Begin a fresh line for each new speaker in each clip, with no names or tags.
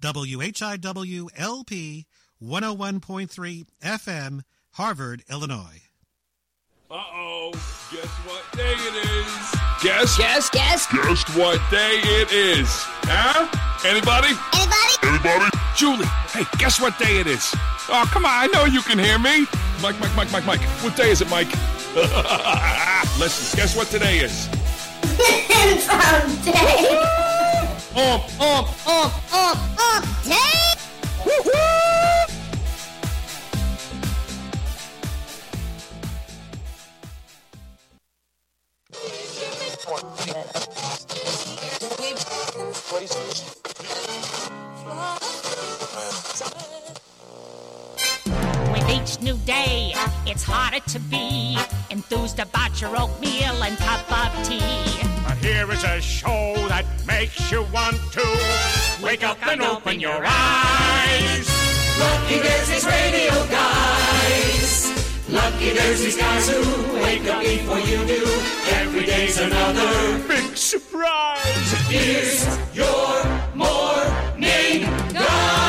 WHIWLP 101.3 FM, Harvard, Illinois.
Uh oh. Guess what day it is? Guess,
Guess, guess,
guess what day it is? Huh? Anybody?
anybody?
Anybody? Julie, hey, guess what day it is? Oh, come on, I know you can hear me. Mike, Mike, Mike, Mike, Mike. What day is it, Mike? Listen, guess what today is? Ump, ump, ump.
Oh, oh, day?
With each new day, it's harder to be enthused about your oatmeal and cup of tea.
But here is a show that makes you want to wake up and open your eyes.
Lucky there's these radio guys. Lucky there's these guys who wake up before you do. Every day's another.
Big surprise!
Here's your morning guys.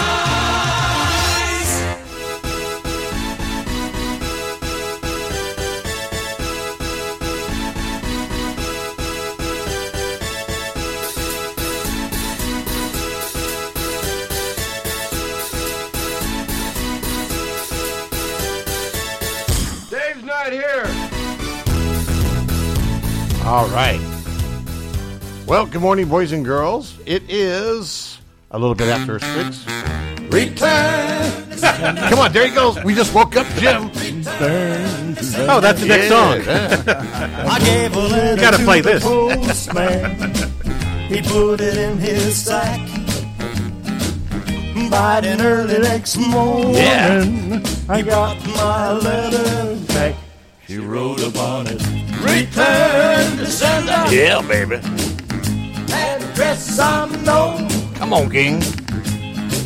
Dave's not here.
All right. Well, good morning, boys and girls. It is a little bit after six. Return. Come on, there he goes. We just woke up, Jim.
Oh, that's the next
Yeah,
song.
yeah.
I gave a letter
gotta
to
play
the
this.
postman. he put it in his sack. Bright and early next morning, I got my letter back. She wrote upon it, return to sender,
Yeah, baby.
address unknown,
Come on, King.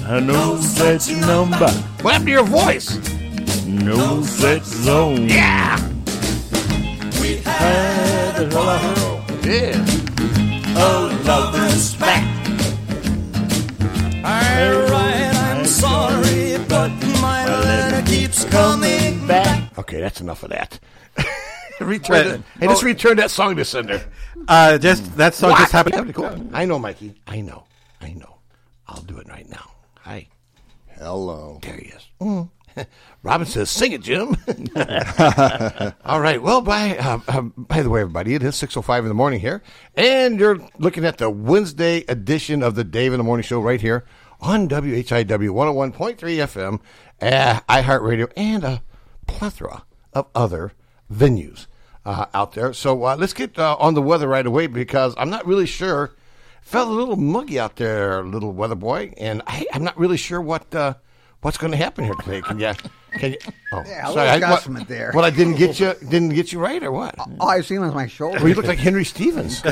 a no such number,
What happened to your voice?
no such zone.
Yeah.
Had a lover,
Yeah.
Oh,
a lover's back.
Alright, I'm sorry, but my letter keeps coming back.
Okay, that's enough of that. return. that- Hey, just return that song to Cinder.
Uh, just that song
What?
just happened.
Yeah, cool. I know, Mikey. I know. I know. I'll do it right now. Hi.
Hello.
There he is. Mm. Robin says, "Sing it, Jim." All right. Well, by um, um, by the way, everybody, it is six oh five in the morning here, and you're looking at the Wednesday edition of the Dave in the Morning Show right here on WHIW one hundred one point three FM, uh, iHeartRadio, and a plethora of other venues uh, out there. So uh, let's get uh, on the weather right away because I'm not really sure. Felt a little muggy out there, little weather boy, and I, I'm not really sure what. Uh, what's going to happen here today? Can you? Can you? Oh,
Yeah, a
sorry.
little
I, what-
adjustment there.
Well, I didn't get you. Didn't get you right, or what?
All I've seen was my shoulder.
Well, you look like Henry Stevens.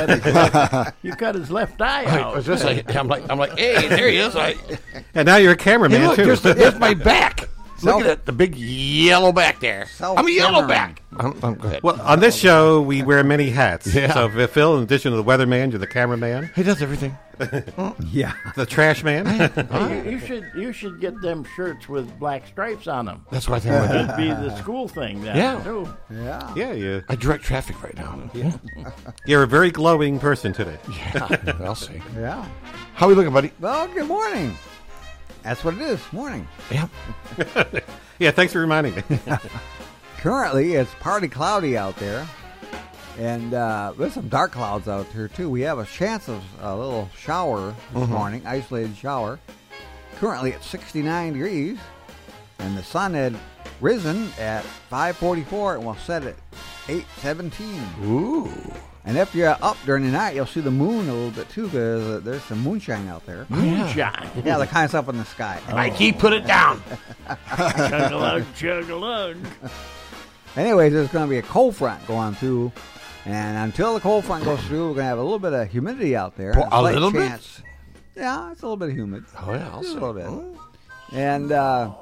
You cut his left eye
I
out.
was just like, I'm like, I'm like, hey, there he is. I, hey,
And now you're a cameraman
look,
too.
there's, the, there's my back.
Self-
look at it, the big yellow back there. I'm a yellow
Self-centering.
back. I'm, I'm good.
well, on this show we wear many hats.
Yeah.
So if- Phil, in addition to the weatherman, you're the cameraman,
he does everything.
Yeah.
the trash man.
you, you should you should get them shirts with black stripes on them.
That's what I think. I'm gonna do.
It'd be the school thing then
Yeah.
too.
Yeah.
yeah, you,
I direct traffic right now. Yeah.
you're a very glowing person today.
I'll see.
Yeah.
How we looking, buddy?
Well, good morning. That's what it is. Morning.
Yeah.
Yeah, thanks for reminding me.
Currently, it's partly cloudy out there. And uh, there's some dark clouds out here, too. We have a chance of a little shower this
Mm-hmm.
morning, isolated shower. Currently, it's 69 degrees. And the sun had risen at 544 and will set at 817.
Ooh.
And if you're up during the night, you'll see the moon a little bit too, because there's some moonshine out there.
Moonshine.
yeah, the kind of stuff in the sky.
Oh.
Mikey, put it down.
chug a lug, chug a lug.
Anyways, there's going to be a cold front going through, and until the cold front goes through, we're going to have a little bit of humidity out there.
Well, a
slight
little bit?
chance. Yeah, it's a little bit humid.
Oh yeah, I'll
Just
see.
a little bit. And uh,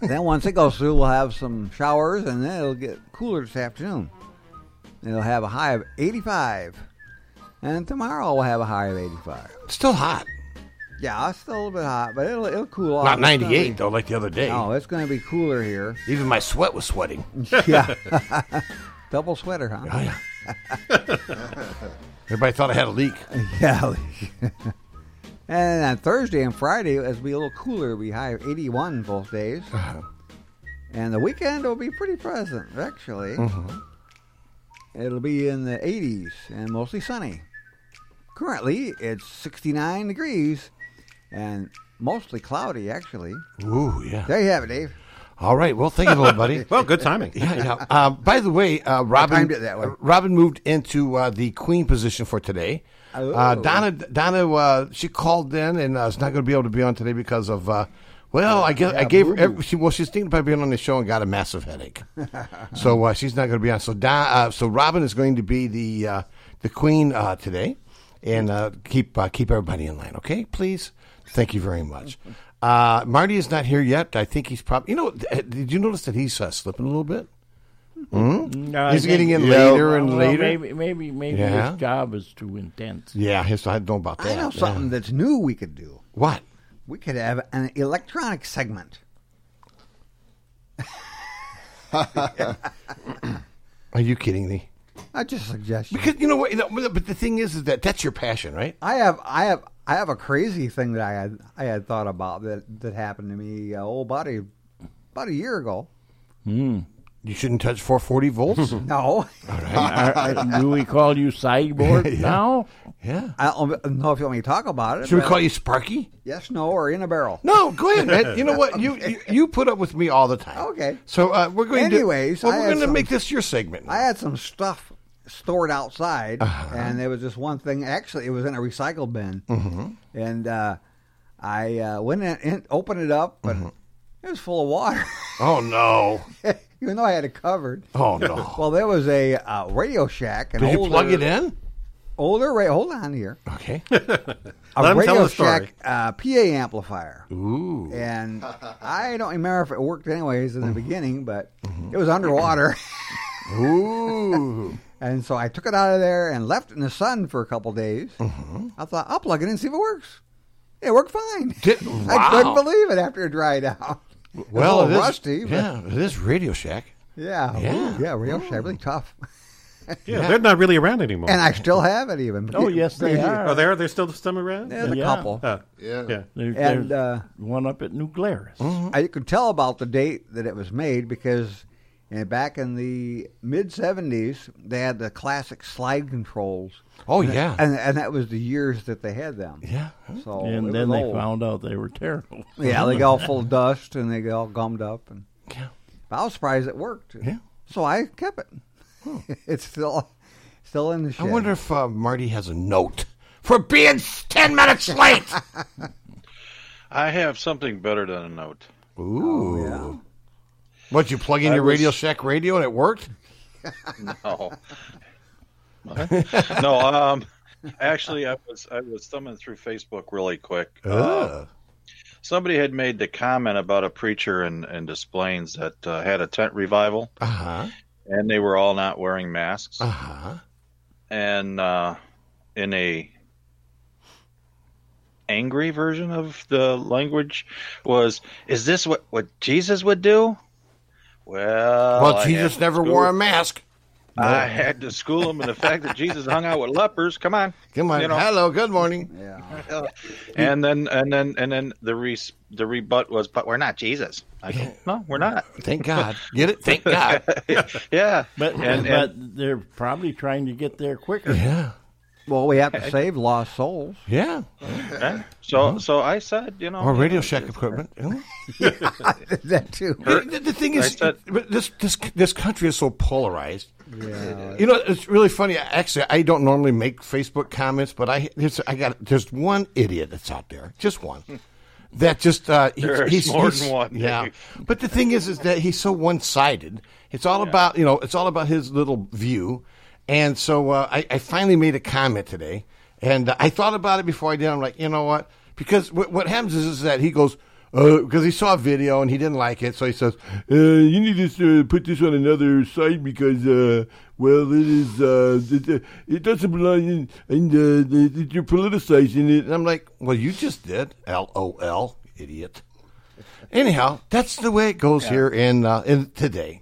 then once it goes through, we'll have some showers, and then it'll get cooler this afternoon. It'll have a high of 85, and tomorrow we'll have a high of 85.
Still hot.
Yeah, it's still a little bit hot, but it'll, it'll cool off.
Not
It's gonna
98,
be-
though, like the other day.
No, it's going to be cooler here.
Even my sweat was sweating.
yeah. Double sweater, huh? Oh, yeah.
Everybody thought I had a leak.
Yeah. And on Thursday and Friday, it'll be a little cooler. We high of 81 both days.
Uh-huh.
And the weekend will be pretty pleasant, actually.
Mm-hmm.
It'll be in the 80s and mostly sunny. Currently, it's 69 degrees and mostly cloudy, actually.
Ooh, yeah.
There you have it, Dave.
All right. Well, thank you, little buddy.
Well, good timing.
yeah, yeah. Uh, by the way, uh, Robin
timed it that way.
uh, Robin moved into uh, the queen position for today. Uh,
Oh.
Donna, Donna, uh, she called in and uh, is not going to be able to be on today because of. Uh, well, I guess I
Yeah,
gave her.
boo-boo.
Every, she, well, she's thinking about being on the show and got a massive headache, so uh, she's not going to be on. So, Don, uh, so Robin is going to be the uh, the queen uh, today, and uh, keep uh, keep everybody in line, okay? Please, thank you very much. Uh, Marty is not here yet. I think he's probably. You know, th- did you notice that he's uh, slipping a little bit? Hmm?
I
he's
think-
getting in
Yeah.
later and
Well,
later.
Maybe, maybe, maybe
Yeah.
his job is too intense.
Yeah, his, I don't know about
I
that.
know something that's new we could do.
What?
We could have an electronic segment.
Are you kidding me?
I just suggest you.
Because you know what? you know, but the thing is, is that that's your passion, right?
I have, I have, I have a crazy thing that I had, I had thought about that that happened to me, uh, oh, about a, about a year ago.
Hmm.
You shouldn't touch 440 volts.
No,
Are- are- do we call you cyborg now?
yeah.
I don't know if you want me to talk about it.
Should we
but
call you Sparky?
Yes, no, or in a barrel.
No, go ahead, man. You know what? You you, you put up with me all the time.
Okay.
So uh, we're going
Anyways,
to. Well,
I
we're
had
going to
some-
make this your segment.
I had some stuff stored outside,
Uh-huh.
and there was just one thing. Actually, it was in a recycle bin,
Mm-hmm.
and uh, I uh, went in, in, opened it up, but it was full of water,
Mm-hmm. oh no!
even though I had it covered.
Oh no!
Well, there was a uh, Radio Shack. An
Did you
older-
plug it in?
Older, ra- hold on here.
Okay.
a
Let him
Radio
tell the story.
Shack uh, PA amplifier. Ooh. And I don't remember if it worked anyways
Mm-hmm.
in the beginning, but it was underwater.
Ooh.
and so I took it out of there and left it in the sun for a couple days.
Mm-hmm.
I thought, I'll plug it in and see if it works. It worked fine.
Did-
I couldn't
wow.
believe it after it dried out. It was a
Well,
little
it is-
rusty, but yeah.
Yeah, it is Radio Shack.
Yeah,
Yeah. Oh.
yeah Radio Shack, really tough.
Yeah, they're not really around anymore.
And I still have it even.
Oh, yes, they are.
oh, there are there still some around?
There's a
Yeah.
couple.
Oh,
Yeah.
yeah.
There-
And,
there's
uh, Mm-hmm.
one up at New Glarus.
I, you could tell about the date that it was made because eh, back in the mid 70s, they had the classic slide controls.
Oh yeah.
And, and that was the years that they had them.
yeah.
So it
and
was
then they
old.
found out they were terrible.
Yeah, they got all full of dust and they got all gummed up. And
Yeah.
but I was surprised it worked.
Yeah.
So I kept it. it's still still in the
I
shed.
wonder if uh, Marty has a note for being ten minutes late.
I have something better than a note.
Oh,
Ooh. What you plug in
I
your
was-
Radio Shack radio and it worked?
No. no, um actually I was I was thumbing through Facebook really quick. Uh,
Ugh.
Somebody had made the comment about a preacher in, in Des Plaines that uh, had a tent revival
Uh huh.
and they were all not wearing masks.
Uh huh.
and uh, in a angry version of the language was is this what, what jesus would do well
well,
I
Jesus
had to
never
school-
wore a mask.
i had to school him in the fact that jesus hung out with lepers come on
Come on.
You know. Uh,
Hello. Good morning.
Yeah.
and then and then and then the re- the rebut was but we're not jesus i go no we're not
Thank God. Get it? Thank God.
yeah
But
and, and
but they're probably trying to get there quicker.
Yeah.
Well, we have to save lost souls.
Yeah.
so so i said you know
Or Radio Shack equipment. Yeah.
that too.
The, the thing is,
I
but this this this country is so polarized.
Yeah.
You know, it's really funny. Actually, I don't normally make Facebook comments, but I there's, I got there's one idiot that's out there, just one, that just uh, he's-
There's
he's,
more
he's-
than one,
Yeah,
Dave.
but the thing is, is that he's so one sided. It's all about you know, it's all about his little view, and so uh, I, I finally made a comment today, and uh, I thought about it before I did. I'm like, you know what? Because what what happens is, is that he goes. because he saw a video and he didn't like it, so he says, uh, "You need to uh, put this on another site because, uh, well, it is uh, it, uh, it doesn't belong in, and uh, it- it- you're politicizing it." And I'm like, "Well, you just did, lol, idiot." Anyhow, that's the way it goes here in uh, in today,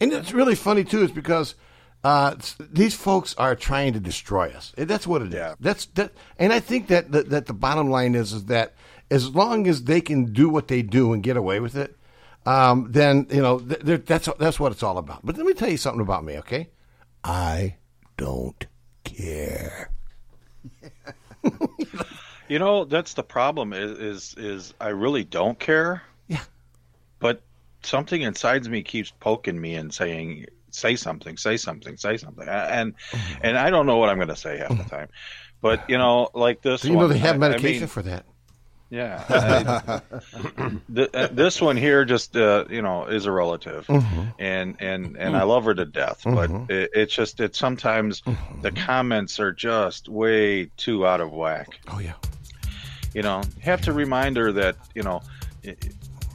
and it's really funny too, is because uh, s- these folks are trying to destroy us. Eh, That's what it is. That's that, and I think that, that that the bottom line is is that as long as they can do what they do and get away with it, um, then you know th- they're- that's that's what it's all about. But let me tell you something about me, okay? I don't care.
You know, that's the problem. Is is is I really don't care.
Yeah.
But something inside me keeps poking me and saying, "Say something, say something, say something," I- and and I don't know what I'm going to say half the time. But you know, like this.
Mm-hmm. Do you know
one,
they have
I- I
medication
mean-
for that?
Yeah. I- th- uh, this one here just uh, you know is a relative,
Mhm.
and and and
Mm.
I love her to death, but
Mhm.
it, it's just it's sometimes
Mm-hmm.
the comments are just way too out of whack.
Oh yeah.
You know, have to remind her that you know. i-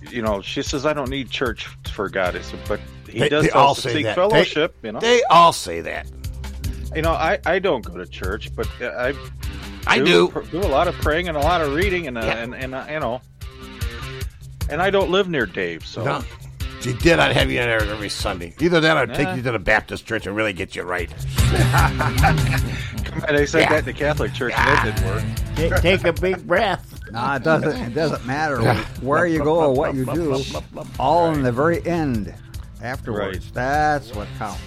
you know, she says, "I don't need church for God," It's- but he
They-
does
they all
also
say
seek
that. They-
fellowship. you know,
they all say that.
You know, I, I don't go to church, but uh, I
I do.
pr- do a lot of praying and a lot of reading, and uh,
Yeah.
and and uh, you know, and I don't live near Dave, so
No. She did not have you in there every Sunday. Either that or
Yeah.
take you to the Baptist church and really get you right.
And they said
Yeah.
that in the Catholic Church, and that didn't work.
Take, take a big breath.
Nah, it doesn't. It doesn't matter where you go or what you do. All in the very end, afterwards. That's what counts.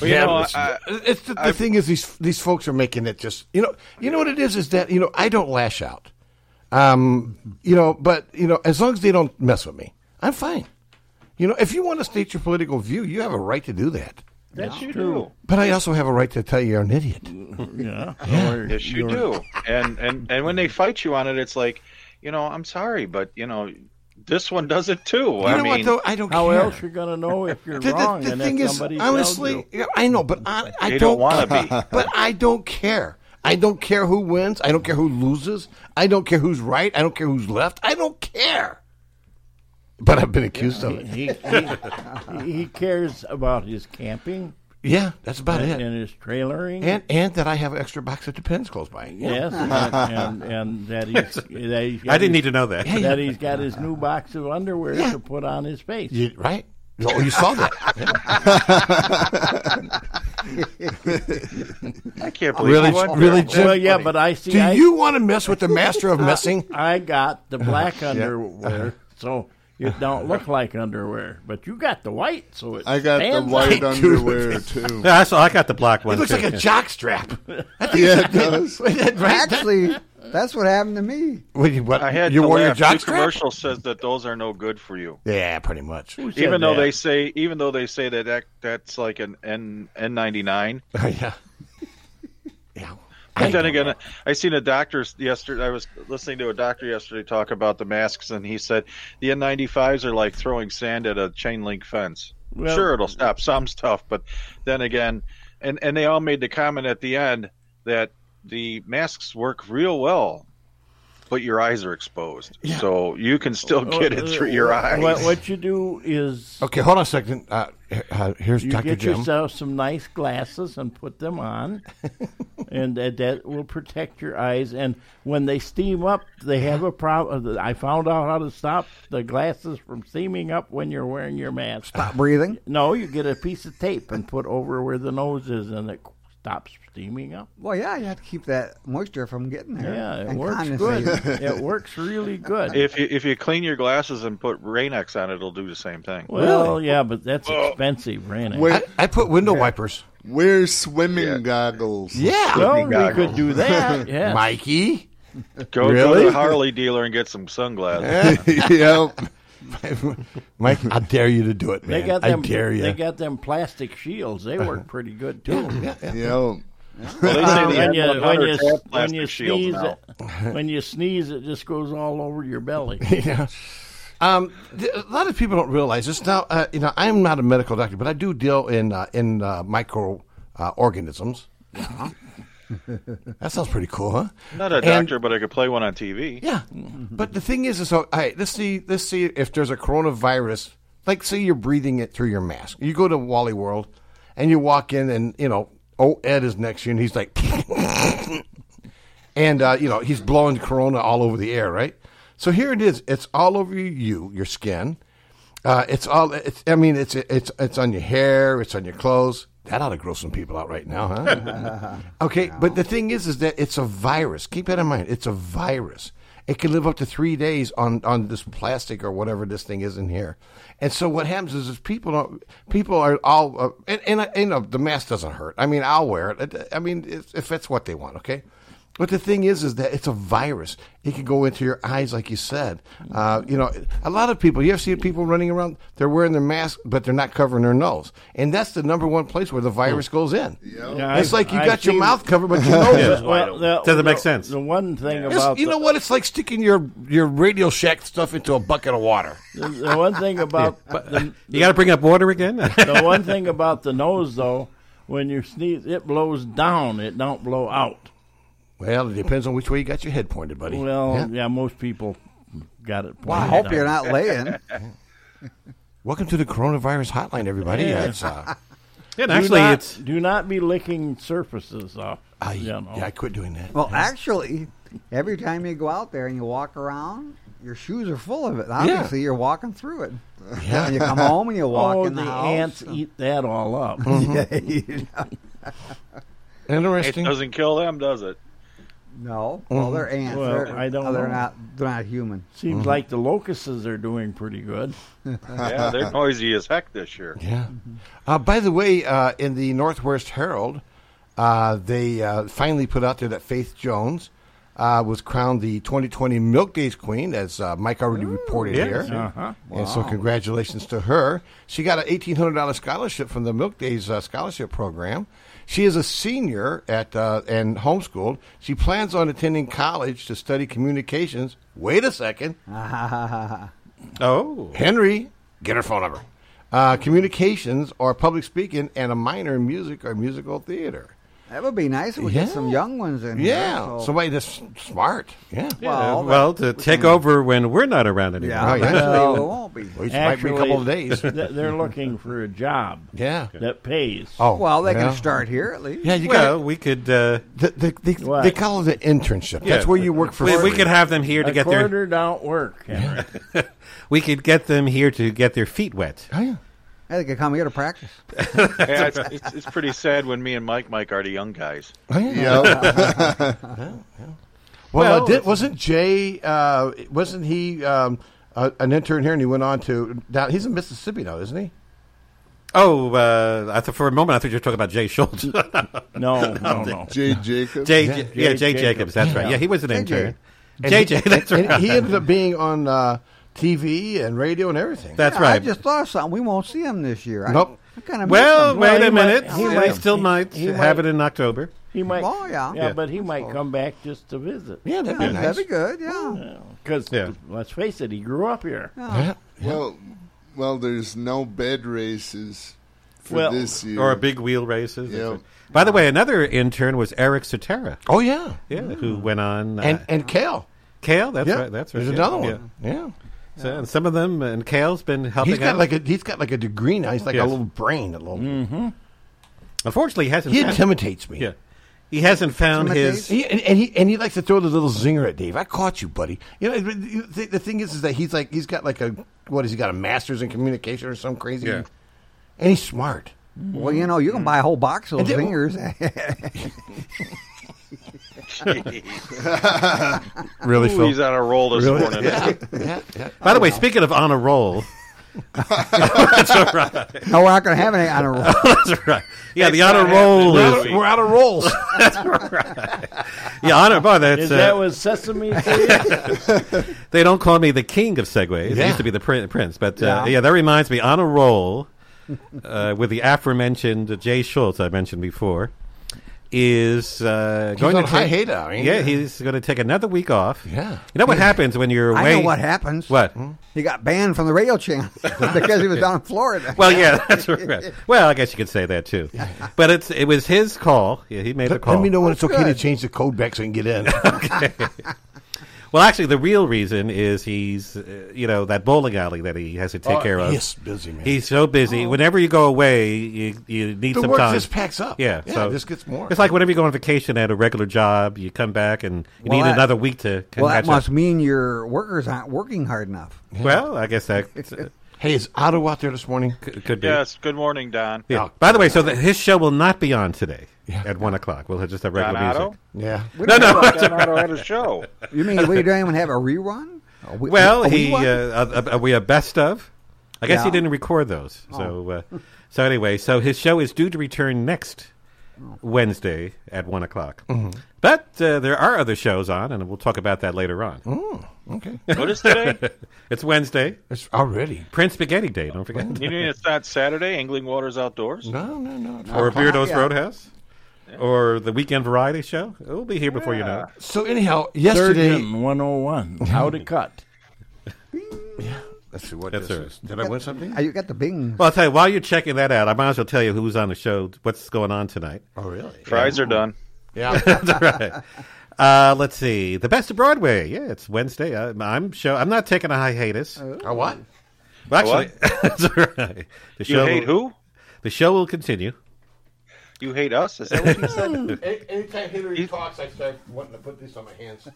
Well, you know,
it's,
I-
uh, it's the, the thing is these these folks are making it just you know you know what it is is that you know I don't lash out, um, you know, but you know as long as they don't mess with me, I'm fine. You know, if you want to state your political view, you have a right to do that.
Yes, you do.
But I also have a right to tell you you're an idiot.
Mm-hmm. Yeah. Yes, you do. And and and when they fight you on it, it's like, you know, I'm sorry, but you know, this one does it too.
You
I
know
mean,
what, though? I don't
How
care.
else you gonna know if you're
The, the-
wrong
the
and
thing
if
is,
somebody
honestly,
tells you?
yeah, I know, but I, I
They don't wanna be.
But I don't care. I don't care who wins. I don't care who loses. I don't care who's right. I don't care who's left. I don't care. But I've been accused of it.
He, he, he cares about his camping.
Yeah, that's about
and,
it.
And his trailering.
And and that I have an extra box of Depends close by. Yeah.
Yes, and, and, and that he's, that he's got
I didn't
his-
need to know that. Yeah, yeah.
That he's got his new box of underwear to put on his face.
You- right? Oh, you saw that. Yeah.
I can't
believe
really,
you wonder.
really, Jim?
Well, yeah, but I see-
Do
I-
you want to mess with the master of messing?
I got the black
Yeah. Uh-huh.
underwear, so it don't look like underwear. But you got the white, so it.
I got the
stands
white
out.
underwear, too.
Yeah, I saw. I got the black one.
It looks
too,
like a
yeah.
jock
strap.
yeah, it does.
Actually, that's what happened to me.
Wait, what?
I had
you
to
wore your
laugh. Duke
jock strap?
commercial says that those are no good for you.
Yeah, pretty much.
Even though they say, even though they say that, that that's like an N N99.
yeah.
But then again, I seen a doctor yesterday. I was listening to a doctor yesterday talk about the masks, and he said the N95s are like throwing sand at a chain link fence.
Well-
sure, it'll stop some stuff, but then again, and and they all made the comment at the end that the masks work real well, but your eyes are exposed, so you can still
Oh,
get it through your eyes.
What, what you do is
Okay, hold on a second. Uh, here- uh, here's
you
Dr.
get
Jim.
yourself some nice glasses and put them on, and that, that will protect your eyes. And when they steam up, they have a problem. I found out how to stop the glasses from steaming up when you're wearing your mask. Stop
breathing.
No, you get a piece of tape and put over where the nose is, and it stops steaming up.
Well, yeah, you have to keep that moisture from getting there.
Yeah, it
and
works
condensating.
good. it works really good.
If you if you clean your glasses and put Rain-X on it, it'll do the same thing.
Well, yeah, but that's expensive, Rain.
Where-
I put window wipers.
Wear swimming goggles.
Yeah.
Well, we could do that. Yeah.
Mikey?
Go, go to
Really?
the Harley dealer and get some sunglasses.
yep. Mike, I dare you to do it, man.
They got
I
them.
dare Uh-huh. you.
They got them plastic shields. They work pretty good too.
Yeah.
Well,
they say the
when you,
M100
when you,
have
when you
plastic shields
sneeze,
now.
it, when you sneeze, it just goes all over your belly.
yeah. Um, th- a lot of people don't realize this. Now, uh, you know, I'm not a medical doctor, but I do deal in uh, in uh, micro uh, organisms. That sounds pretty cool, huh?
Not a
And-
doctor, but I could play one on TV.
Yeah, but the thing is, is so all right. Let's see, let's see if there's a coronavirus. Like, say you're breathing it through your mask. You go to Wally World, and you walk in, and you know, oh Ed is next to you, and he's like, and uh, you know, he's blowing corona all over the air, right? So here it is. It's all over you, your skin. Uh, it's all. It's, I mean, it's it's it's on your hair. It's on your clothes. That ought to gross some people out right now, huh? Okay, but the thing is, is that it's a virus. Keep that in mind. It's a virus. It can live up to three days on, on this plastic or whatever this thing is in here. And so what happens is, is people don't, people are all uh, and and, uh, and uh, the mask doesn't hurt. I mean, I'll wear it. I- I mean, if, if that's what they want, okay. But the thing is, is that it's a virus. It can go into your eyes, like you said. Uh, you know, a lot of people. You ever see people running around? They're wearing their mask, but they're not covering their nose, and that's the number one place where the virus goes in.
Yeah,
it's
I've-
like you
I've
got your
seen-
mouth covered, but your nose is
Well, the-
Doesn't make
the-
sense.
The one thing
It's-
about
you
the-
know what? It's like sticking your your Radio Shack stuff into a bucket of water.
The, the one thing about the,
You got to bring up water again.
the one thing about the nose though, when you sneeze, it blows down. It don't blow out.
Well, it depends on which way you got your head pointed, buddy.
Well,
Yeah.
yeah, most people got it.
Well, I
pointed
hope you're
out.
not laying.
Welcome to the coronavirus hotline, everybody.
Yeah.
It's, uh,
Do
actually,
not-
it's-
do not be licking surfaces uh, off. I,
yeah, I quit doing that.
Well, actually, every time you go out there and you walk around, your shoes are full of it. Obviously, you're walking through it.
Yeah.
And you come home and you walk
oh,
in the, house.
ants eat that all up.
It
Mm-hmm. Interesting.
doesn't kill them, does it?
No, well, they're ants.
Well,
they're,
I don't
oh, They're
know.
not. They're not human. Mm-hmm.
Seems like the locusts are doing pretty good.
Yeah, they're noisy as heck this year.
Yeah. Uh, by the way, uh, in the Northwest Herald, uh, they uh, finally put out there that Faith Jones uh, was crowned the 2020 Milk Days Queen, as uh, Mike already reported
yes,
here.
yeah.
Uh-huh.
And so, congratulations to her. She got an $1,800 scholarship from the Milk Days uh, Scholarship Program. She is a senior at uh, and homeschooled. She plans on attending college to study communications. Wait a second.
Oh,
Henry, get her phone number. Uh, communications or public speaking and a minor in music or musical theater.
That would be nice if we
Yeah.
get some young ones in here.
Yeah,
so-
somebody that's smart. Yeah.
Well,
uh, well, to take over when we're not around anymore.
yeah,
Right.
eventually
Well,
we uh, won't be.
Well, it might be a couple of days.
th- they're looking for a job
yeah.
that pays.
Oh,
Well, they
yeah.
can start here at least.
Yeah, you
well,
got
we could. Uh,
the, the, the,
What?
they call it an internship.
yeah.
That's where you work for.
We, we
free.
could have them here to
a
get
quarter
their.
don't work. Henry.
We could get them here to get their feet wet.
Oh, yeah.
Yeah, they can come here to practice.
Yeah, it's, it's, it's pretty sad when me and Mike Mike are the young guys.
Oh, yeah.
Yep.
Well,
Well,
did, wasn't Jay? Uh, wasn't he um, a, an intern here, and he went on to down? He's in Mississippi now, isn't he?
Oh, uh, I thought for a moment I thought you were talking about Jay Schultz. Oh,
No, no, no.
Jay Jacobs.
Jay,
Yeah.
yeah, Jay,
Jay
Jacobs.
Jacobs,
That's
yeah.
right. Yeah, he was an
JJ.
intern. JJ, that's
And
right.
he ended up being on uh, TV and radio and everything.
That's
Yeah, I
right.
just thought of something. We won't see him this year. I-
Nope.
I, kind of
well,
Well,
wait
he
a
might-
minute.
he
He
might-
still
he-
might
he
have
might-
it in October.
He might.
Oh, yeah. Oh.
yeah.
Yeah.
but he might come back just to visit.
yeah, that'd be nice.
that'd be good. Yeah.
Because
Yeah.
let's face it, he grew up here.
Oh.
Yeah.
Well, well, there's no bed races for
Well,
this year.
Or a big wheel races.
Yeah.
By the way, another intern was Eric Sotera.
Oh yeah,
Yeah, who went on uh,
and and Kale.
Kale? That's
yeah,
right. That's right.
There's
yeah,
another
yeah.
one. Yeah,
So, and some of them, and Kale's been helping.
he's got
out.
like a he's got like a degree now. He's like
Yes. Mm-hmm.
a little brain. A little.
Unfortunately, he hasn't.
He
found-
intimidates me.
yeah, he hasn't found his.
He, and, and he and he likes to throw the little zinger at Dave. I caught you, buddy. You know the, the- the thing is, is that he's like he's got like a what has he got a master's in communication or some crazy,
Yeah.
and he's smart.
Well, you know, you can buy a whole box of
And
those
then-
fingers.
Really,
Ooh, he's on a roll this
Really?
morning.
Yeah, yeah, yeah.
By the way, speaking of on a roll,
no, we're not going to have any on a roll.
that's right. Yeah, the on a
not
roll
happening.
is.
Really?
We're out of rolls.
Yeah, on a boy, that's.
Is
uh,
that with Sesame Street?
They don't call me the king of segways.
Yeah.
It used to be the prin- prince, but uh,
Yeah.
yeah. that reminds me. On a roll uh, with the aforementioned Jay Schultz I mentioned before, is uh,
He's
going
on
to
high
take,
hay now, ain't
Yeah,
he?
he's going to take another week off.
Yeah. Hmm?
You know what happens when you're
I
away?
know what happens.
What?
He got banned from the radio channel because he was down in Florida.
Well, yeah, that's right. Well, I guess you could say that too. But it's it was his call. Yeah, he made the
Let,
call.
let me know
Oh,
when it's okay to change the code back so I can get in.
Well, actually, the real reason is he's, uh, you know, that bowling alley that he has to take
Oh,
care of.
he's busy, man. Oh.
He's so busy. Whenever you go away, you, you need
The
some
work
time.
just packs up.
Yeah,
Yeah,
so
it just gets more.
It's like whenever you go on vacation at a regular job, you come back and you
Well,
need
that-
another week to.
Well, that
catch
must
up.
mean your workers aren't working hard enough.
Well, I guess that.
hey, is Otto out there this morning? Oh.
Could, could be.
Yes. Good morning, Don.
Yeah. By the way, so the, his show will not be on today at one o'clock. We'll have just have regular
Donato?
music.
Yeah.
no,
We don't
no.
know about
that's all
Donato
right.
had a show.
You mean we don't even have a rerun? A we-
Well,
a
he uh,
rerun?
are, are we a best of? I guess he
Yeah.
didn't record those.
Oh.
So, uh, so anyway, so his show is due to return next
Oh.
Wednesday at one o'clock.
Mhm.
But uh, there are other shows on, and we'll talk about that later on.
Oh, okay.
What is today?
it's Wednesday.
It's already
Prince Spaghetti Day. Don't forget.
You mean it's not Saturday? Angling Waters Outdoors?
No, no, no.
or Beardo's
Yeah.
Roadhouse, or the Weekend Variety Show. It will be here before you know it.
So anyhow, yesterday-
Surgeon 101, how to cut.
That's what
That's
this
right.
is. Did I win something?
Uh, you got the Bing.
Well, I'll tell you, while you're checking that out, I might as well tell you who's on the show, what's going on tonight.
Oh, really?
Fries
Yeah.
are done.
Yeah.
That's right. Uh, let's see. The Best of Broadway. Yeah, it's Wednesday. I, I'm show. I'm not taking a hiatus.
A what?
Well, actually, that's all right. The
You hate who?
The show will continue.
You hate us? Is that what you said?
Anytime Hillary talks, I start wanting to put this on my hands.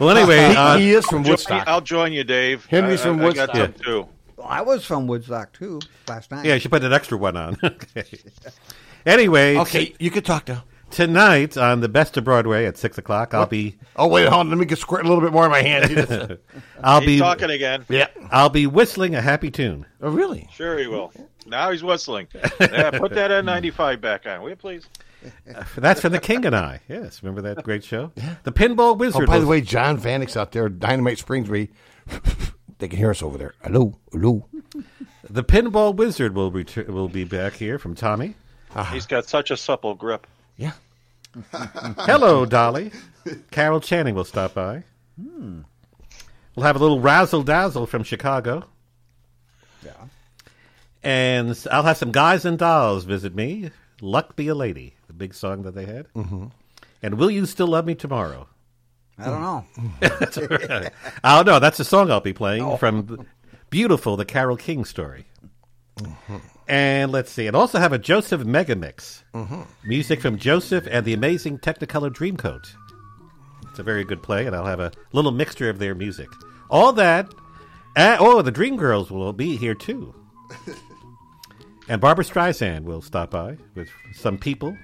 Well, anyway,
he,
uh,
he is from
I'll join
Woodstock.
you- I'll join you, Dave.
Henry's
I-
from
I- I got
Woodstock.
some too.
I was from Woodstock too last night.
Yeah, you should put an extra one on. okay. Anyway.
Okay, you could talk now.
Tonight on the Best of Broadway at six o'clock, I'll be.
Oh wait, hold on. Let me get squirt a little bit more in my hand.
I'll be
He's talking again.
Yeah.
I'll be whistling a happy tune.
oh really?
Sure, he will. Now he's whistling. Yeah, put that N95 back on, will you please?
That's from the King and I. Yes, remember that great show? The Pinball Wizard.
Oh, by the
was-
way, John Vanek's out there, Dynamite Springs. We they can hear us over there. Hello, hello.
The Pinball Wizard will retu- will be back here from Tommy.
He's got such a supple grip.
Hello, Dolly. Carol Channing will stop by.
Hmm.
We'll have a little razzle dazzle from Chicago.
Yeah.
And s- I'll have some guys and dolls visit me. Luck Be a Lady, the big song that they had. Mm-hmm. And Will You Still Love Me Tomorrow?
I don't know.
That's all right. oh, no, that's the song I'll be playing from the- Beautiful, the Carol King story.
Mm-hmm.
And let's see. And also have a Joseph Megamix.
Mhm.
Music from Joseph and the Amazing Technicolor Dreamcoat. It's a very good play, and I'll have a little mixture of their music. All that. And, oh, the Dream Girls will be here too. and Barbara Streisand will stop by with some people.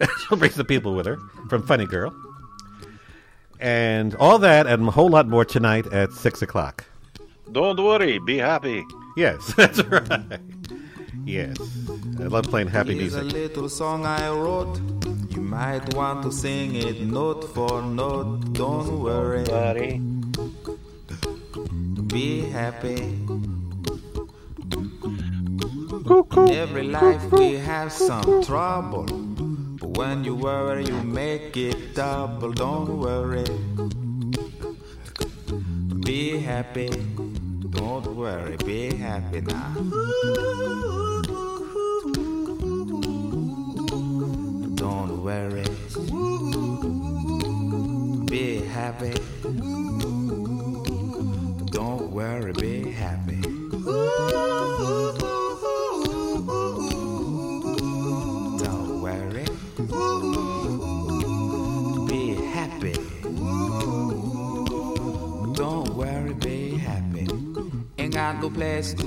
She'll bring some people with her from Funny Girl. And all that and a whole lot more tonight at 6 o'clock.
Don't worry, be happy.
Yes, that's right. Yes. I love playing happy
Here's
music.
a little song I wrote. You might want to sing it note for note. Don't worry. Be happy. In every life we have some trouble. But when you worry, you make it double. Don't worry. Be happy. Don't worry. Be happy now. Don't worry. Be happy. Don't worry, be happy. Don't worry. Be happy. Don't worry, be happy. Ain't got no place to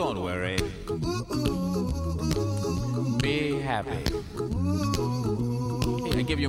Don't worry. Be happy. Hey, I give you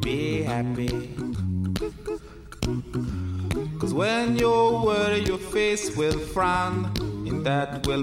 be happy. Cause when you worry, your face will frown, and that will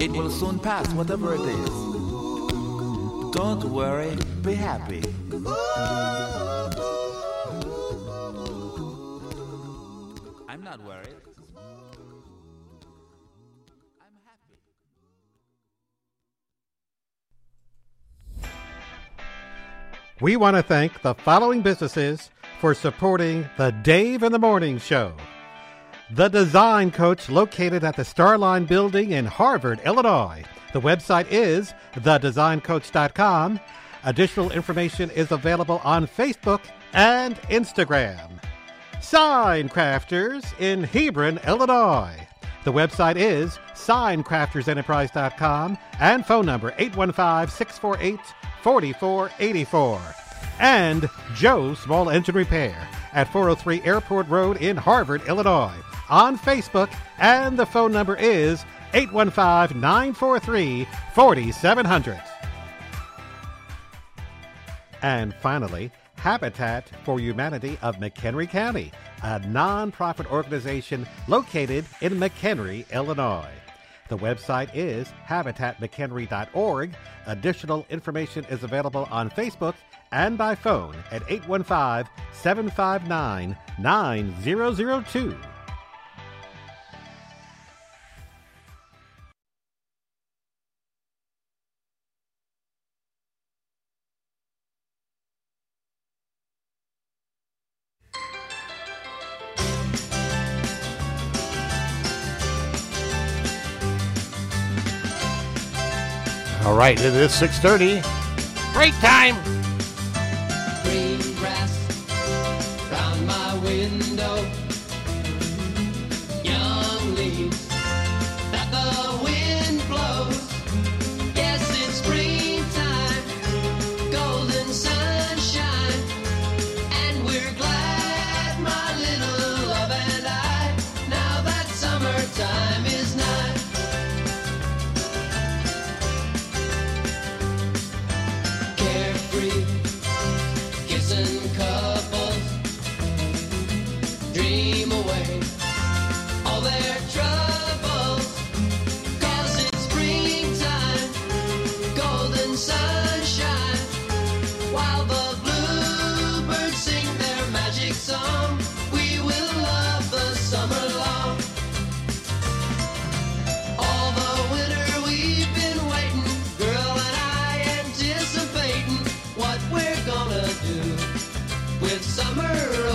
It will soon pass, whatever it is. Don't worry. Be happy. I'm not worried.
We want to thank the following businesses for supporting the Dave in the Morning Show. The Design Coach, located at the Starline Building in Harvard, Illinois. The website is thedesigncoach.com. Additional information is available on Facebook and Instagram. Sign Crafters in Hebron, Illinois. The website is signcraftersenterprise.com and phone number 815 648 4484. And Joe Small Engine Repair at 403 Airport Road in Harvard, Illinois. On Facebook, and the phone number is 815 943 4700. And finally, Habitat for Humanity of McHenry County, a nonprofit organization located in McHenry, Illinois. The website is habitatmchenry.org. Additional information is available on Facebook and by phone at 815 759 9002.
All right, it is 6.30.
Break time.
Green grass round my window. Young leaves that the wind blows. Yes, it's springtime, golden sunshine, and we're glad, my little love and I. Now that summertime is nigh. Carefree kissing couples dream away all their troubles. Cause it's springtime, golden sunshine, while the bluebirds sing their magic song. We will love the summer long. All the winter we've been waiting, girl and I anticipating what we're gonna do with summer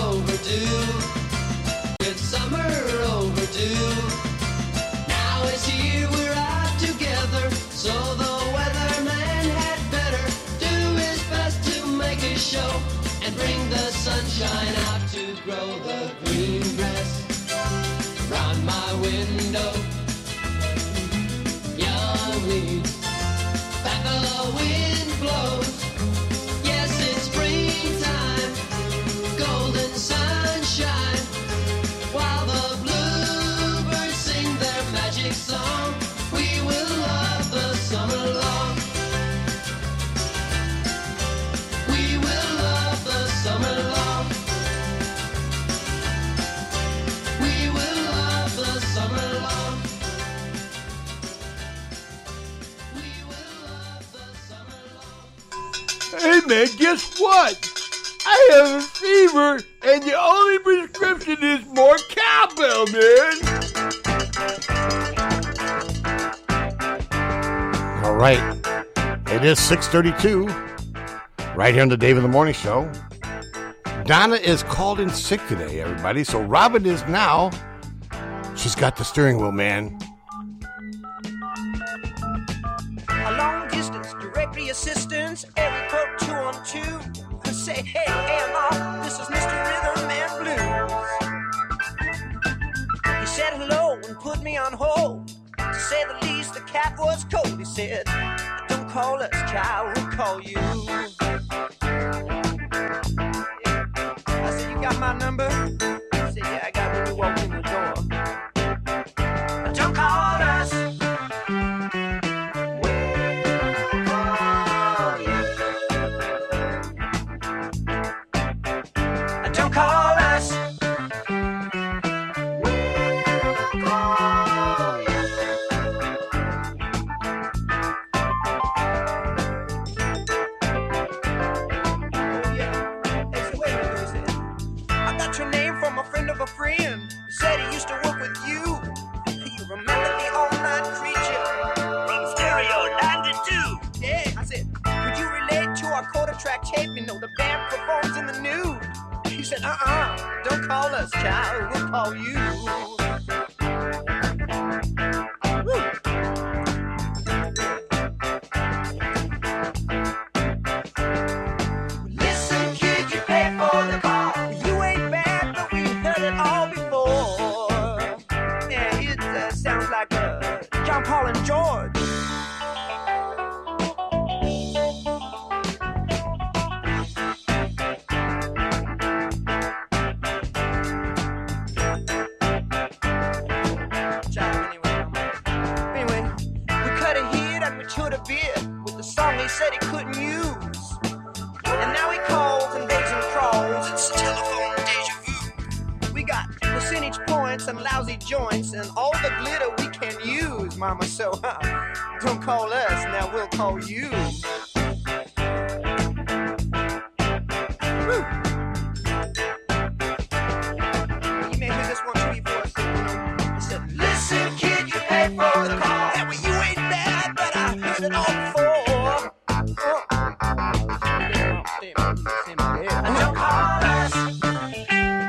overdue. With summer overdue. Now it's here, we're out together, so the weatherman had better do his best to make a show and bring the sunshine out to grow the green grass round my window young leaves that the wind blows. Yes, it's springtime, golden sunshine,
man, guess what? I have a fever, and the only prescription is more cowbell, man.
All right. It is 632, right here on the Dave in the Morning Show. Donna is called in sick today, everybody. So Robin is now. She's got the steering wheel, man.
A long distance directory assistance, area code 212. And say, hey, AMR, this is Mr. Rhythm and Blues. He said hello and put me on hold. To say the least, the cat was cold. He said, don't call us, child, we'll call you. I said, you got my number? He said, yeah, I got it when you walked in the door. Don't call us. Don't call us. I got your name from a friend of a friend. He said he used to work with you. You remember the all-night creature from Stereo 92. Yeah, I said, could you relate to our quarter track tape? You know, the band performs in the nude. He said, uh-uh, don't call us, child. We'll call you. Woo. Listen, kid, you pay for the car. You ain't bad, but we've heard it all before. Yeah, it uh, sounds like uh, John Paul and George. Anyway, we cut a hit and we chewed a bit with the song he said he couldn't use. And now he calls and begs and crawls. It's telephone deja vu. We got percentage points and lousy joints and all the glitter we can use, Mama. So huh, don't call us, now we'll call you. Woo. You may hear this one too before it's, you know, it's a, Listen, kid, you pay for the car. Yeah, well, you ain't bad, but I heard it all before. Don't call us.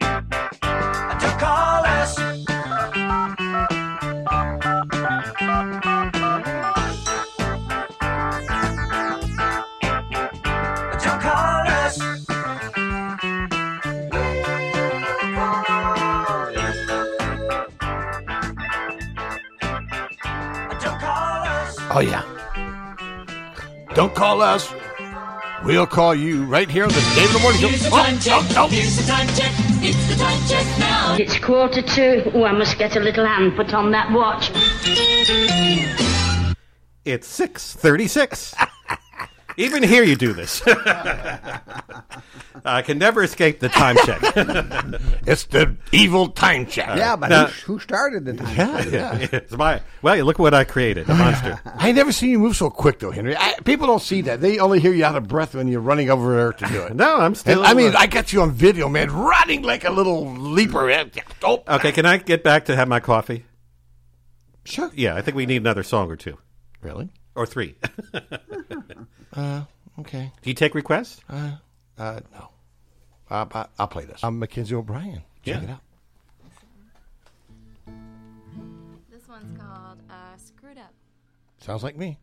Don't call us. Don't call us. Don't call us.
Oh, yeah. Don't call us. We'll call you right here on the Dave in the Morning Show.
Here's the
Oh,
time check. Here's the time check. It's the time check now.
It's quarter to. Oh, I must get a little hand put on that watch.
It's 636. Even here you do this. I can never escape the time check.
it's the evil time check.
Yeah, but
Now-
who, who started the time?
oh.
yeah, yeah. It's my, well, you look what I created, a monster.
I never seen you move so quick, though, Henry. I, people don't see that. They only hear you out of breath when you're running over there to do it.
no, I'm still-
I mean, I got you on video, man, running like a little leaper. Oh,
Okay, can I get back to have my coffee?
Sure.
Yeah, I think we need another song or two.
Really?
Or three.
Uh, okay.
Do you take requests?
Uh, uh, no. I, I, I'll play this. I'm Mackenzie O'Brien.
Yeah.
Check it out.
This one's called uh, Screwed Up.
Sounds like me.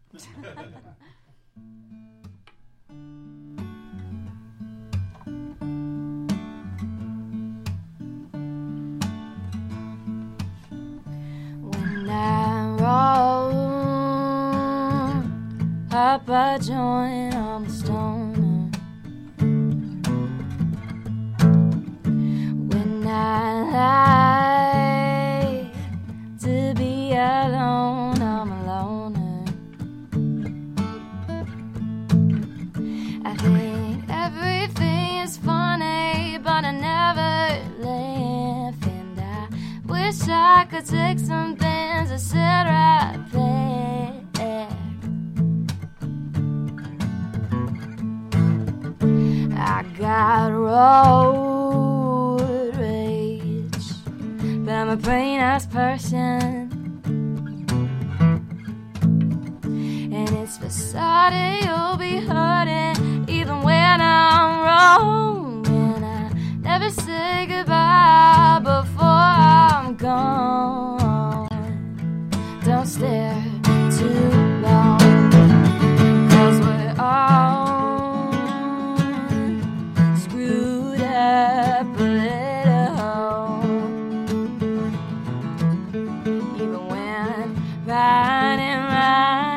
When I roll up a joint on the stoner. When I like to be alone, I'm a loner. I think everything is funny, but I never laugh, and I wish I could could take some things I sit right there. I got road rage, but I'm a brain ass person. And it's beside it, you'll be hurting even when I'm wrong. And I never say goodbye before I'm gone. Don't stare too long, cause we're all screwed up a little. Even when riding,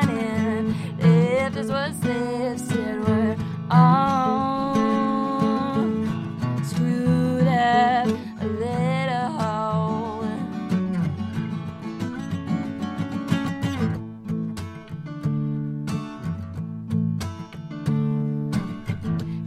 riding, if this was this, it were all screwed up a little.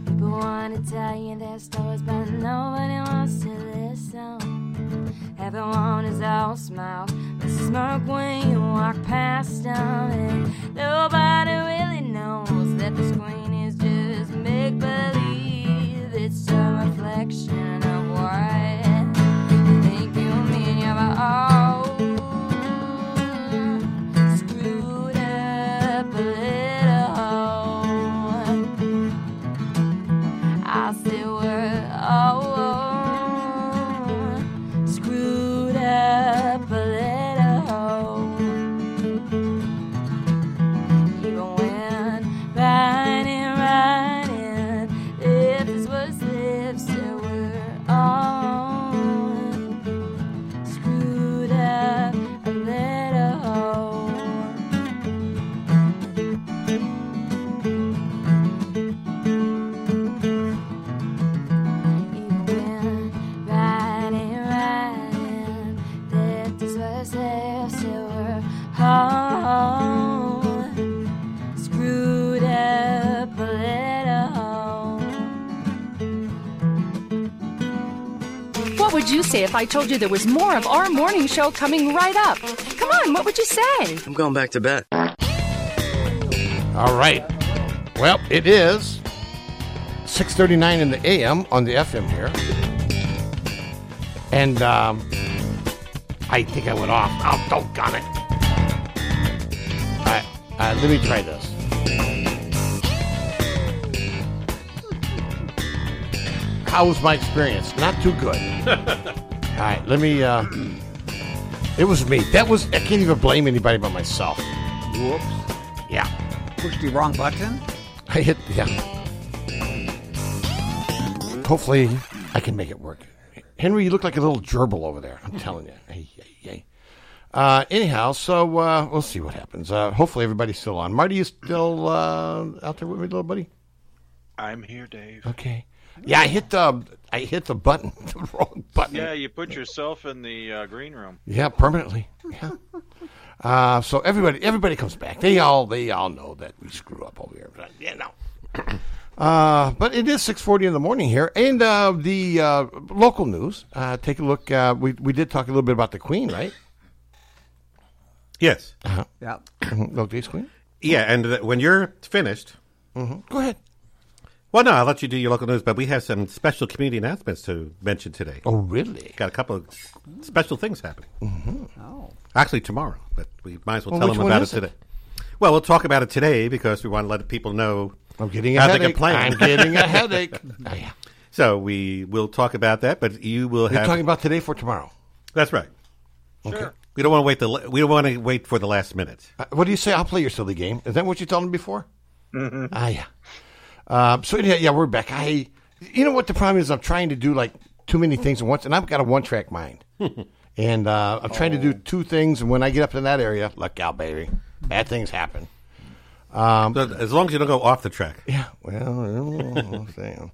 People wanna tell you their stories, but nobody wants to listen. Everyone is all smiles, but smirk when you walk past them, and nobody really knows that the screen is just make believe. It's a reflection of what you think you mean. You're all screwed up a little. I say we're all screwed up a little. Even when riding, riding, if this was lips, it were all screwed up a little. riding, riding. That this was if silver home screwed up a little.
What would you say if I told you there was more of our morning show coming right up? Come on, what would you say?
I'm going back to bed.
All right. Well, it is 6:39 in the AM on the FM here, and um, I think I went off. Oh, don't gun it. All right, uh, let me try this. How was my experience? Not too good. All right, let me. Uh, it was me. That was. I can't even blame anybody but myself. Whoops. Yeah.
Pushed the wrong button?
I hit, yeah. Hopefully, I can make it work. Henry, you look like a little gerbil over there. I'm telling you. Hey, hey, hey. Uh, anyhow, so uh, we'll see what happens. Uh, hopefully, everybody's still on. Marty, you still uh, out there with me, little buddy?
I'm here, Dave.
Okay. Yeah, I hit the I hit the button, the wrong button.
Yeah, you put yourself in the uh, green room.
Yeah, permanently. Yeah. Uh, so everybody, everybody comes back. They all, they all know that we screw up over here. But, you know. Uh, but it is six forty in the morning here, and uh, the uh, local news. Uh, take a look. Uh, we we did talk a little bit about the Queen, right?
Yes.
Uh-huh. Yeah. Look, this Queen.
Yeah, and th- when you're finished,
Mm-hmm. go ahead.
Well, no, I'll let you do your local news, but we have some special community announcements to mention today.
Oh, really?
Got a couple of special things happening. Mm-hmm.
Oh.
Actually, tomorrow, but we might as well,
Well,
tell
which
them
one
about it
is it?
today. Well, we'll talk about it today because we want to let people know
I'm getting a
how they
headache.
can plan.
I'm getting a headache. Oh, yeah.
So we will talk about that, but you will
You're
have.
talking about today for tomorrow.
That's right.
Okay.
We don't want to wait. The la- we don't want to wait for the last minute.
Uh, what do you say? I'll play your silly game. Is that what you told him before? Ah, yeah. Um, so yeah, yeah, we're back. I, you know what the problem is? I'm trying to do like too many things at once, and I've got a one track mind. and uh, I'm trying to do two things, and when I get up in that area, look out, baby, bad things happen. Um,
as long as you don't go off the track.
Yeah. Well, damn.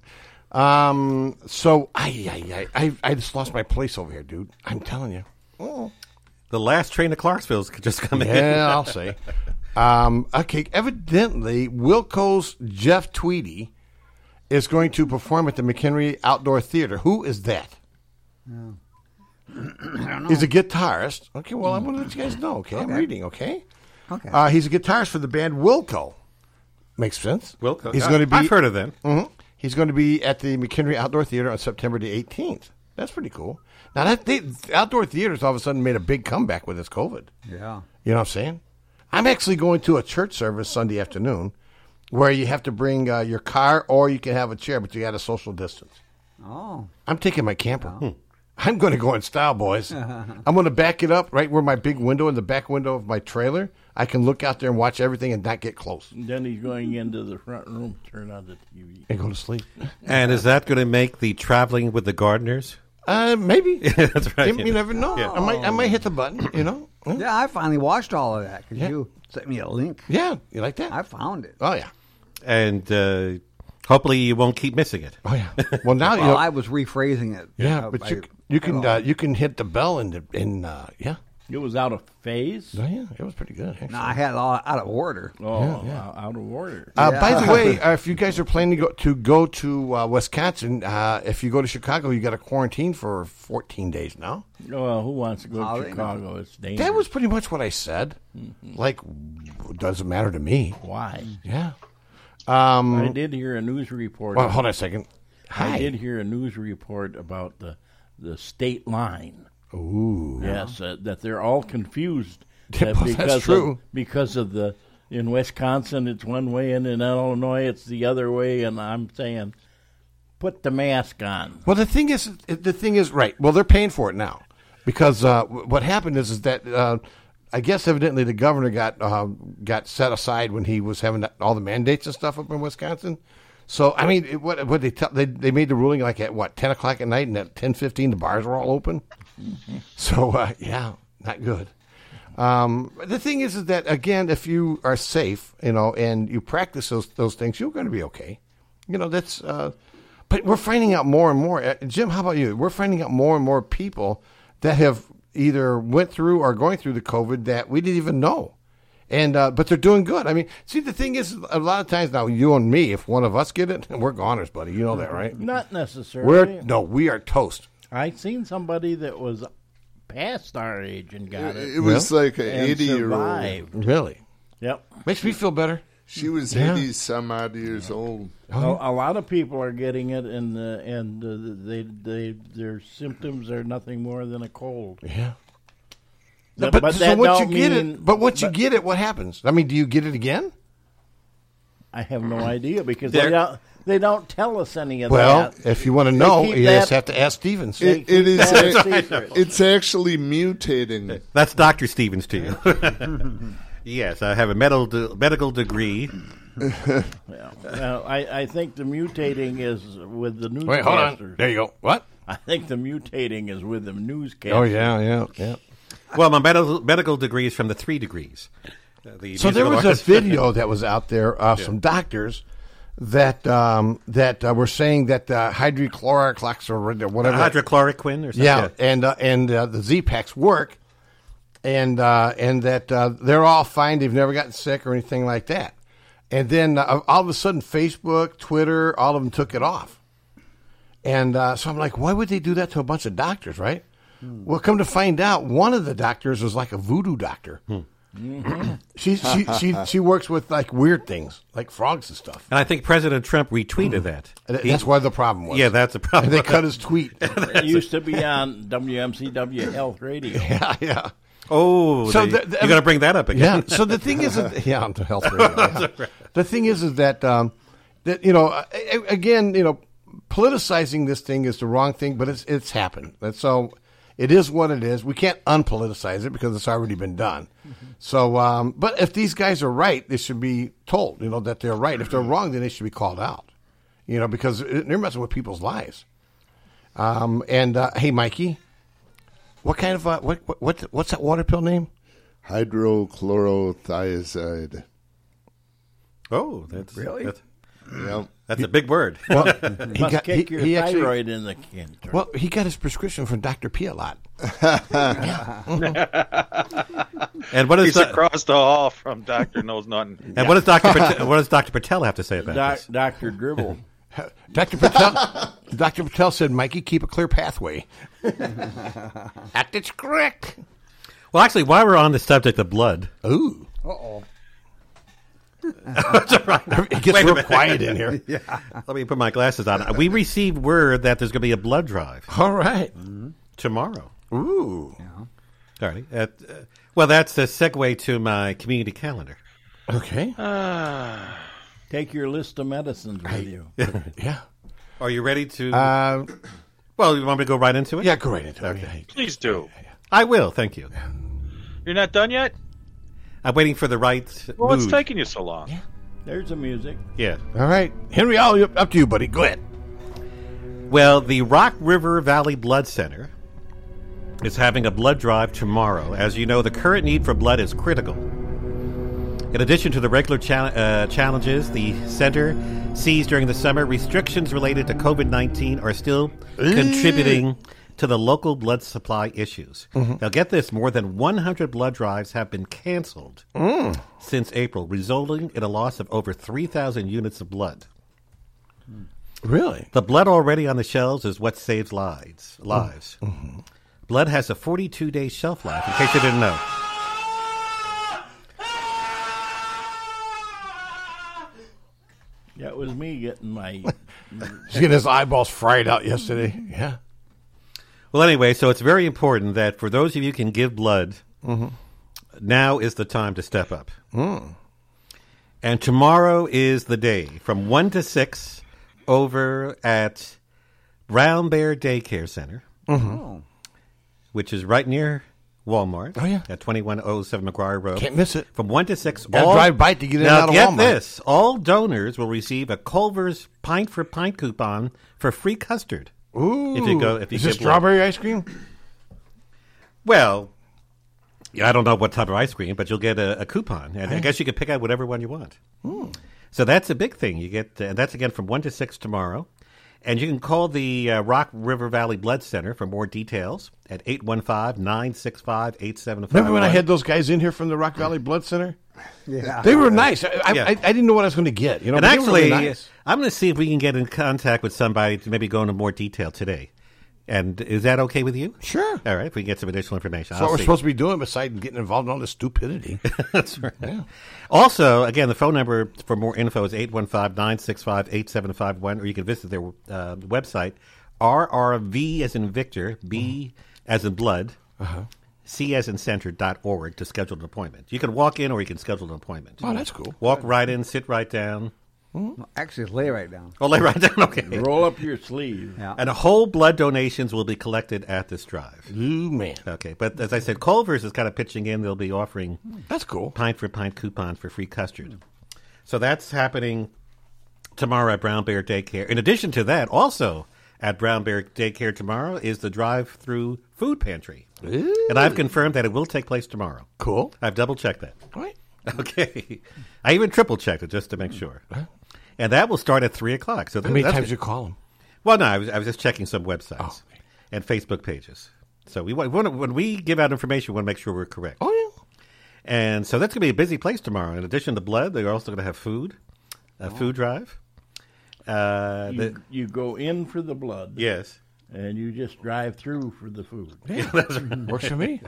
Um. So I, I, I, I just lost my place over here, dude. I'm telling you.
The last train to Clarksville's could just come in.
Yeah, I'll say. Um, okay, evidently, Wilco's Jeff Tweedy is going to perform at the McHenry Outdoor Theater. Who is that?
I don't know.
He's a guitarist. Okay, well, I'm going to let you guys know, okay? I'm
Okay.
reading, okay?
Okay.
Uh, he's a guitarist for the band Wilco. Makes sense.
Wilco.
He's
I-
going to be.
Oh, I've heard of them.
Mhm. He's going to be at the McHenry Outdoor Theater on September the 18th. That's pretty cool. Now that they, outdoor theaters all of a sudden made a big comeback with this COVID.
Yeah.
You know what I'm saying? I'm actually going to a church service Sunday afternoon, where you have to bring uh, your car or you can have a chair, but you got to social distance.
Oh.
I'm taking my camper. Hmm. I'm going to go in style, boys. I'm going to back it up right where my big window in the back window of my trailer. I can look out there and watch everything and not get close
Then he's going into the front room, turn on the TV.
and go to sleep.
And is that going to make the traveling with the gardeners?
Uh, maybe.
That's right.
You, you never know.
Yeah.
I might, I might hit the button. You know.
Yeah, I finally watched all of that because you sent me a link.
Yeah, you like that?
I found it.
Oh yeah.
And uh, hopefully you won't keep missing it.
Oh yeah. Well, now you
well,
know-
I was rephrasing it.
Yeah,
Uh,
but
I-
you you can uh, you can hit the bell and and uh, yeah.
It was out of phase.
Oh, yeah, it was pretty good. Actually.
No, I had it all out of order.
Oh, out- out of order.
Uh, By the way, uh, if you guys are planning to go to, go to uh, Wisconsin, uh, if you go to Chicago, you got to quarantine for 14 days now.
well, who wants to go
How
to
they
Chicago? It's dangerous.
That
Mm-hmm.
was pretty much what I said. Like, w- doesn't matter to me.
Why?
Yeah. Um,
I did hear a news report.
Well, hold on a second.
I
Hi.
did hear a news report about the the state line.
Ooh.
Yes, uh, that they're all confused
Yeah,
that
well, that's true.
Of, because of the in Wisconsin it's one way and in Illinois it's the other way, and I'm saying, put the mask on.
Well, the thing is, the thing is, right. Well, they're paying for it now because uh, wh- what happened is, is that uh, I guess evidently the governor got uh, got set aside when he was having that- all the mandates and stuff up in Wisconsin. So I mean, it, what what they tell they they made the ruling like at what ten o'clock at night and at ten fifteen the bars were all open. So uh, yeah, not good. Um, the thing is, is that again, if you are safe, you know, and you practice those those things, you're going to be okay. You know, that's. Uh, but we're finding out more and more. Uh, Jim, how about you? We're finding out more and more people that have either went through or going through the COVID that we didn't even know. And uh, but they're doing good. I mean, see, the thing is, a lot of times now, you and me, if one of us get it, we're goners, buddy. You know that, right?
Not necessarily.
We're no, we are toast.
I seen somebody that was past our age and got it.
It was like an
and
80 year
survived.
old.
Really?
Yep.
Makes me feel better.
She was
Yeah.
80 some odd years old.
So a lot of people are getting it, and uh, and uh, they they their symptoms are nothing more than a cold.
Yeah.
Th-
but so
that
once you
don't
get
mean-
it, but once you get it, what happens? I mean, do you get it again?
I have no idea because they
There-
don't they don't tell us any of
Well,
that.
if you want to
They
know,
keep
you
that-
just have to ask Stevens.
They
It, it
keep
is.
that
a-
a secret.
it's actually mutating.
That's Dr. Stevens to you. yes, I have a medical, de- medical degree.
Oh,
Well, I, I think the mutating is with the newscasters.
Wait, hold on. There you go. What?
I think the mutating is with the newscasters.
Oh yeah, yeah, yeah.
well, my medical, medical degree is from the three degrees. Uh, the
So there
musical
was a
artist-
video that was out there of
Yeah.
some doctors that um, that uh, were saying that uh, hydrochlorox or whatever
hydrochloroquine or something.
yeah, and uh, and uh, the Z packs work, and uh, and that uh, they're all fine. They've never gotten sick or anything like that. And then uh, all of a sudden, Facebook, Twitter, all of them took it off. And uh, so I'm like, why would they do that to a bunch of doctors, right? Well, come to find out, one of the doctors was like a voodoo doctor.
Hmm.
she, she she she works with like weird things, like frogs and stuff.
And I think President Trump retweeted that.
Mm. Th- That's why the problem was.
Yeah, that's the problem.
They cut his tweet.
It used to be on WMCW Health Radio.
Yeah, yeah.
Oh, so
the- the-
you got to bring that up again.
Yeah. So the thing is, that- yeah, I'm the health radio. yeah. The thing is, is that um, that you know, uh, a- again, you know, politicizing this thing is the wrong thing, but it's it's happened. And so it is what it is. We can't unpoliticize it because it's already been done. So, um, but if these guys are right, they should be told, you know, that they're right. If they're wrong, then they should be called out, you know, because it- they're messing with people's lives. Um, and uh, hey, Mikey, what kind of uh, what, what what what's that water pill name?
Hydrochlorothiazide.
Oh, that's
Really?
That's,
Yep.
that's a big word.
Well,
Must kick your thyroid in the can.
Well, he got his prescription from Doctor P a lot.
And what is
He's
the-
across the hall from Doctor Knows Nothing?
and what does Doctor Pat- what does Doctor Patel have to say about
Doc, Doctor Dribble.
Doctor Patel. Dr. Patel said, Mikey, keep a clear pathway.
That
is correct.
Well, actually, while we're on the subject of blood,
ooh,
Uh-oh.
it
gets real quiet in here.
yeah. Let me put my glasses on. We received word that there's going to be a blood drive. Mm-hmm.
All right.
tomorrow.
Ooh,
All right. Uh, uh, well, that's the segue to my community calendar.
Okay. Ah.
Take your list of medicines with you.
yeah.
Are you ready to?
Uh,
well, you want me to go right into it?
Yeah, go right into it.
Please do.
I will. Thank you.
You're not done yet?
I'm waiting for the right
Well,
mood.
it's taking you so long.
There's the music.
yeah.
All right, Henry, all you- up to you, buddy. Go ahead.
Well, the Rock River Valley Blood Center is having a blood drive tomorrow. As you know, the current need for blood is critical. In addition to the regular chal- uh, challenges the center sees during the summer, restrictions related to COVID 19 are still contributing to the local blood supply issues.
Mm-hmm.
Now, get this more than 100 blood drives have been canceled since April, resulting in a loss of over 3,000 units of blood.
Hmm. Really?
The blood already on the shelves is what saves lives. Lives. Blood has a 42 day shelf life, in case you didn't know.
That was me getting my.
He's getting his eyeballs fried out yesterday. Yeah.
Well, anyway, so it's very important that for those of you who can give blood, now is the time to step up.
Hmm.
And tomorrow is the day from 1 to 6 over at Brown Bear Daycare Center,
Mhm.
which is right near Walmart. Oh, yeah. At 2107 McGuire Road.
Can't miss it.
From 1 to 6.
Gotta drive by to get in
now,
and out of
get
Walmart.
this. All donors will receive a Culver's pint for pint coupon for free custard.
Ooh.
If you go, if you
is this
give blood.
strawberry ice cream?
Well, yeah, I don't know what type of ice cream, but you'll get a, a coupon, and I guess you can pick out whatever one you want. So that's a big thing. You get, uh, and that's again from one to six tomorrow, and you can call the uh, Rock River Valley Blood Center for more details at 815-965-8751.
Remember when I had those guys in here from the Rock Valley Blood Center?
Yeah.
They were nice. I, I,
Yeah.
I, I didn't know what I was going to get. You know,
and
but they were
actually,
really nice.
I'm going to see if we can get in contact with somebody to maybe go into more detail today. And is that okay with you?
Sure.
All right, if we can get some additional information.
that's
I'll
what we're
see.
supposed to be doing besides getting involved in all this stupidity.
That's right. Also, again, the phone number for more info is 815 965 8751, or you can visit their uh, website, rrv as in Victor, B
Mm-hmm.
as in blood,
Uh-huh.
C as in center dot org to schedule an appointment. You can walk in or you can schedule an appointment.
Oh, that's cool.
Walk right in, sit right down.
Actually, lay right down.
Oh, lay right down. Okay.
Roll up your sleeve.
Yeah.
And whole blood donations will be collected at this drive.
Ooh, man.
Okay. But as I said, Culver's is kind of pitching in. They'll be offering
that's cool
pint for pint coupon for free custard. So that's happening tomorrow at Brown Bear Daycare. In addition to that, also at Brown Bear Daycare tomorrow is the drive-through food pantry. And I've confirmed that it will take place tomorrow.
Cool.
I've double-checked that.
Right.
Okay. I even triple-checked it just to make sure. And that will start at 3 o'clock. So
How many
that's
times
good.
you call Oh, them?
Well, no, I was, I was just checking some websites and Facebook pages. So we want, we want when we give out information, we want to make sure we're correct.
Oh
yeah. And so that's going to be a busy place tomorrow. In addition to blood, they're also going to have food, a food drive. Uh,
You,
the-
you go in for the blood.
Yes.
And you just drive through for the food.
Yeah, that's right. Works for me.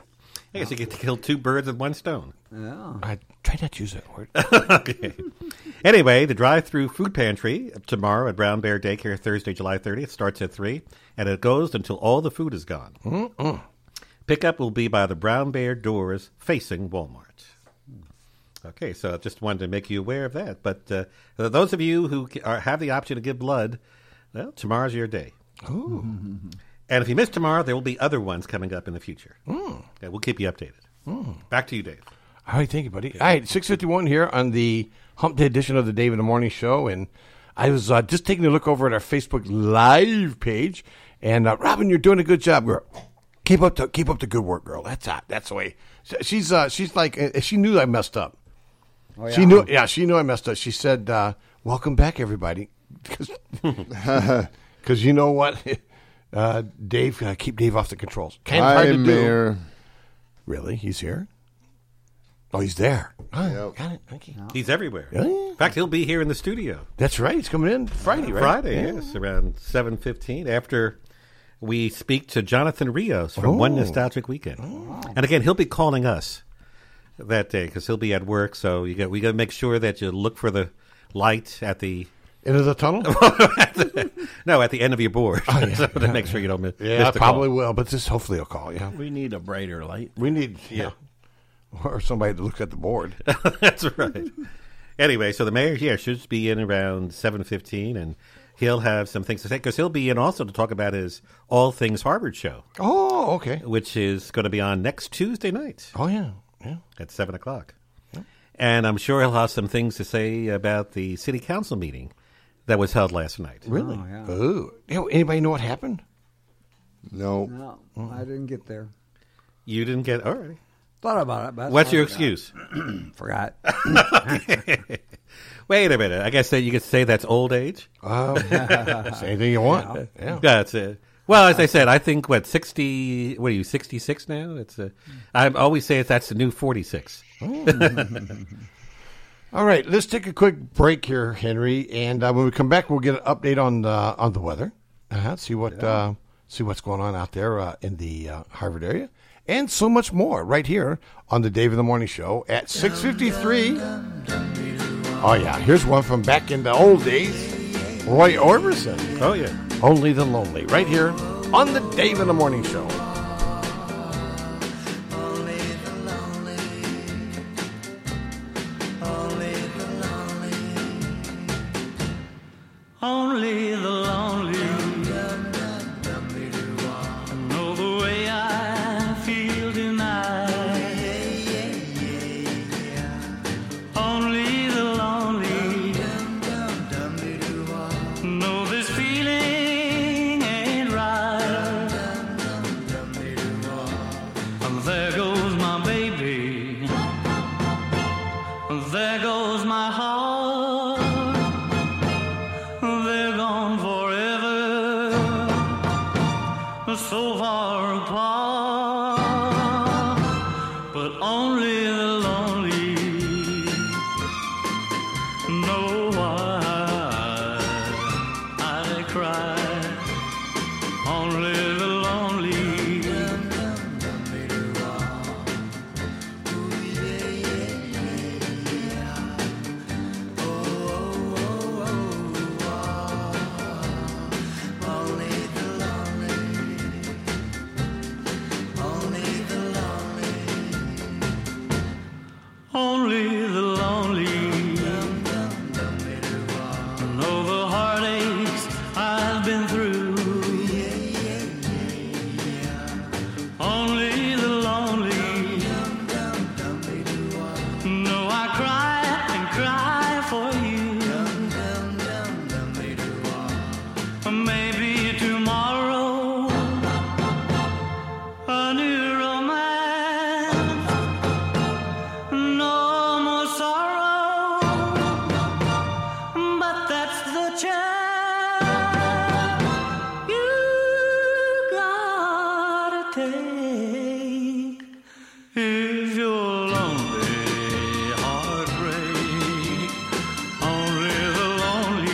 I guess you get to kill two birds with one stone.
Yeah.
I try not to use that word.
okay. Anyway, the drive-through food pantry tomorrow at Brown Bear Daycare Thursday, July 30th starts at 3 and it goes until all the food is gone.
Mm-mm.
Pickup will be by the Brown Bear doors facing Walmart. Okay, so I just wanted to make you aware of that. But uh, for those of you who ca- are, have the option to give blood, well, tomorrow's your day.
Ooh.
And if you miss tomorrow, there will be other ones coming up in the future.
Mm.
Okay, we'll keep you updated.
Mm.
Back to you, Dave.
All right, thank you, buddy. All right, six fifty one here on the Hump Day edition of the Dave in the Morning Show, and I was uh, just taking a look over at our Facebook Live page, and uh, Robin, you're doing a good job, girl. Keep up the keep up the good work, girl. That's hot. That's the way. Sh- She's uh, she's like uh, she knew I messed up.
Oh,
She
yeah.
knew, yeah, she knew I messed up. She said, uh, "Welcome back, everybody," because you know what, uh, Dave, uh, keep Dave off the controls. Kind of hard to
I'm
do.
here.
Really, he's here. Oh, he's there. Oh, Got it. Okay.
He's everywhere.
Really?
In fact, he'll be here in the studio.
That's right. He's coming in Friday, right?
Friday,
Yeah.
yes, around seven fifteen. After we speak to Jonathan Rios from
Oh.
One Nostalgic Weekend, and again, he'll be calling us that day because he'll be at work. So you got we got to make sure that you look for the light at the
Into the tunnel? Oh,
no at the end of your board so to make sure you don't miss.
Yeah,
miss
I
the
probably
call.
will, but this hopefully will call, yeah.
We need a brighter light.
We need, yeah. Or somebody to look at the board.
That's right. anyway, so the mayor yeah should be in around seven fifteen, and he'll have some things to say because he'll be in also to talk about his All Things Harvard show.
Oh, okay.
Which is going to be on next Tuesday night.
Oh yeah, yeah.
At seven o'clock, and I'm sure he'll have some things to say about the city council meeting that was held last night.
Really? Oh, yeah. anybody know what happened?
No.
No, I didn't get there.
You didn't get all right.
Thought about it. But
What's your
forgot.
excuse?
forgot.
Wait a minute. I guess that you could say that's old age.
Um, say anything you want. Yeah.
That's it. Well, as I said, I think what sixty. What are you sixty six now? It's a. I always say that's the new forty six.
Oh. All right, let's take a quick break here, Henry, and uh, when we come back, we'll get an update on uh, on the weather. Uh-huh, see what uh, see what's going on out there uh, in the uh, Harvard area, and so much more right here on the Dave in the Morning Show at six fifty three. Oh yeah, here's one from back in the old days, Roy Orbison.
Oh yeah,
only the lonely, right here on the Dave in the Morning Show.
Only the lonely know the way I feel tonight. Only the lonely know this feeling ain't right. And there goes my baby. And there goes my heart. They're gone forever, so far apart. But only the lonely know why I cry. Only the lonely. Only the lonely know the heartaches I've been through. Only the lonely know I cry and cry for you. Maybe tomorrow a new romance. No more sorrow, but that's the chance you gotta take if your lonely heart break. Only the lonely.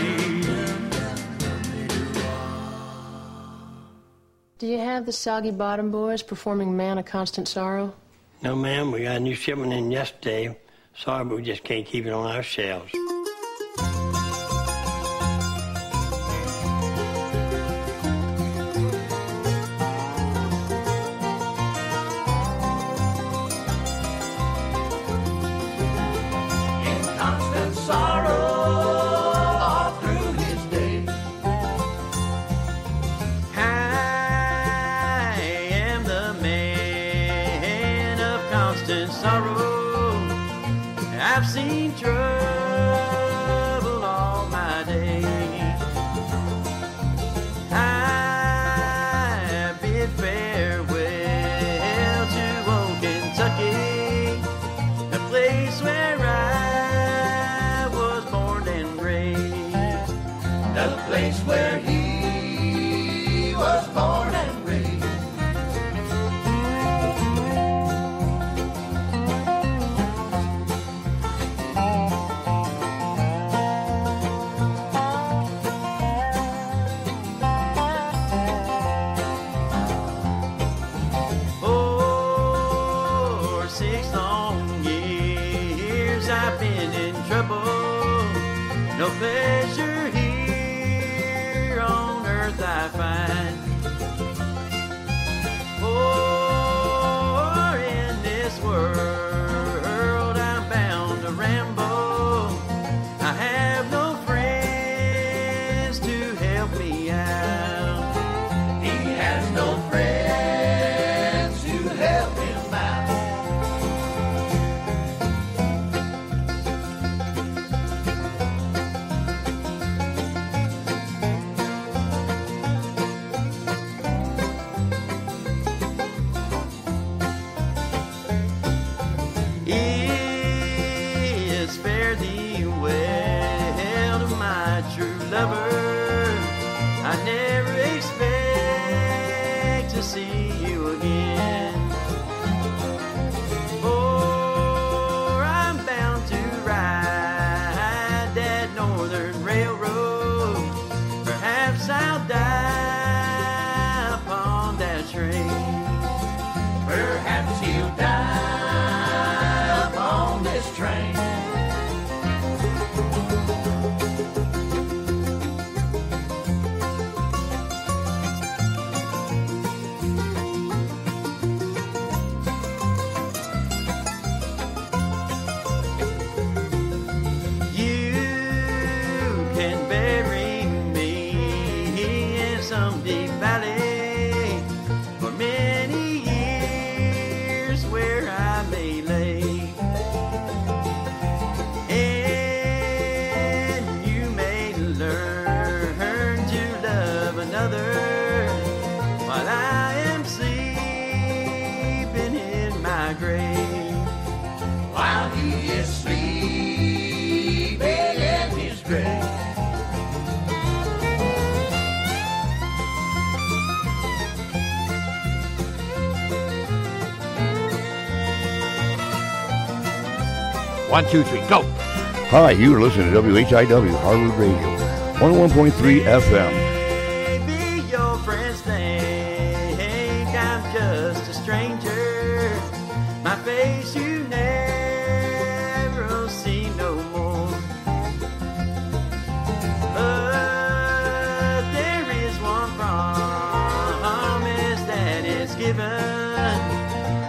Do you have the Soggy Bottom Boys performing Man of Constant Sorrow?
No, ma'am, we got a new shipment in yesterday. Sorry, but we just can't keep it on our shelves.
In constant sorrow all through his days.
I am the man of constant sorrow. I've seen trouble all my days. I bid farewell to old Kentucky, the place where I was born and raised. The place where he was born and raised. No pleasure here on earth I find. Or in this world I'm bound to ramble. I have no friends to help me out. He has no friends to help him out. Yes, fare thee well, to my true lover. I never expect to see you again. For I'm bound to ride that Northern Railroad. Perhaps I'll die upon that train. Perhaps he'll die upon this train. You can bury me in some deep valley for many years where I may lay. And you may learn to love another while I am sleeping in my grave. While he is sleeping in his grave.
One, two, three, go.
Hi, you are listening to WHIW Harvard Radio, 101.3 FM.
Maybe your friends think I'm just a stranger. My face you never will see no more. But there is one promise that is given.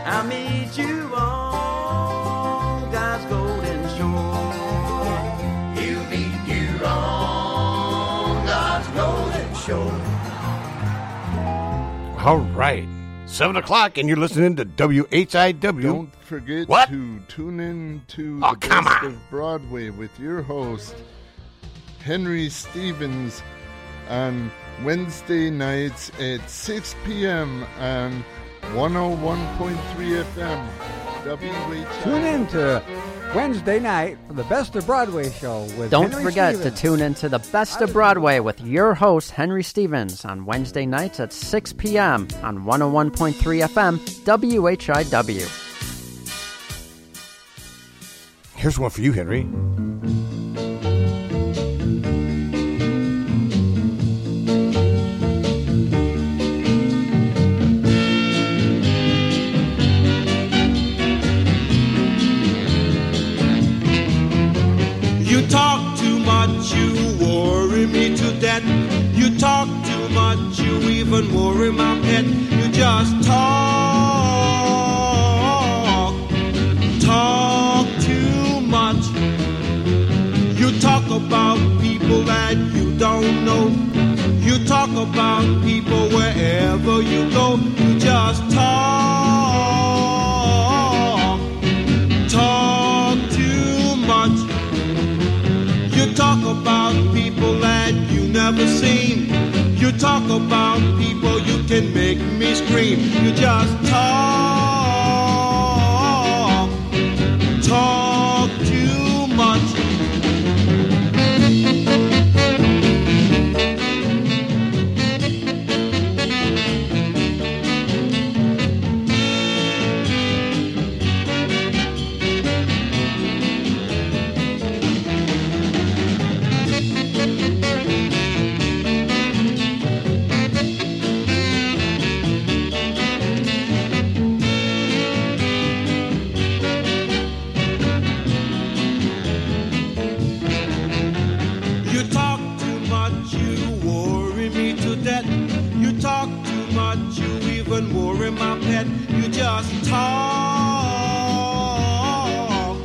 I'll meet you on God's golden shore. You meet you on God's golden shore.
All right. Seven o'clock, and you're listening to WHIW.
Don't forget
What?
to tune in to
Oh,
the
come
Best of Broadway with your host Henry Stevens on Wednesday nights at 6 p.m. on 101.3 FM. WHIW.
Tune in to Wednesday night for the Best of Broadway show with
Don't
Henry
forget
Stevens.
to tune into the Best of Broadway with your host, Henry Stevens, on Wednesday nights at 6 p.m. on 101.3 FM, WHIW.
Here's one for you, Henry.
You talk too much, you worry me to death. You talk too much, you even worry my pet. You just talk, talk too much. You talk about people that you don't know. You talk about people wherever you go. You just talk, talk too much. You talk about people that you never seen. You talk about people you can make me scream. You just talk, talk too much. worry, my pet. You just talk,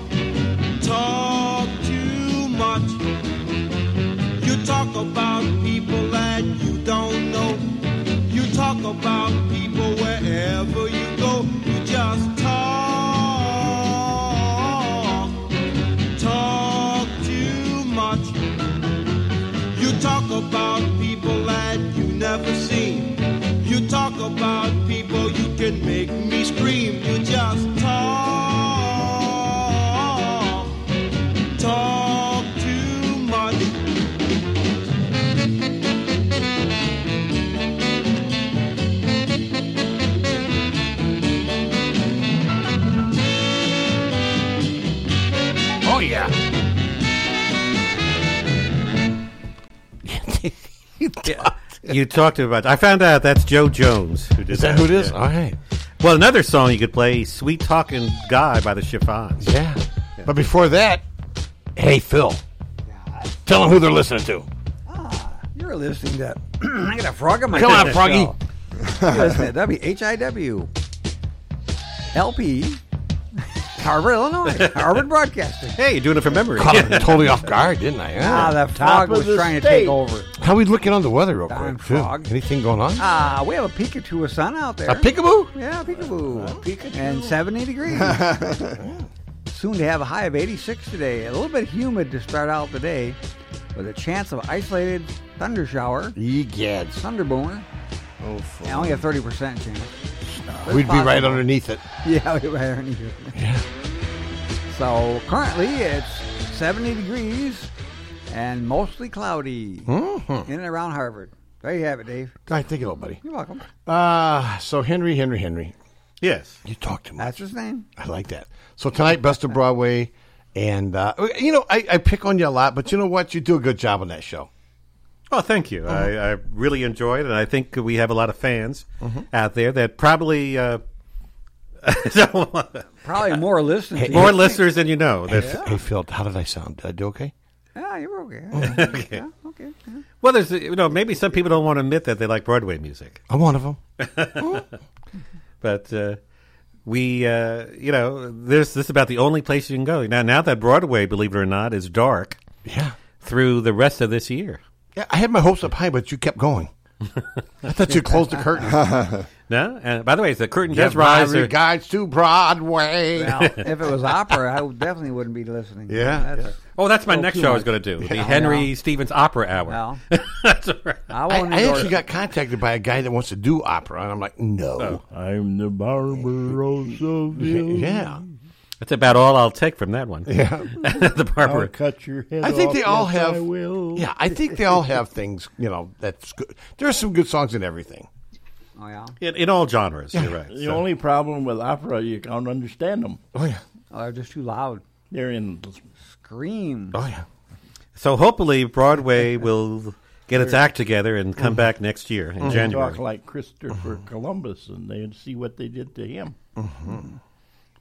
talk too much. You talk about people that you don't know. You talk about people wherever you go. You just talk, talk too much. You talk about people that you never seen. You talk about people you can make me scream. You just talk, talk too much.
Oh yeah.
you talked about. I found out that's Joe Jones who did
Is that who it is? All
right. Well, another song you could play, "Sweet Talking Guy" by the Chiffons.
Yeah. But before that, hey Phil, tell them who they're listening to.
You're listening to. I got a frog in my
Come on,
throat.
Froggy.
You're listening to WHIW LP Harvard, Illinois. Harvard Broadcasting.
Hey, you're doing it from memory.
Caught him totally off guard, didn't I?
Ah, that frog was trying to take over.
How we looking on the weather real quick? too?
frog.
Anything going on?
Ah, we have a Pikachu a sun out there.
A peekaboo?
Yeah, a peekaboo. And 70 degrees. Soon to have a high of 86 today. A little bit humid to start out the day, with a chance of isolated thunder shower.
Egads.
Thunder boomer. Oh, fuck. Only a 30% chance.
We'd be right underneath it.
Yeah, we'd be right underneath it. Yeah. So currently it's 70 degrees and mostly cloudy
Mhm.
in and around Harvard. There you have it, Dave.
All right, thank you, little buddy.
You're welcome.
Uh, so Henry, Henry, Henry.
Yes.
You talk to me.
That's his name.
I like that. So tonight, Best of Broadway. And, uh, you know, I, I pick on you a lot, but you know what? You do a good job on that show.
Oh, thank you. I, I really enjoyed it, and I think we have a lot of fans
Mm-hmm.
out there that probably uh, don't want to-
Probably more listeners.
Hey,
than
more
you think.
listeners than you know.
Hey,
That's
hey, Phil, how did I sound? Did I do okay?
Yeah, you're okay.
Okay.
Yeah, okay. yeah.
well, there's you know maybe some people don't want to admit that they like Broadway music,
I'm Oh, one of them.
but uh, we uh, you know there's this is about the only place you can go now. Now that Broadway, believe it or not, is dark.
Yeah.
Through the rest of this year.
Yeah, I had my hopes up high, but you kept going. I thought you closed the curtain.
No, and by the way, the curtain
Give
does
my
rise. or-
regards to Broadway.
Well, if it was opera, I would definitely wouldn't be listening.
Yeah. Oh, that's my next show I was going to do. The Henry Stevens Opera Hour.
Well,
that's all right.
I
I,
won't
I
endorse
actually
it.
got contacted by a guy that wants to do opera, and I'm like, no.
Oh.
I'm the Barbarossa.
Yeah.
That's about all I'll take from that one.
Yeah.
the Barbara.
I'll cut your head
I think
off,
they all
yes,
have.
I will.
Yeah, I think they all have things. You know, that's good. There's some good songs in everything.
Oh, yeah.
In, in all genres, you're right.
The
So-
only problem with opera, you can't understand them.
Oh yeah,
Oh, they're just too loud.
They're in.
Scream.
Oh yeah.
So hopefully Broadway will get its act together and
Mm-hmm.
come back next year in
they
January.
Talk like Christopher Columbus, and they see what they did to him.
Mm-hmm.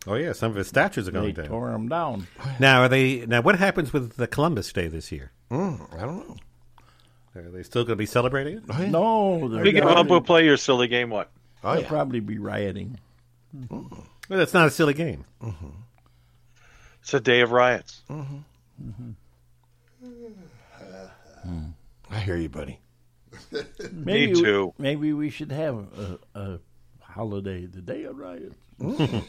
Oh yeah, some of his statues are
They
going down.
tore him down.
Now are they? Now what happens with the Columbus Day this year?
Mm, I don't know.
Are they still going to be celebrating it?
Oh,
No, they're
Speaking of,
probably,
we'll play your silly game. What?
Oh
they'll
yeah.
probably be rioting.
Mm-hmm.
Well, that's not a silly game.
Mm-hmm.
It's a day of riots.
Mm-hmm. I hear you, buddy.
Maybe
Me
we-
too.
maybe we should have a, a holiday, the day of riots.
Mm-hmm.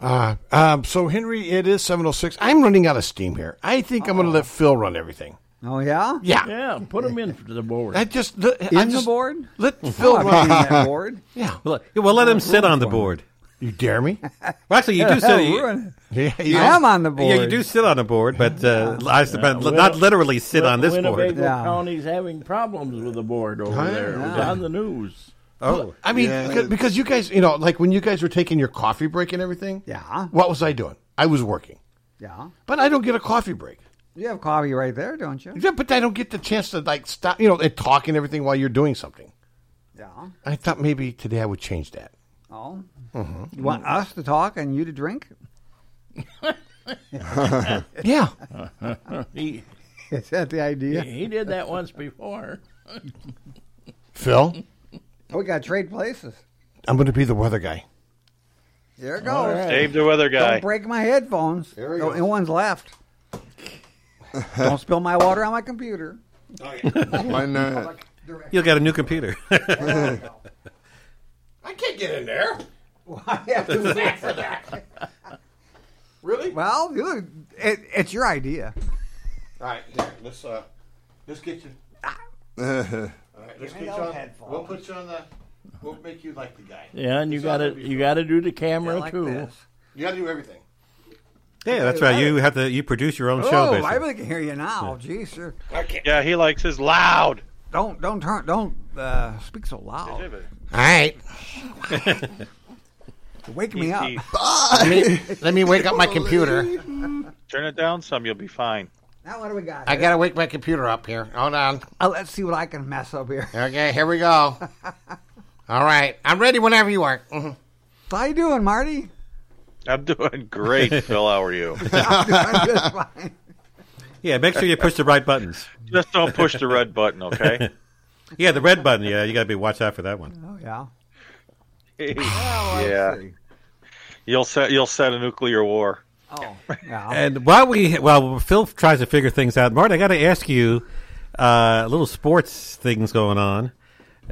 Uh, um, so Henry, it is seven oh six. I'm running out of steam here. I think I'm going to let Phil run everything.
Oh, yeah?
Yeah.
Yeah, put them in for the board.
I just let,
In
I
the
just,
board?
Let
Oh,
Phil
I'm
run.
reading that board.
Yeah.
Well, well, let him sit on the board.
You dare me?
Well, actually, you do sit.
That'll
You,
ruin it.
Yeah. you-
I am on the board.
yeah, you do sit on the board, but uh, I, but
Win-
not literally sit on this
Winnebago
board.
Yeah.
County's having problems with the board over there. It was on the news.
Oh,
I mean,
Yeah.
because, because you guys, you know, like when you guys were taking your coffee break and everything.
Yeah.
What was I doing? I was working,
Yeah.
but I don't get a coffee break.
You have coffee right there, don't you?
Yeah, but I don't get the chance to like stop, you know, and talk and everything while you're doing something.
Yeah.
I thought maybe today I would change that.
Oh.
Uh-huh.
You want us to talk and you to drink?
Yeah.
He
Is that the idea?
he did that once before.
Phil,
Oh, We got to trade places.
I'm going to be the weather guy.
There it
All
goes.
right. Dave the weather guy.
Don't break my headphones. There the only one's left. Don't spill my water on my computer.
Why not? You'll get a new computer.
I can't get in there.
Why have to wait for that?
Really?
Well, you- it, it's your idea.
All right, here, let's uh, let's get you. All right, let's
Give me
get you
those
on.
headphones.
We'll put you on the. We'll make you like the guy.
Yeah, and you got to you got to do the camera too.
You got to do everything.
yeah, that's right. You have to you produce your own show.
Oh,
Basically.
I really can hear you now. Jeez, sir.
Yeah, he likes his loud.
Don't don't turn don't uh, speak so loud.
All right.
Wake me up.
He-
Let me, let me wake up my computer.
Turn it down some, you'll be fine.
Now what do we got?
I gotta wake my computer up here. Hold on.
Oh, let's see what I can mess up here.
Okay, here we go. All right, I'm ready whenever you are. Mhm.
So how you doing, Marty?
I'm doing great, Phil. How are you?
Yeah, make sure you push the right buttons.
Just don't push the red button, okay?
yeah, the red button. Yeah, you got to be watch out for that one.
Oh yeah. Oh,
yeah. You'll set you'll set a nuclear war.
Oh.
And while we while Phil tries to figure things out, Martin, I got to ask you uh, little sports things going on.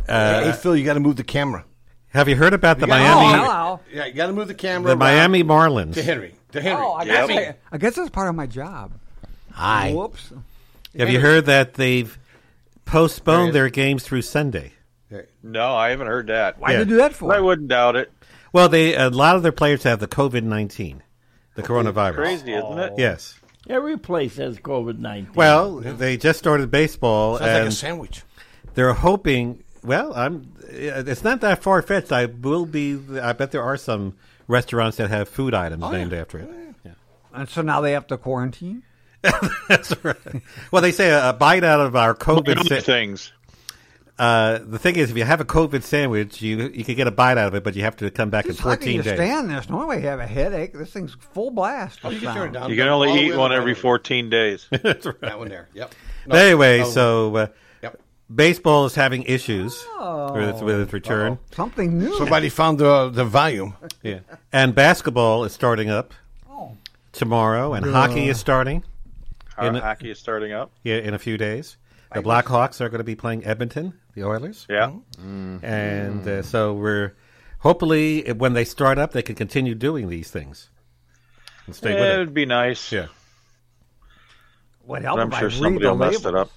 Uh,
Hey, Phil, you got to move the camera.
Have you heard about the
You gotta-
Miami?
Oh,
Yeah, you got to move the camera.
The
around
Miami Marlins.
To Henry. To Henry.
Oh, I
Yeah.
guess, I, I guess that's part of my job.
Hi.
Whoops.
Have you heard that they've postponed their games through Sunday?
No, I haven't heard that.
Why'd they Yeah. do
that for?
I wouldn't doubt it.
Well, they a lot of their players have the COVID nineteen, the coronavirus.
Oh, crazy, isn't it?
Yes.
Every place has COVID nineteen.
Well, they just started baseball.
Sounds like a
and
sandwich.
They're hoping. Well, I'm. It's not that far fetched. I will be. I bet there are some restaurants that have food items
Oh,
named after it.
And Uh, so now they have to quarantine.
That's right. Well, they say a, a bite out of our COVID sa-
things.
Uh, the thing is, if you have a COVID sandwich, you you can get a bite out of it, but you have to come back in
How can
fourteen
you
days.
stand this? No way you have a headache. This thing's full blast.
Oh,
with sound.
You can only eat one every 14 days.
That one there. Yep.
But anyway,
No. Oh.
so uh,
Yep.
baseball is having issues with, its, with its return.
Uh-oh.
Oh. Something new.
Somebody found the the volume.
Yeah. And basketball is starting up
Oh.
tomorrow, and
Uh.
hockey is starting.
Our hockey is starting up.
Yeah, in a few days. The Blackhawks are going to be playing Edmonton, the Oilers.
Yeah.
And uh, so we're hopefully uh, when they start up, they can continue doing these things and stay
Yeah,
with it.
it'd be nice.
Yeah.
What
But
help
I'm
if I
sure
read
somebody
the
will mess
label?
it up.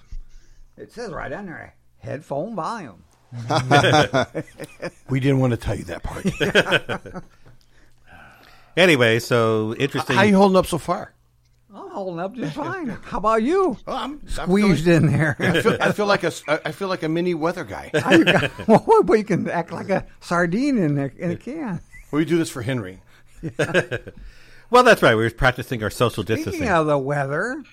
It says right on there, headphone volume.
we didn't want to tell you that part.
Anyway, so interesting.
How you holding up so far?
I'm holding up just fine. How about you?
Oh, I'm
squeezed in there.
I feel, I feel like a s- I feel like a mini weather guy.
How you got- well, well, you can act like a sardine in a, in a can.
we do this for Henry.
well, that's right. We were practicing our social
Speaking
distancing.
of the weather,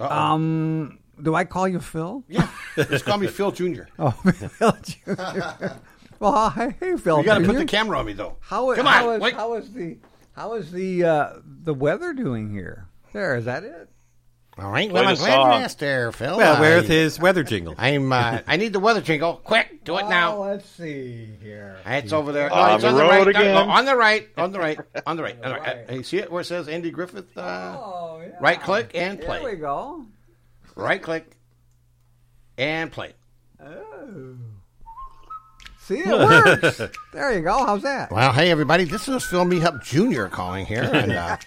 um, do I call you Phil? Yeah,
Just call me Phil Jr.
Oh, Phil Jr. well, hi- hey, Phil.
You got to put
Jr.
the camera on me though.
How,
Come
how
on,
is-
wait.
how is the how is the uh, the weather doing here? There, is that it?
All right.
Play
Well, I'm
the
glad you
song.
asked there, Phil.
Well, where's
I,
his weather jingle?
I'm. Uh, I need the weather jingle. Quick, do it now.
Let's see here.
It's over there. Oh,
On
it's
the
on the
road
right.
again.
No, on the right. On the right. On the right. On the right. Hey, see it where it says Andy Griffith? Uh, Right click and play.
Oh, There we go.
Right click and play.
Oh. See, it works. there you go. How's that?
Well, hey everybody, this is Phil Me Up Jr. calling here, and uh,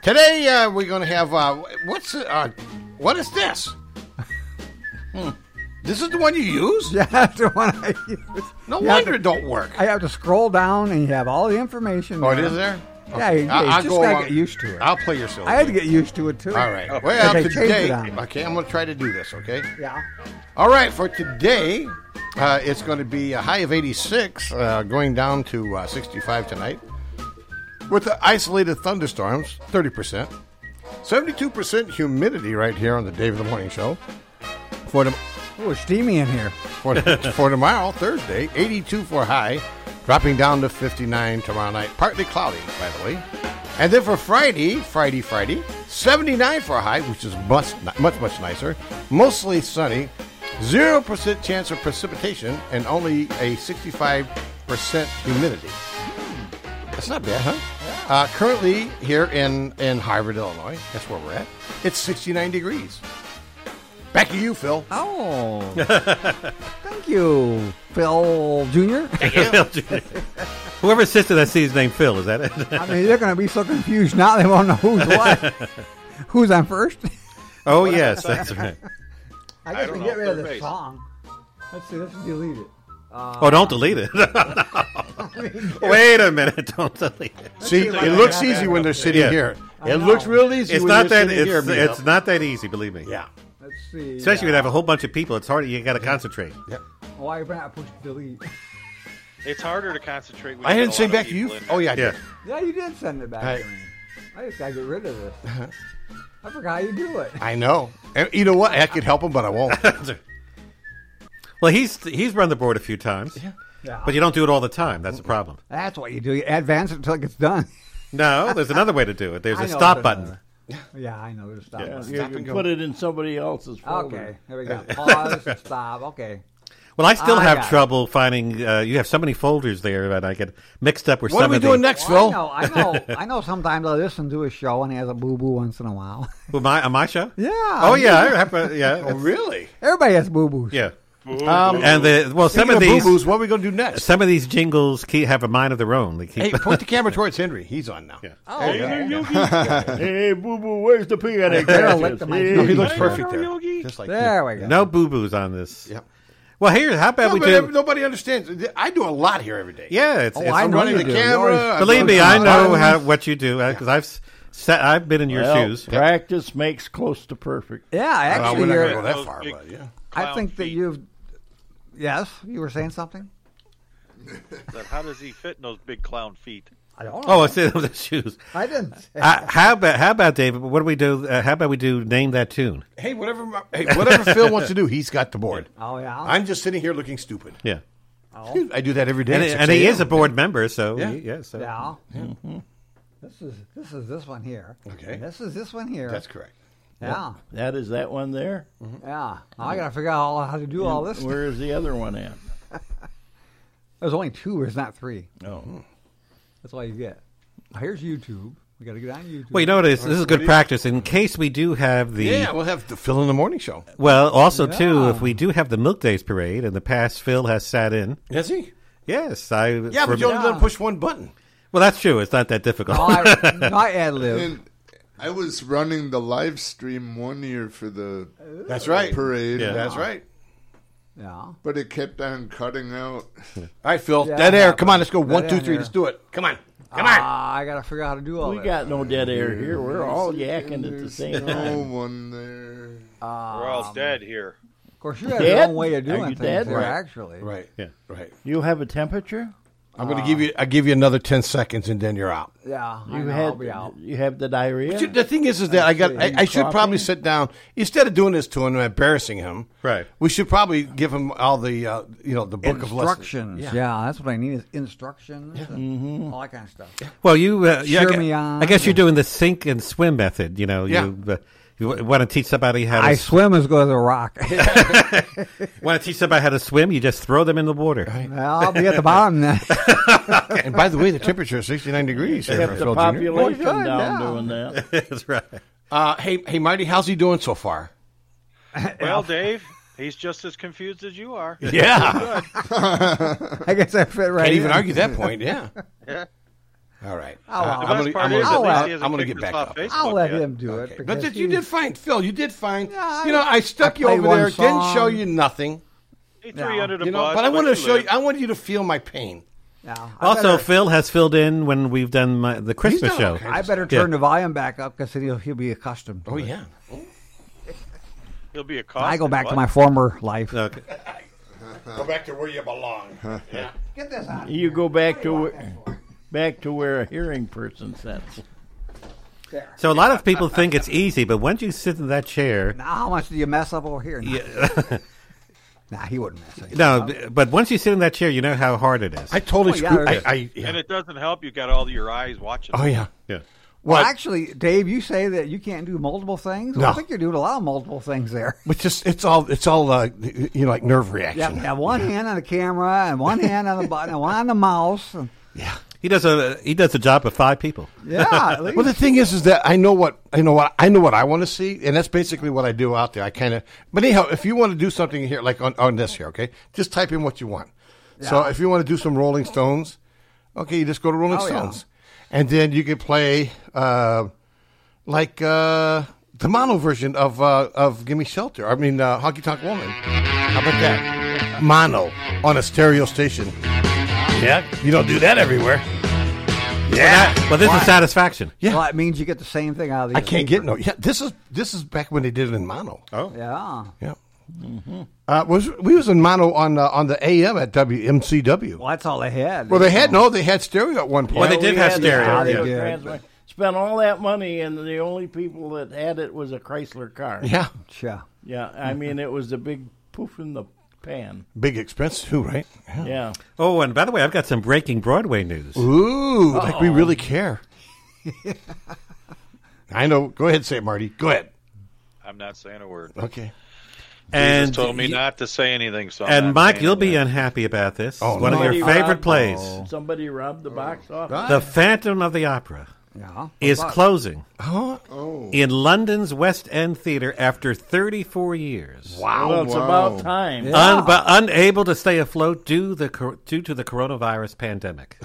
today uh, we're going to have uh, what's uh, what is this? Hmm. This is the one you use?
Yeah, that's the one I use.
No
You have
wonder
to-
it don't work.
I have to scroll down and you have all the information.
Oh, it is there.
Yeah,
Okay.
you,
I-
you
I'll
just
go
gotta
along.
get used to it.
I'll play yourself.
I had to get used to it too.
All right.
Okay.
Well,
They changed
today,
it on me.
okay, I'm going to try to do this. Okay.
Yeah.
All right, for today, uh, it's going to be a high of 86, uh, going down to uh, 65 tonight. With the isolated thunderstorms, 30%. 72% humidity right here on the Dave of the Morning Show. For, the,
Oh, it's steamy in here.
for, for tomorrow, Thursday, 82 for high, dropping down to 59 tomorrow night. Partly cloudy, by the way. And then for Friday, Friday, Friday, 79 for a high, which is much, much, much nicer. Mostly sunny, 0% chance of precipitation and only a 65% humidity. That's not bad, huh? Uh, currently, here in, in Harvard, Illinois, that's where we're at, it's 69 degrees. Back to you, Phil.
Oh. Thank you, Phil Jr.
Whoever sits there that sees his name Phil, is that it?
I mean, they're going to be so confused now they won't know who's what. who's on first?
Oh, yes, that's right.
I
I
guess
don't
we
know,
get rid of
third
this
base.
song. Let's see, let's delete it. Uh,
Oh, don't delete it. Wait a minute, don't delete it.
See, it looks easy when they're sitting here. It looks real easy
It's
when
not
you're
that.
sitting
It's,
here, Miguel.
it's not that easy. Believe me. Yeah.
Let's see.
Especially when you
uh,
have a whole bunch of people. It's hard. You got to concentrate.
Why did Oh, I push delete?
It's harder to concentrate. When
I
you
didn't
got a
say
lot of
back to you.
people in
Oh,
there.
yeah, I did. Yeah.
Yeah, you did send it back
Hey.
to me. I just got to get rid of this. I forgot how you do it.
I know. And you know what? I could help him, but I won't.
Well, he's he's run the board a few times.
Yeah.
But you don't do it all the time. That's the problem.
That's what you do. You advance it until it gets done.
No, there's another way to do it. There's
I
a
know
stop
there's
button.
another. Yeah, I know. There's a stop.
Yeah,
button.
you can put it in somebody else's folder.
Okay, there we go. Pause, stop. Okay.
Well, I still
got
have
it.
trouble finding. Uh, you have so many folders there that I get mixed up with
What are
some
we
of the-
doing next,
Well, I know, I know, I know. Sometimes I listen to a show and he has a boo boo once in a while.
With my, on my show?
Yeah.
Oh yeah, I have a, yeah. oh
really?
Everybody has boo boos.
Yeah.
Boo-boos.
and the well, some of
Um, Speaking of
these
boo-boos, what are we gonna do next?
Some of these jingles keep, have a mind of their own. They keep
Hey, point the camera towards Henry. He's on now.
Oh,
There you
hey,
go.
Yogi. hey, boo boo, where's the pig on that
Better
grass?
lick the mic.
Hey,
No, he looks
hey,
perfect there.
Yogi.
Just like
There we go.
no boo boos on this. Yep. Well, here, how about
No,
we
but
do?
ev- nobody understands. I do a lot here every day.
Yeah, it's,
Oh,
it's
I I'm know running you the do. camera, You're always-
Believe me, I
I'm
know
always-
how what you do because I've s- sat, I've been in your
Well,
shoes.
Practice makes close to perfect.
Uh,
Yeah, actually,
we're not
you're,
gonna go that far,
but yeah.
I think that you've. Yes, you were saying something.
But how does he fit in those big clown feet?
I don't
Oh, I said the shoes.
I didn't. say
Uh, how about how about David? What do we do? Uh, how about we do name that tune?
Hey, whatever. my- Hey, whatever Phil wants to do, he's got the board.
Oh yeah. Oh.
I'm just sitting here looking stupid.
Yeah.
Dude, I do that every day.
And,
at 6
and he
a.m.
is a board member, so
Yeah.
yeah, Oh, yeah so. Mm-hmm.
Yeah. This is this is this one here. Okay. This is this one here.
That's
correct.
Yeah.
That is that one there.
Yeah. Now I gotta figure out how to do all this.
Where is the other one at?
There's only two. There's not three.
Oh.
That's all you get. Here's YouTube. We gotta get on YouTube.
Well, you know what? This, this is good practice in case we do have the.
Yeah, we'll have the Phil in the morning show.
Well, also too,
Yeah.
if we do have the Milk Days parade, in the past Phil has sat in.
Yes, he.
Yes, I.
Yeah, but you only let him push one button.
Well, that's true. It's not that difficult.
Oh,
And I was running the live stream one year for the
That's right.
parade.
Yeah. That's right.
Yeah.
But it kept on cutting out.
All right, Phil. dead air. Come on, let's go. One, two, three. Let's do it. Come on. Come on.
I gotta figure out how to do all
We
this.
got no dead air here. We're all yakking at the same
No
time.
one there.
We're all dead here.
Of course, you have
Dead?
your own way of
Are
doing
you
things.
dead?
There,
Right.
Actually.
Right. Yeah. Right.
You have a temperature?
I'm going to give you. I give you another ten seconds, and then you're out.
Yeah.
You had you have the diarrhea.
But you- the thing is, is that I, got.
see.
I, I should
Coughing?
probably sit down instead of doing this to him and embarrassing him.
Right.
We should probably give him all the uh, you know the book of lessons.
Instructions. Yeah. that's what I need is instructions and all that kind of stuff.
Mm-hmm. Well, you, uh, yeah, I
Cheer
gu-
me
I
on.
guess you're doing the sink and swim method. You know,
Yeah.
you, uh, you want to teach somebody how to.
I swim as good as a rock.
want to teach somebody how to swim? You just throw them in the water.
Well, I'll be at the bottom then.
and by the way, the temperature is 69 degrees.
They
here
have
for
the
Phil Jr.
population down doing that.
That's right.
Uh, hey, hey, Marty, how's he doing so far?
Well, Dave, he's just as confused as you are.
Yeah.
Good.
I guess I fit right.
Can't even
in.
argue that point, yeah. All right. Uh,
Oh, well.
I'm
The
gonna-
best part
I'm
is at least
gonna- I'm gonna-
he hasn't
I'm going to
kicked
get
us
back
off
up.
Facebook I'll let yet. him do it
But
because
th- you
he's-
did fine, Phil. You did fine.
Yeah,
you know, I stuck you
played
over
one
there. Didn't show
song.
you nothing.
He threw you under the
You know,
bus.
but I want to
let
show
live.
you. I want you to feel my pain.
Yeah. I
Also,
better-
Phil has filled in when we've done my, the Christmas show.
I better
Yeah.
turn the volume back up because he'll, he'll be accustomed. To
Oh
it.
yeah. He'll
be a cost.
I go back to my former life.
Okay.
Go back to where you belong. Yeah.
Get this out.
You go back to where, back to where a hearing person sits.
So a lot of people think it's easy, but once you sit in that chair,
Now, how much do you mess up over here? Nah, nah he wouldn't mess up.
no. b- But once you sit in that chair, you know how hard it is.
I totally
Oh, yeah, screwed-
And it doesn't help. You got all your eyes watching.
Oh yeah.
Yeah.
Well,
What?
actually, Dave, you say that you can't do multiple things.
No.
I think you're doing a lot of multiple things there.
But just it's all it's all uh, you know like nerve
Yeah,
reaction.
yeah, one hand on the camera and one hand on the button and one on the mouse. And,
He does a he does the job of five people.
well, the thing is, is that I know what I know what I know what I want to see, and that's basically what I do out there. I kind of, but anyhow, if you want to do something here, like on, on this here, okay, just type in what you want. So if you want to do some Rolling Stones, okay, you just go to Rolling
Oh, yeah.
Stones, and then you can play uh, like uh, the mono version of uh, of "Give Me Shelter." I mean, uh, "Honky Tonk Woman." How about that? Mono on a stereo station. Yeah, you don't do that everywhere. Yeah,
well, this is satisfaction.
Yeah.
Well, it means you get the same thing out of these.
I can't get no. Yeah, this is this is back when they did it in mono.
Oh,
yeah.
Yeah. Uh, was we was in mono on uh, on the AM at WMCW.
Well, that's all they had.
Well, they had no, they had stereo at one point.
transmitter. Spent all that money, and the only people that had it was a Chrysler car.
Yeah.
Yeah.
Yeah, I mean, it was a big poof in the pan.
Big expense too, right?
Yeah.
Oh, and by the way, I've got some breaking Broadway news. Oh.
Ooh, like we
Uh-oh.
really care. I know. Go ahead, say it, Marty. Go ahead.
I'm not saying a word.
Okay.
Jesus
And
told me
y-
not to say anything. So I'm
and
not
Mike,
saying
you'll be unhappy about this.
Oh,
It's one of
Somebody
your favorite
robbed-
plays.
Somebody robbed the box office.
The Phantom of the Opera
Yeah.
is
Fuck.
closing
Oh.
in London's West End Theater after 34 years.
Wow. Well, it's Wow. about time. Yeah.
Un- but unable to stay afloat due, the, cor- due to the coronavirus pandemic.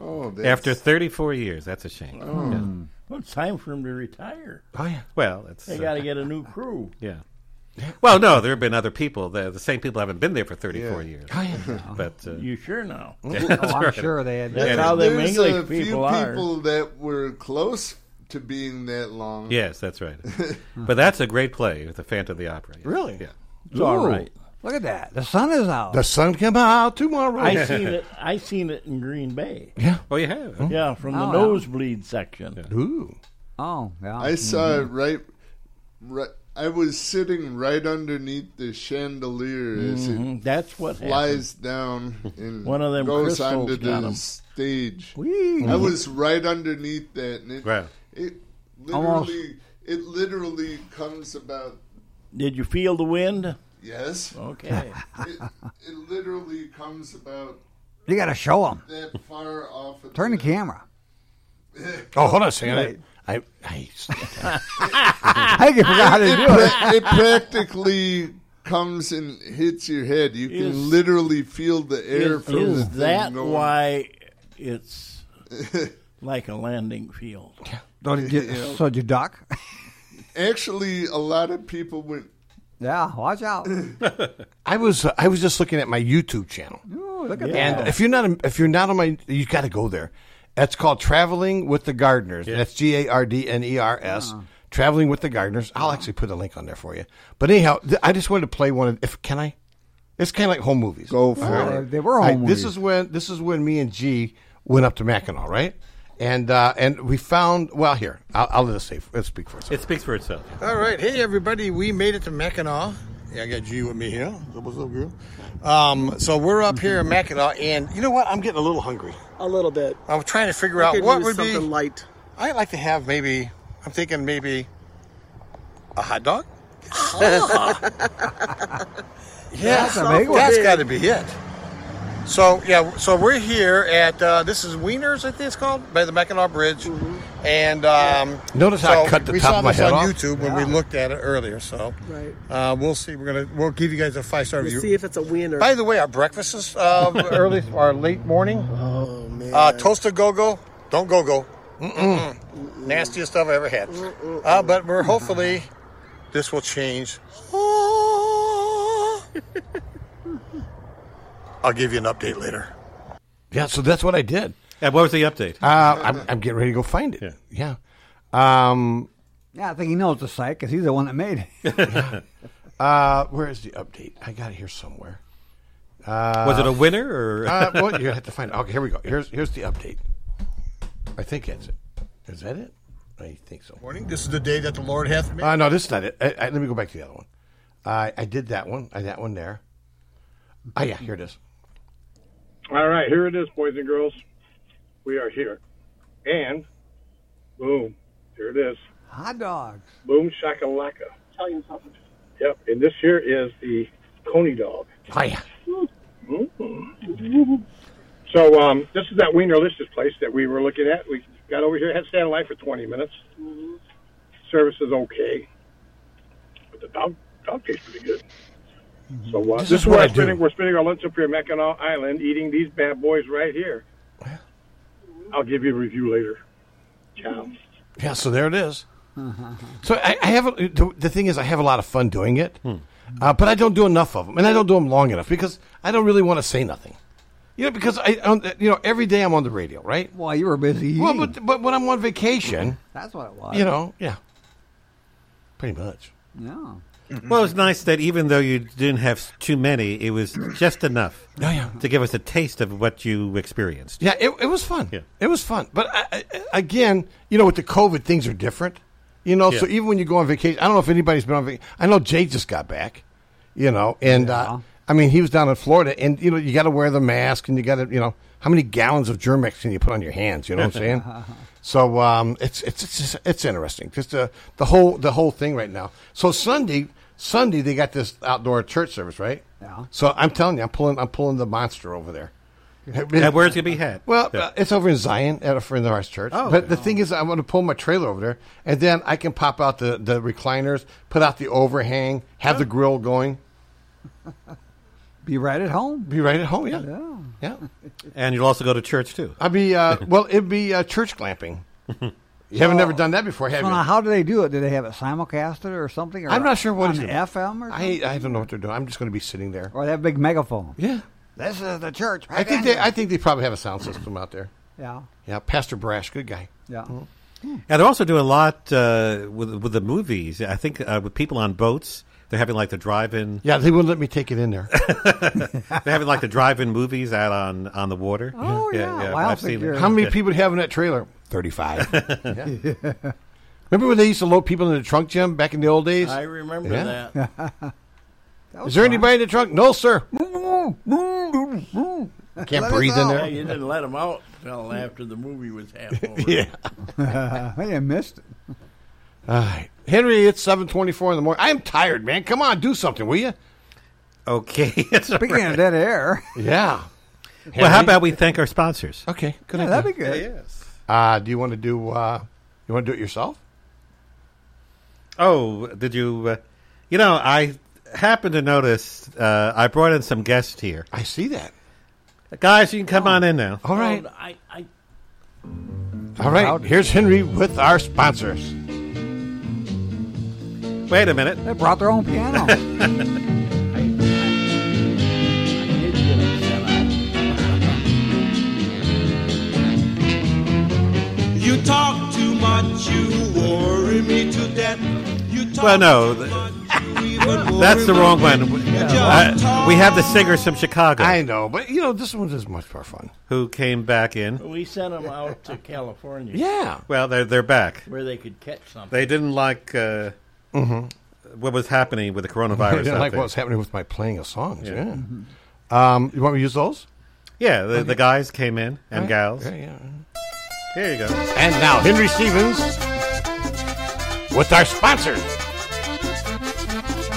Oh, that's-
after 34 years. That's a shame.
Oh.
Yeah.
Well, it's time for him to retire.
Oh, yeah.
Well, it's,
they
uh,
got to get a new crew.
Yeah. Well, no, there have been other people. The, the same people haven't been there for 34
Yeah.
years.
Oh, yeah.
But uh,
You sure know.
Yeah,
Oh,
that's
I'm
right.
sure they had-
Yeah.
That's how them
There's
English
a few
people are.
people that were close to being that long.
Yes, that's right. but that's a great play with the Phantom of the Opera. yes.
Really?
Yeah.
It's all right.
Look at that. The sun is out.
The sun come out tomorrow.
I seen it. I seen it in Green Bay.
Yeah.
Oh, you have.
Yeah, from the
Oh, yeah.
nosebleed section.
Ooh.
Oh, yeah.
I saw
Mhm.
it right, right. I was sitting right underneath the chandelier as
Mhm,
it
that's what
flies down and
One of them
goes
crystals
onto
got
the
'em.
stage.
Whee. Mm-hmm.
I was right underneath that, and it,
Right.
it
Almost.
literally, it literally comes about.
Did you feel the wind?
Yes.
Okay.
it, it literally comes about.
You gotta show 'em.
That far off. Of
Turn the camera.
Oh, hold on a second.
Right.
I, I,
I
think you forgot how to do it.
It practically comes and hits your head. You can
Is-
literally feel the air
Is,
from the
is
thing
that
going.
why it's like a landing field?
Don't you get,
Yeah.
So did you duck?
Actually, a lot of people went.
Yeah, watch out.
I was uh, I was just looking at my YouTube channel.
Ooh, look at
And
that.
if you're not if you're not on my, you got to go there. That's called Traveling with the Gardeners. That's G A R D N E R S.
Uh-huh.
Traveling with the Gardeners. I'll actually put a link on there for you. But anyhow, th- I just wanted to play one. Of, if can I? It's kind of like home movies. Go
for Yeah, it. they- they were home movies.
This is when this is when me and G went up to Mackinac, right? And uh, and we found well here. I'll, I'll let it say let's speak for itself.
It speaks for itself.
All right, hey everybody, we made it to Mackinac. Yeah, I got G with me here. What's up, girl? Um, so we're up here in Mackinac, and you know what? I'm getting a little hungry.
A little bit.
I'm trying to figure
I
out
could
what
use
would be
something light.
I'd like to have maybe. I'm thinking maybe a hot dog. yeah,
That's a big one.
that's got to be it. So yeah, so we're here at uh, this is Wieners, I think it's called, by the Mackinac Bridge,
Mm-hmm.
and um,
Notice how I
so
cut the
we
top
saw
of my
this
head
on
off?
YouTube when we looked at it earlier. So
Right.
uh, we'll see. We're gonna we'll give you guys a five star
We'll
review.
see if it's a wiener.
By the way, our breakfast is uh, early or late morning. Oh man! Uh, toasted go-go, don't go-go. Mm-mm. Nastiest stuff I ever had. Uh, but we're hopefully this will change. I'll give you an update later.
Yeah, so that's what I did.
And what was the update?
Uh, I'm, I'm getting ready to go find it. Yeah. Um,
Yeah, I think he knows the site because he's the one that made it.
uh, where is the update? I got it here somewhere. Uh,
Was it a winner, or-
uh, well, you have to find. It. Okay, here we go. Here's here's the update. I think that's it. Is that it? I think so.
Morning. This is the day that the Lord hath made.
Uh, no, this is not it. I, I, let me go back to the other one. Uh, I I did that one. I that one there. Ah, yeah, here it is.
All right, here it is, boys and girls. We are here. And
Boom. There it is.
Hot dogs.
Boom shakalaka. Italian sausage. Yep. And this here is the Coney dog.
Hiya.
Mm. So um, this is that Wienerlicious place that we were looking at. We got over here, had stand light for 20 minutes. Service is okay, but the dog dog tastes pretty good. So uh,
Mm-hmm. This
this,
is
is where
what
I'm
I do.
spending, we're spending our lunch up here in Mackinac Island, eating these bad boys right here. I'll give you a review later. Ciao.
Yeah, so there it is.
Mm-hmm.
So I, I have a, the- the thing is I have a lot of fun doing it, uh, but I don't do enough of them, and I don't do them long enough because I don't really want to say nothing. You know, because I, on, you know, every day I'm on the radio, right?
Well, you were busy.
Well, but but when I'm on vacation,
That's what it was.
you know, yeah, pretty much.
Yeah.
Well, it's nice that even though you didn't have too many, it was just enough to give us a taste of what you experienced.
Yeah, it, it was fun. It was fun. But I, I, again, you know, with the COVID, things are different. You know, so
Yeah.
even when you go on vacation, I don't know if anybody's been on vacation. I know Jake just got back, you know, and uh, I mean, he was down in Florida, and, you know, you got to wear the mask and you got to, you know, how many gallons of Germex can you put on your hands? You know what I'm saying? So um, it's it's it's just- it's interesting. Just uh, the whole the whole thing right now. So Sunday Sunday they got this outdoor church service, right? Yeah. So I'm telling you, I'm pulling I'm pulling the monster over there.
And where's it gonna be had?
Well, uh, it's over in Zion at a friend of ours church.
Oh,
but the thing is, I'm going to pull my trailer over there, and then I can pop out the, the recliners, put out the overhang, have the grill going.
Be right at home.
Be right at home. Yeah,
yeah.
And you'll also go to church too.
I'll be uh, well. It'd be uh, church glamping. You haven't never done that before, have
So
you?
now, how do they do it? Do they have it simulcasted or something? Or
I'm not sure what
on
it is.
FM or
I I don't know what they're doing. I'm just going to be sitting there.
Or they have a big megaphone.
Yeah.
This is the church.
I think they I think they probably have a sound system out there.
Yeah.
Yeah, Pastor Brash, good guy.
Yeah.
Yeah, they're also doing a lot uh, with with the movies. I think uh, with people on boats, they're having like the drive-in.
Yeah, they wouldn't let me take it in there.
they're having like the drive-in movies out on on the water. Oh
yeah, wild How many people do you have in that trailer? Thirty-five. Remember when they used to load people in the trunk, Jim, back in the old days?
I remember
Yeah.
that.
Is there anybody in the trunk? No, sir. Can't
Let
breathe
us
in
out.
there.
Yeah, you didn't let them out until after the movie was half over.
I missed it.
All right. Henry, it's 724 in the morning. I'm tired, man. Come on, do something, will you?
Okay.
Speaking of dead air.
Yeah.
Well, how about we thank our sponsors?
Okay, good
Yeah,
idea.
that'd be good.
Uh, do you want to do? Uh, you want to do it yourself?
Oh, did you? Uh, you know, I happened to notice uh, I brought in some guests here.
I see that.
Guys, you can come on in now.
All right.
Oh, I, I,
All right. Here's Henry with our sponsors.
Wait a minute.
They brought their own piano.
You talk too much, you worry me to death. You talk
Well, no,
too
th-
much, you even
That's the
worry
wrong
me.
one.
You just
Uh,
talk
we have the singers from Chicago
I know, but you know this one is much more fun.
who came back in.
we sent them out to California.
Well, they're they're back.
Where they could catch something.
They didn't like uh,
Mhm.
what was happening with the coronavirus.
I didn't
out
like
there.
what's happening with my playing of songs.
Yeah. Mm-hmm.
Yeah. Um, you want me to use those?
Yeah, the,
Okay.
the guys came in and
Right.
gals.
Yeah, yeah.
Here you go.
And now Henry Stevens with our sponsors.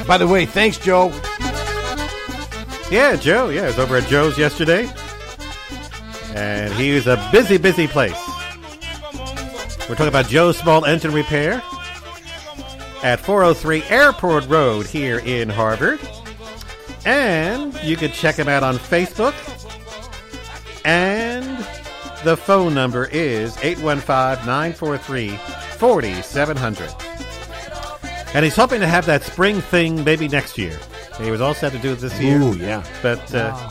By the way, thanks, Joe.
Yeah, Joe. Yeah, I was over at Joe's yesterday, and he was a busy, busy place. We're talking about Joe's Small Engine Repair at 403 Airport Road here in Harvard, and you can check him out on Facebook. And the phone number is 815-943-4700. And he's hoping to have that spring thing maybe next year. He was all set to do it this year.
Ooh, yeah.
But uh,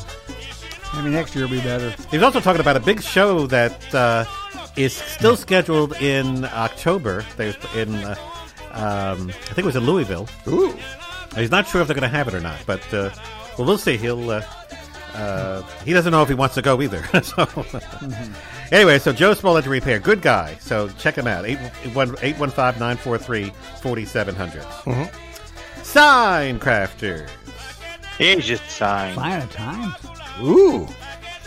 Maybe next year will be better.
He's also talking about a big show that uh, is still scheduled in October. They in uh, um, I think it was in Louisville.
Ooh.
He's not sure if they're going to have it or not, but uh, well, we'll see. He'll uh, uh, he doesn't know if he wants to go either. so anyway, so Joe Smollett to repair, good guy. So check him out 815-943-4700.
Mhm.
Sign crafters.
Here's your sign.
Sign of times.
Ooh.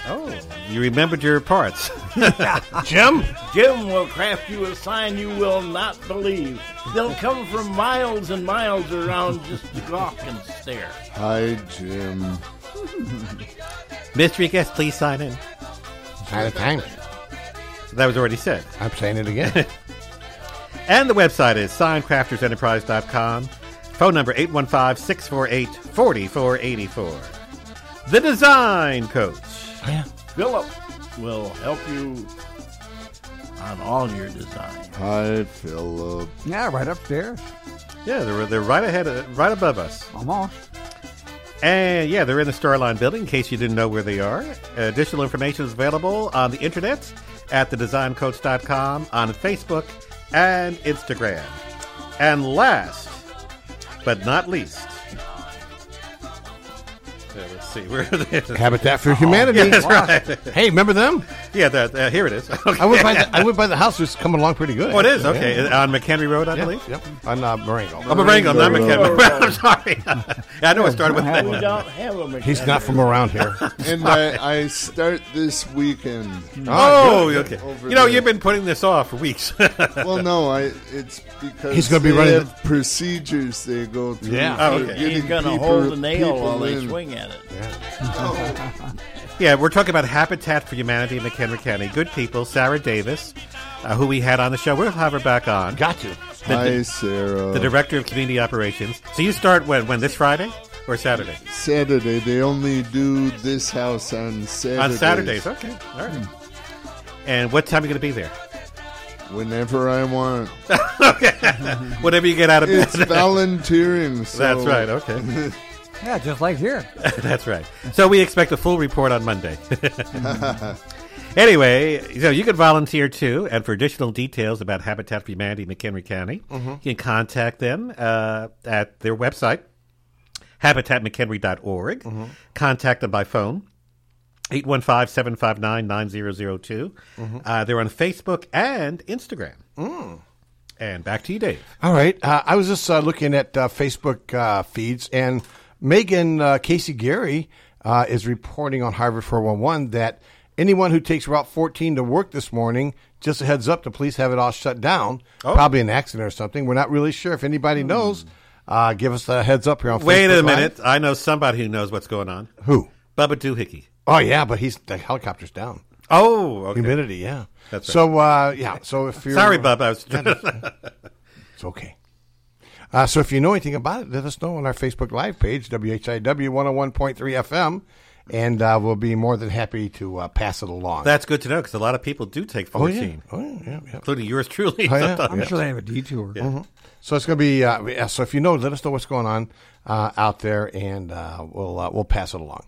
Oh. You remembered your parts.
Jim? Jim will craft you a sign you will not believe. They'll come from miles and miles around just to gawk and stare.
Hi, Jim.
Mystery guest, please sign in. Sign of time. That was already said. I'm saying it again. and the website is signcraftersenterprise.com. Phone number 815 648 4484. The design coach.
Yeah. Philip will help you on all your designs.
Hi, Philip.
Yeah, right upstairs.
Yeah, they're, they're right ahead, of, right above us.
Almost.
And yeah, they're in the Starline building in case you didn't know where they are. Additional information is available on the internet at thedesigncoach.com, on Facebook and Instagram. And last but not least, yeah, let's see, where are they?
Habitat for Humanity.
Yeah, that's right.
Hey, remember them?
Yeah, that, uh, here it is.
I went by the, I went by the house. It's coming along pretty good.
Oh, it is? Okay. On McHenry Road, I
Yeah,
believe?
Yep. On uh, Marengo.
I'm a Marengo, not McHenry. I'm sorry. I know it started with
We don't have a mechanic.
He's not from around here.
and I, I start this weekend.
Oh, okay.
Over
You know,
there.
you've been putting this off for weeks.
well, no, I. It's because
He's gonna be
they
running
have procedures they go through.
Yeah.
for
Oh, okay. He's
getting
gonna
people-
hold the nail
people
while they
in.
swing at it.
Yeah, we're talking about Habitat for Humanity in McHenry County. Good people, Sarah Davis, uh, who we had on the show. We'll have her back on. Got you. The,
Hi, Sarah.
the director of community operations. So you start when? When this Friday or Saturday?
Saturday. They only do this house on
On
Saturdays.
Saturdays. Okay. All right. And what time are you going to be there?
Whenever I want.
Whatever you get out of bed.
It's volunteering. So.
That's right. Okay.
Yeah, just like here.
That's right. So we expect a full report on Monday. anyway, so you can volunteer too, and for additional details about Habitat for Humanity in McHenry County,
Mhm.
you can contact them uh, at their website, habitatmchenry.org. Contact them by phone. 815-759-9002. Uh, they're on Facebook and Instagram. And back to you, Dave.
All right. Uh, I was just uh, looking at uh, Facebook uh, feeds, and Megan uh, Casey Gary uh, is reporting on Harvard 411 that anyone who takes Route 14 to work this morning, just a heads up, the police have it all shut down.
Oh.
Probably an accident or something. We're not really sure. If anybody knows, uh, give us a heads up here on
Hmm. Wait
Facebook
a
Live.
minute. I know somebody who knows what's going on.
Who?
Bubba Doohickey.
Oh, yeah, but he's the helicopter's down.
Oh, okay.
Humidity, yeah.
That's right.
So, uh, yeah. So if you're.
Sorry, Bub. I was-
Yeah, that's- it's okay. Uh, so if you know anything about it, let us know on our Facebook Live page, WHIW 101.3 FM, and uh, we'll be more than happy to uh, pass it along.
That's good to know because a lot of people do take
Oh, yeah.
14,
Oh, yeah, yeah, yeah.
including yours truly.
Oh, yeah.
sometimes.
detour.
Mhm. So it's going to be uh, yeah, so if you know, let us know what's going on uh, out there, and uh, we'll uh, we'll pass it along.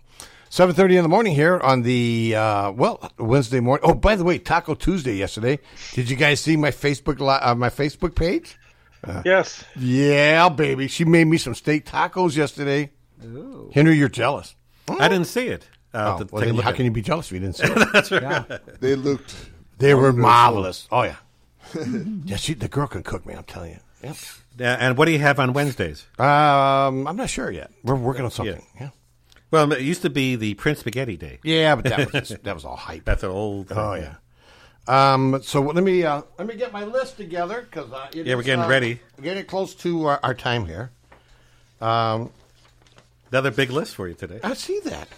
Seven thirty in the morning here on the uh, well Wednesday morning. Oh, by the way, Taco Tuesday yesterday. Did you guys see my Facebook li- uh, my Facebook page? Uh,
yes.
Yeah, baby. She made me some steak tacos yesterday. Henry, you're jealous.
I didn't see it.
Oh,
I'll have to
well,
take a
then
look
how
at
can
it.
you be jealous if you didn't see it?
That's right.
They looked.
They were
wonderful.
marvelous. Oh yeah. yeah, she, the girl can cook, man. I'm telling you. Yep.
Yeah, and what do you have on Wednesdays?
Um, I'm not sure yet. We're working on something. Yeah.
Well, it used to be the Prince Spaghetti Day.
Yeah, but that was that was all hype.
That's an old. thing.
Oh yeah. Um, so let me uh, let me get my list together because uh, it
Yeah, we're
is,
getting
uh,
ready.
we're Getting close to our, our time here. Um,
Another big list for you today.
I see that.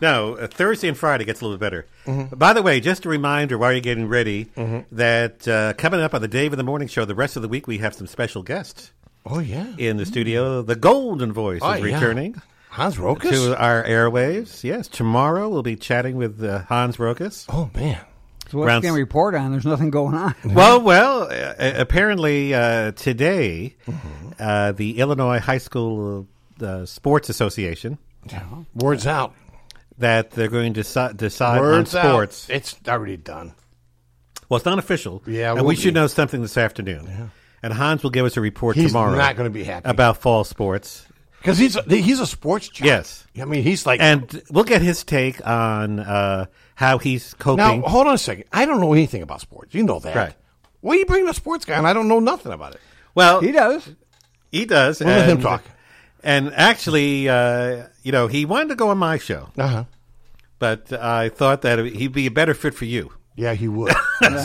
No, uh, Thursday and Friday gets a little better.
Mm-hmm.
By the way, just a reminder while you're getting ready that uh, coming up on the Dave in the Morning Show, the rest of the week, we have some special guests.
Oh yeah.
in the studio. The Golden Voice
Oh,
is
yeah.
returning.
Hans Rokas?
To our airwaves. Yes. Tomorrow we'll be chatting with uh, Hans Rokas.
Oh, man.
So what
Round-
can report on? There's nothing going on.
Well, well, uh, apparently uh, today,
Mm-hmm.
uh, the Illinois High School uh, Sports Association.
Words out.
That they're going to deci- decide
Words
Uh, on
out.
sports.
It's already done.
Well, it's not official.
Yeah, it
and
will
we should
be.
know something this afternoon. And Hans will give us a report
He's
tomorrow.
not gonna be happy.
about fall sports
because he's a, he's a sports. Giant.
Yes,
I mean he's like,
and we'll get his take on uh, how he's
Now
coping.
hold on a second. I don't know anything about sports. You know that.
Right.
Why you bring the sports guy and I don't know nothing about it?
Well,
he does.
He does.
We'll let him talk.
And actually, uh, you know, he wanted to go on my show,
Uh huh.
but I thought that he'd be a better fit for you.
Yeah, he would.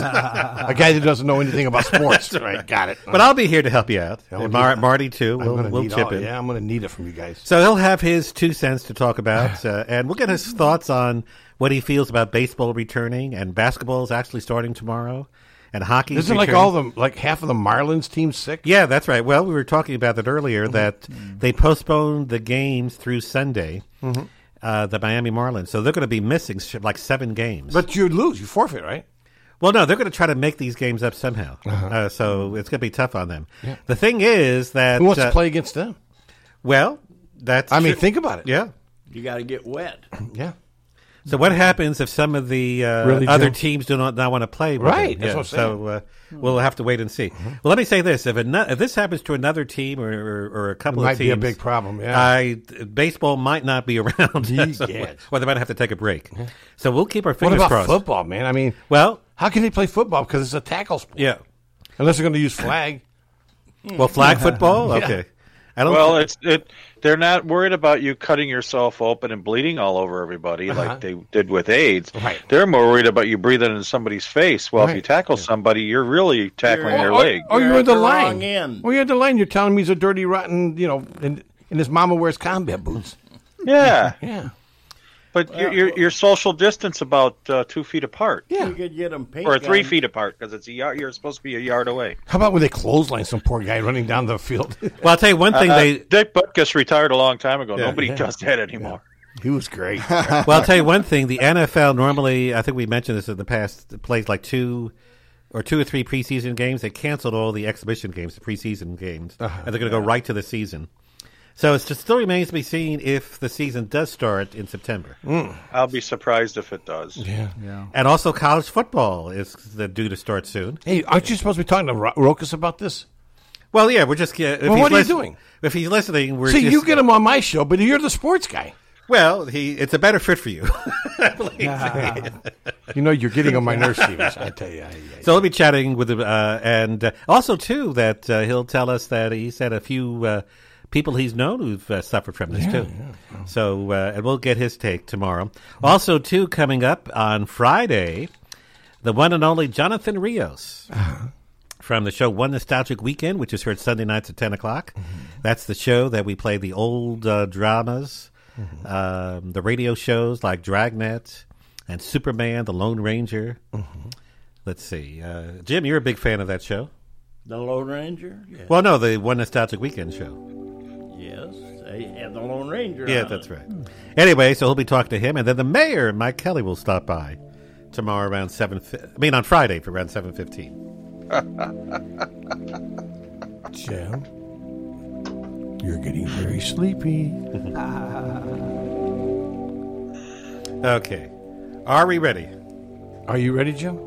a guy that doesn't know anything about sports.
That's right.
Got it.
But I'll be here to help you out.
Yeah, we'll
And Mar-
do-
Marty, too.
I'm
We'll,
gonna
we'll
need
chip
all-
in.
Yeah, I'm going to need it from you guys.
So he'll have his two cents to talk about, uh, and we'll get his thoughts on what he feels about baseball returning and basketball is actually starting tomorrow, and hockey.
Isn't like all the like half of the Marlins team sick? Mm-hmm.
Yeah, that's right. Well, we were talking about that earlier that they postponed the games through Sunday.
Mhm.
Uh, the Miami Marlins, so they're going to be missing sh- like seven games.
But you lose, you forfeit, right? Uh-huh.
Well, no, they're going to try to make these games up somehow. uh so it's going to be tough on them.
Yeah.
The thing is that
Who wants to
uh,
play against them?
Well, that's.
I mean,
true.
think about it.
Yeah.
You got to get wet.
Yeah.
So what happens if some of the uh,
Really,
other
Joe?
teams do not, not want to play? with
Right,
them?
that's what I'm Mm-hmm.
so uh, we'll have to wait and see. Well, let me say this: if, ano- if this happens to another team or, or, or a couple
It
of
might
teams,
be a big problem, yeah.
I, baseball might not be around, So-
Yes.
or they might have to take a break. So we'll keep our
What
fingers
about
crossed.
football, man? I mean,
well,
how can they play football because it's a tackle sport?
Yeah.
Unless they're going to use flag.
Well, flag football?
Hmm. Yeah.
Okay. I don't-
well, it's it. They're not worried about you cutting yourself open and bleeding all over everybody
Uh-huh.
like they did with AIDS.
Right.
They're more worried about you breathing in somebody's face. Well, if you
Right.
tackle somebody, you're really tackling
Or-
their
or-
leg.
Or, Oh, you're
You're
in the
at the
line.
wrong end.
Well, you're at the line. You're telling me he's a dirty, rotten, you know, and, and his mama wears combat boots.
Yeah.
yeah.
But you're, you're, you're social distance about uh, two feet apart.
You could get them pink
Or three
on-
feet apart because it's a yard. You're supposed to be a yard away.
How about when they clothesline some poor guy running down the field?
Well, I'll tell you one thing.
Uh,
they
Dick Butkus retired a long time ago.
Yeah,
Nobody
yeah.
does that anymore.
He was great.
well, I'll tell you one thing. The NFL normally, I think we mentioned this in the past, plays like two or two or three preseason games. They canceled all the exhibition games, the preseason games,
Uh-huh.
and they're going to go right to the season. So it still remains to be seen if the season does start in September.
I'll be surprised if it does.
Mm. Yeah.
yeah.
And also, college football is the due to start soon.
Hey, aren't you supposed to be talking to Ro- Rokas about this?
Well, yeah, we're just. If
Well,
he's
what are you
listen-
doing?
If he's listening, we're
See,
just,
you get him on my show, but you're the sports guy.
Well, he it's a better fit for you.
you know, you're getting on my nerves, Stevens. I tell you. I-
So he'll be chatting with him, uh, and uh, also too that uh, he'll tell us that he's had a few uh, people he's known who've uh, suffered from this
Yeah,
too. So uh, and we'll get his take tomorrow. Also too coming up on Friday, the one and only Jonathan Rios.
Uh-huh.
From the show One Nostalgic Weekend, which is heard Sunday nights at 10 o'clock. That's the show that we play the old uh, dramas, um, the radio shows like Dragnet and Superman, The Lone Ranger. Let's see. Uh, Jim, you're a big fan of that show.
The Lone Ranger? Yeah.
Well, no, the One Nostalgic Weekend show.
Yes. They had the Lone Ranger.
Yeah,
on
that's
it.
right. Anyway, so he'll be talking to him, and then the mayor, Mike Kelly, will stop by tomorrow around seven. fi- I mean, on Friday for around seven fifteen.
Jim, you're getting very sleepy.
Okay, are we ready?
Are you ready, Jim?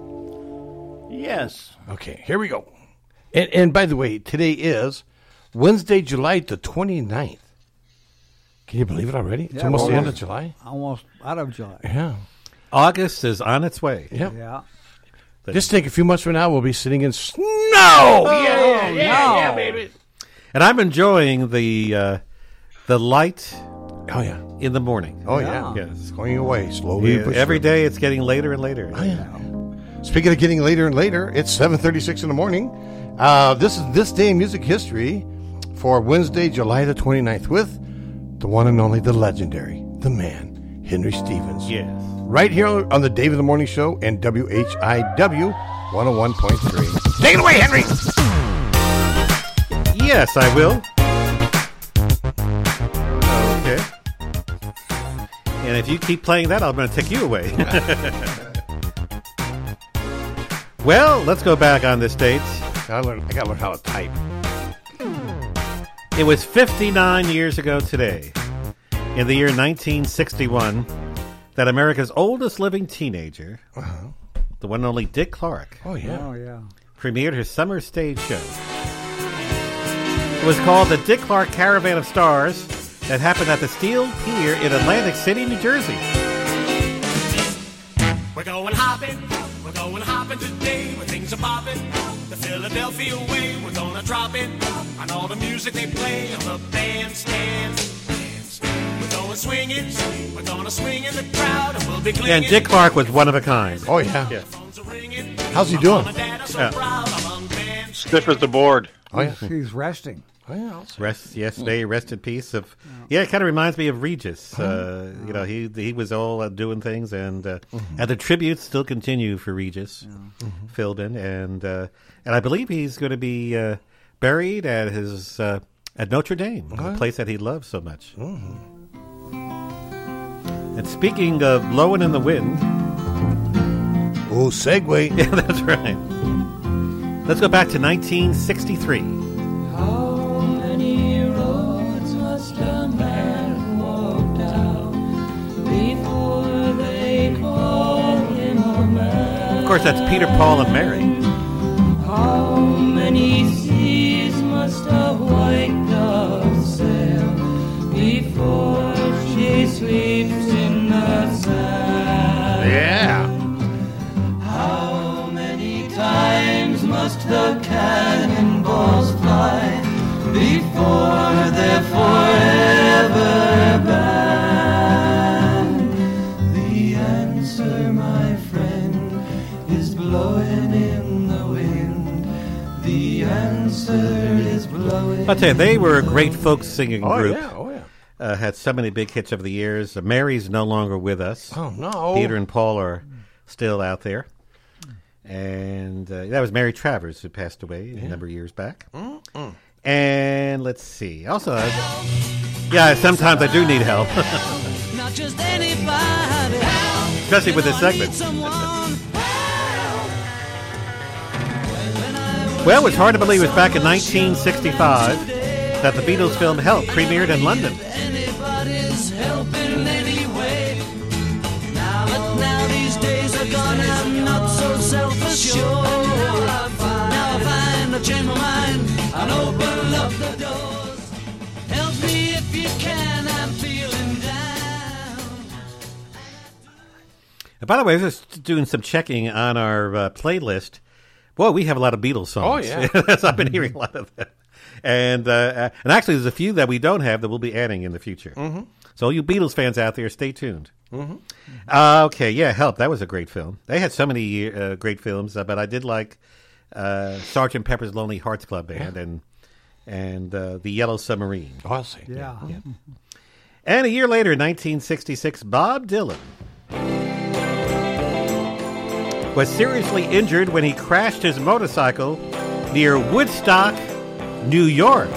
Yes.
Okay, here we go. And, and by the way, today is Wednesday, July the 29th. Can you believe it already? It's
Yeah,
almost
we're
the end of July.
Almost out of July.
Yeah.
August is on its way.
Yep.
Yeah.
Just think a few months from now, we'll be sitting in snow.
Oh, yeah, yeah, yeah,
baby.
And I'm enjoying the uh, the light.
Oh yeah,
in the morning.
Oh, yeah.
it's
going away slowly
Yeah,
but
every day it's getting later and later.
Speaking of getting later and later, it's 7:36 in the morning. Uh, this is this day in music history for Wednesday, July the 29th with the one and only the legendary, the man, Henry Stevens.
Yes.
Right here on the Dave of the Morning Show and WHIW 101.3. Take it away, Henry.
Yes, I will. Okay. And if you keep playing that, I'm going to take you away. well, let's go back on this date.
I, learn, I gotta learn how to type.
It was 59 years ago today, in the year 1961, that America's oldest living teenager, the one and only Dick Clark,
Uh-huh. Oh yeah.
Oh yeah.
premiered her summer stage show. It was called the Dick Clark Caravan of Stars that happened at the Steel Pier in Atlantic City, New Jersey.
We're going hopping, we're going hopping today where things are popping. The Philadelphia way, we're gonna drop it on all the music they play on the bandstand. We're going
swing it. We're gonna swing in the crowd and we'll be
And Dick Clark was one of a kind.
Oh yeah. How's he doing?
Stiff as the board.
Oh yeah.
He's, he's resting.
Oh,
Rest yesterday, rest in peace. Of yeah, it kind of reminds me of Regis. Uh, you know, he he was all uh, doing things, and uh, and the tributes still continue for Regis Philbin, and uh, and I believe he's going to be uh, buried at his uh, at Notre Dame, the place that he loved so much. And speaking of blowing in the wind,
oh, segue.
Yeah, that's right. Let's go back to 1963.
many roads must a man walk down before they call him a man?
Of course, that's Peter, Paul, and Mary.
How many seas must a white dove sail before she sweeps in the sand? How many times must the cannonballs fly before they're forever banned? The answer, my friend, is blowing in the wind. The answer is blowing.
I'll tell you, they were a great folk singing
Oh,
group.
yeah, oh, yeah.
Uh, had so many big hits over the years. Uh, Mary's no longer with us.
Oh, no.
Peter and Paul are still out there. And uh, that was Mary Travers who passed away a number of years back.
Mm-mm.
And let's see. Also, uh, yeah, sometimes I do need help,
Not just anybody.
especially with this segment.
Someone
Well, it's hard to believe it was back in 1965 that the Beatles film Help premiered in London.
anybody's helping anyway. Now, but now these days are gone, I'm not so self-assured. Now I find a change my mind and open up the doors. Help me if you can, I'm feeling down.
And by the way, I was just doing some checking on our uh, playlist. Boy, we have a lot of Beatles songs.
Oh, yeah.
That's- I've been hearing a lot of them. And uh, uh, and actually, there's a few that we don't have that we'll be adding in the future.
Mhm.
So, all you Beatles fans out there, stay tuned.
Mhm.
Uh, okay, yeah, Help. That was a great film. They had so many uh, great films, uh, but I did like uh, Sergeant Pepper's Lonely Hearts Club Band and and uh, The Yellow Submarine. Oh, I see.
Yeah.
And a year later, in 1966, Bob Dylan was seriously injured when he crashed his motorcycle near Woodstock, New York.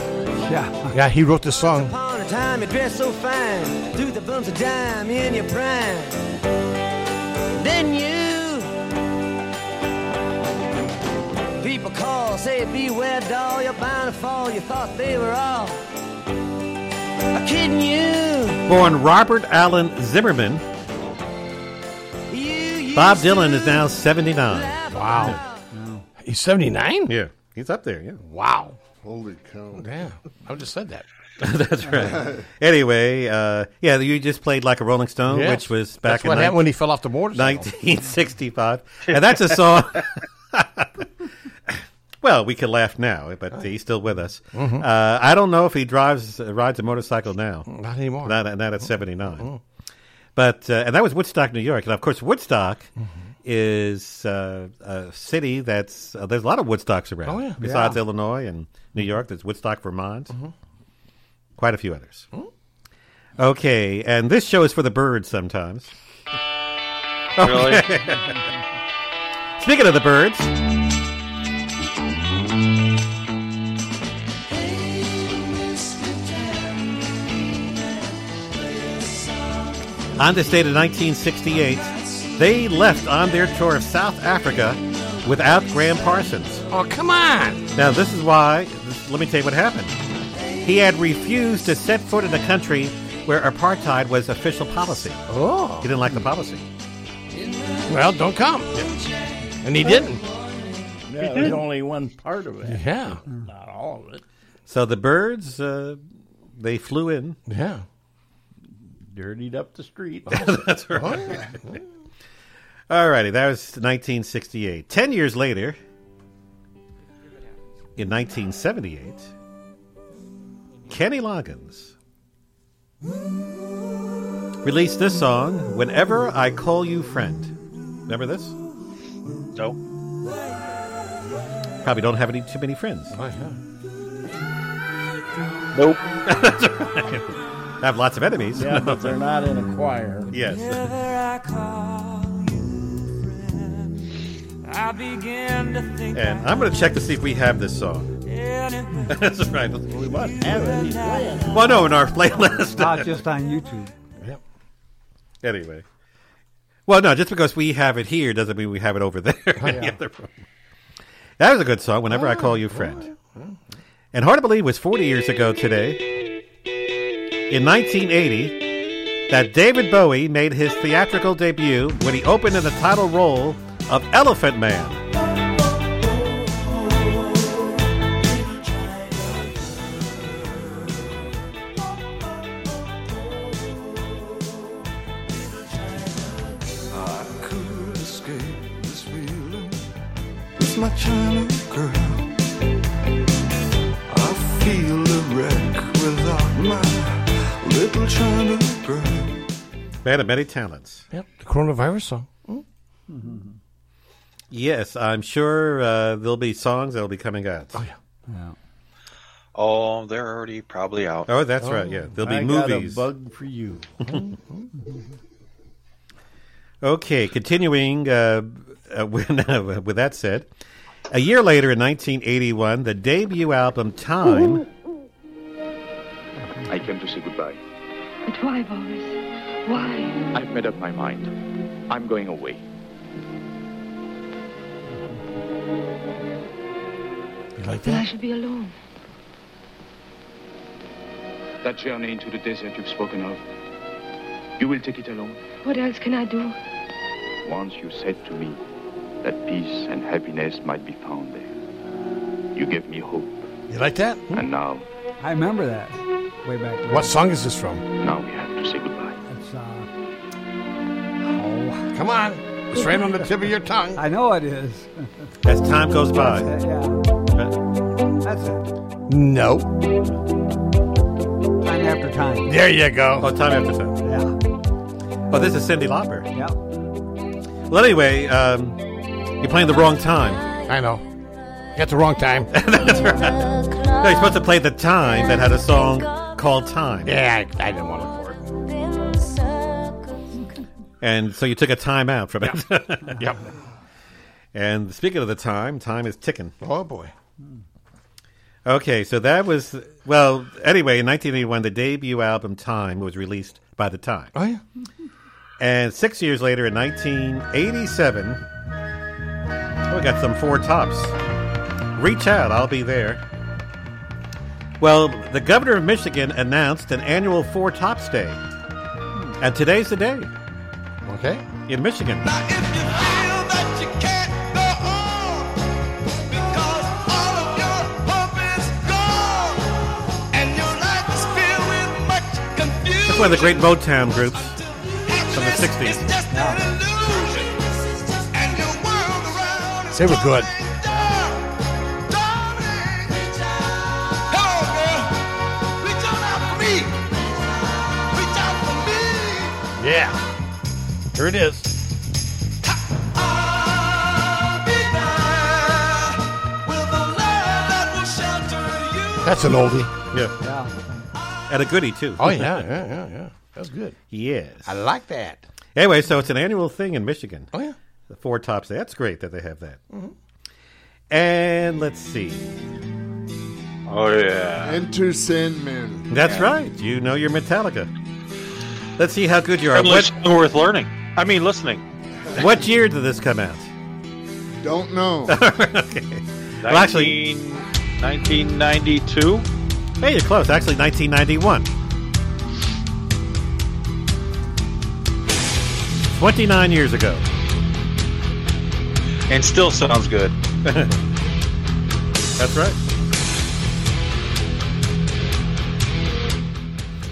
Yeah.
Yeah, he wrote the song.
Upon a time you dressed so fine, through the bumps of dime in your prime. Then you, people call, say beware, doll, you're bound to fall. You thought they were all a kidding you.
Born Robert Allen Zimmerman, Bob Dylan is now 79. Wow. He's 79? Yeah. He's up there, yeah. Wow.
Holy cow.
Yeah. I just said that.
That's right. anyway, uh, yeah, you just played like a Rolling Stone,
Yes.
which was back
That's
in
what
nine-
happened when he fell off the motorcycle.
1965. and that's a song. well, we can laugh now, but he's still with us.
Mhm.
Uh, I don't know if he drives uh, rides a motorcycle now.
Not anymore. Mm-hmm.
Not, not at 79. But uh, and that was Woodstock, New York, and of course Woodstock
Mm-hmm.
is uh, a city that's uh, there's a lot of Woodstocks around.
Oh, yeah.
Besides
Yeah.
Illinois and New York, there's Woodstock, Vermont, quite a few others. Okay, and this show is for the birds sometimes.
Really?
Speaking of the birds, on this date in 1968, they left on their tour of South Africa without Graham Parsons.
Oh, come on.
Now, this is why, this, let me tell you what happened. He had refused to set foot in a country where apartheid was official policy. Oh. He didn't like the policy.
Well, don't come. And he didn't.
Yeah, it was only one part of it.
Yeah.
Not all of it.
So the birds, uh, they flew in.
Yeah.
Dirtied up the street. Oh,
That's right. All righty, that was 1968. Ten years later, in 1978, Kenny Loggins released this song, Whenever I Call You Friend. Remember this?
No.
Probably don't have any too many friends.
Nope.
I have lots of enemies.
Yeah, but they're not in a choir.
Yes.
I begin to think
And I'm going to check to see if we have this song.
anyway.
That's right. We must
have it. He's playing it.
Well, no, in our playlist.
Not just on YouTube.
Anyway. Well, no, just because we have it here doesn't mean we have it over there. in the
yeah.
other room. That was a good song, Whenever I Call You Friend. And Hard to Believe was 40 years ago today. In 1980, that David Bowie made his theatrical debut when he opened in the title role of Elephant Man.
I could escape this feeling with my China girl. I feel a wreck without my little China girl.
Man of many talents.
Yep, the coronavirus song.
Mm.
Mm-hmm.
Yes, I'm sure uh, there'll be songs that'll be coming out. Oh, yeah.
Oh, they're already probably out.
Oh, that's right. Yeah, there'll be
I got a
movies.
bug for you.
Okay, continuing uh, uh, when, uh, with that said, a year later in 1981, the debut album Time.
I came to say goodbye.
But why, Boris? Why?
I've made up my mind. I'm going away.
You like
That I should be alone.
That journey into the desert you've spoken of, you will take it alone.
What else can I do?
Once you said to me that peace and happiness might be found there. You gave me hope.
You like that?
And now,
I remember that way back. when.
What song is this from?
now we have to say goodbye.
It's, uh,
Oh, Come on, it's right on the tip of your tongue.
I know it is.
As time goes by.
That's it, yeah. That's it.
No.
Time after time.
There you go.
Oh, Time After Time.
Yeah.
Oh, this is Cindy Lauper.
Yep.
Well, anyway, um, you're playing the wrong time.
I know. You got the wrong time.
That's right. No, you're supposed to play the time that had a song called Time.
Yeah, I, I didn't want to look for it.
And so you took a time out from it.
yep.
And speaking of the time, time is ticking.
Oh boy.
Okay, so that was well. Anyway, in 1981, the debut album "Time" was released by the Time.
Oh yeah.
And six years later, in 1987, oh, we got some four tops. Reach out, I'll be there. Well, the governor of Michigan announced an annual Four Tops Day, and today's the day
Okay.
in Michigan. That's one of the great Motown groups from the 60s.
They were good. Yeah. Here it is. That's an oldie.
Yeah,
Yeah.
and a goodie too.
Oh yeah, yeah, yeah, yeah. That's good.
yes.
I like that.
Anyway, so it's an annual thing in Michigan.
Oh yeah.
The Four Tops. Day. That's great that they have that.
Mm-hmm.
And let's see.
Oh yeah.
Enter Sandman.
That's right. You know your Metallica. Let's see how good you are.
Privilege
What,
song worth learning. I mean, listening.
what year did this come out?
Don't know.
okay. Well, actually,
19, 1992.
hey, you're close. Actually, 1991. 29 years ago.
And still sounds good.
That's right.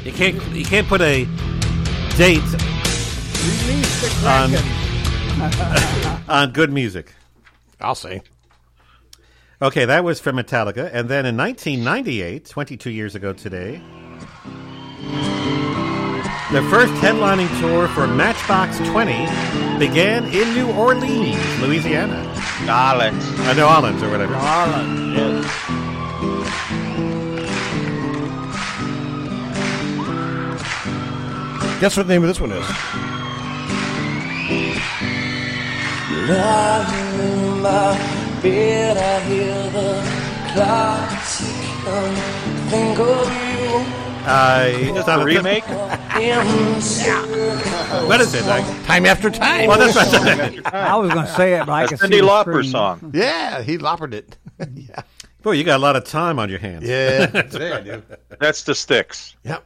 You can't you can't put a date on on good music.
I'll say.
Okay, that was from Metallica. And then in 1998, 22 years ago today, The first headlining tour for Matchbox 20 began in New Orleans, Louisiana. Orleans. Uh, New Orleans or whatever.
Orleans,
Guess what the name of this one is?
Lying in my bed, I hear the clock tick and think of you.
Uh,
Is that a remake?
What is it? Like,
time after time.
Well, that's right.
I was going to say it, but I
A
could
Cyndi
see the
Lauper
screen.
song.
Yeah, he loppered it.
Boy, you got a lot of time on your hands.
Yeah,
right.
dude.
That's the sticks. Yep.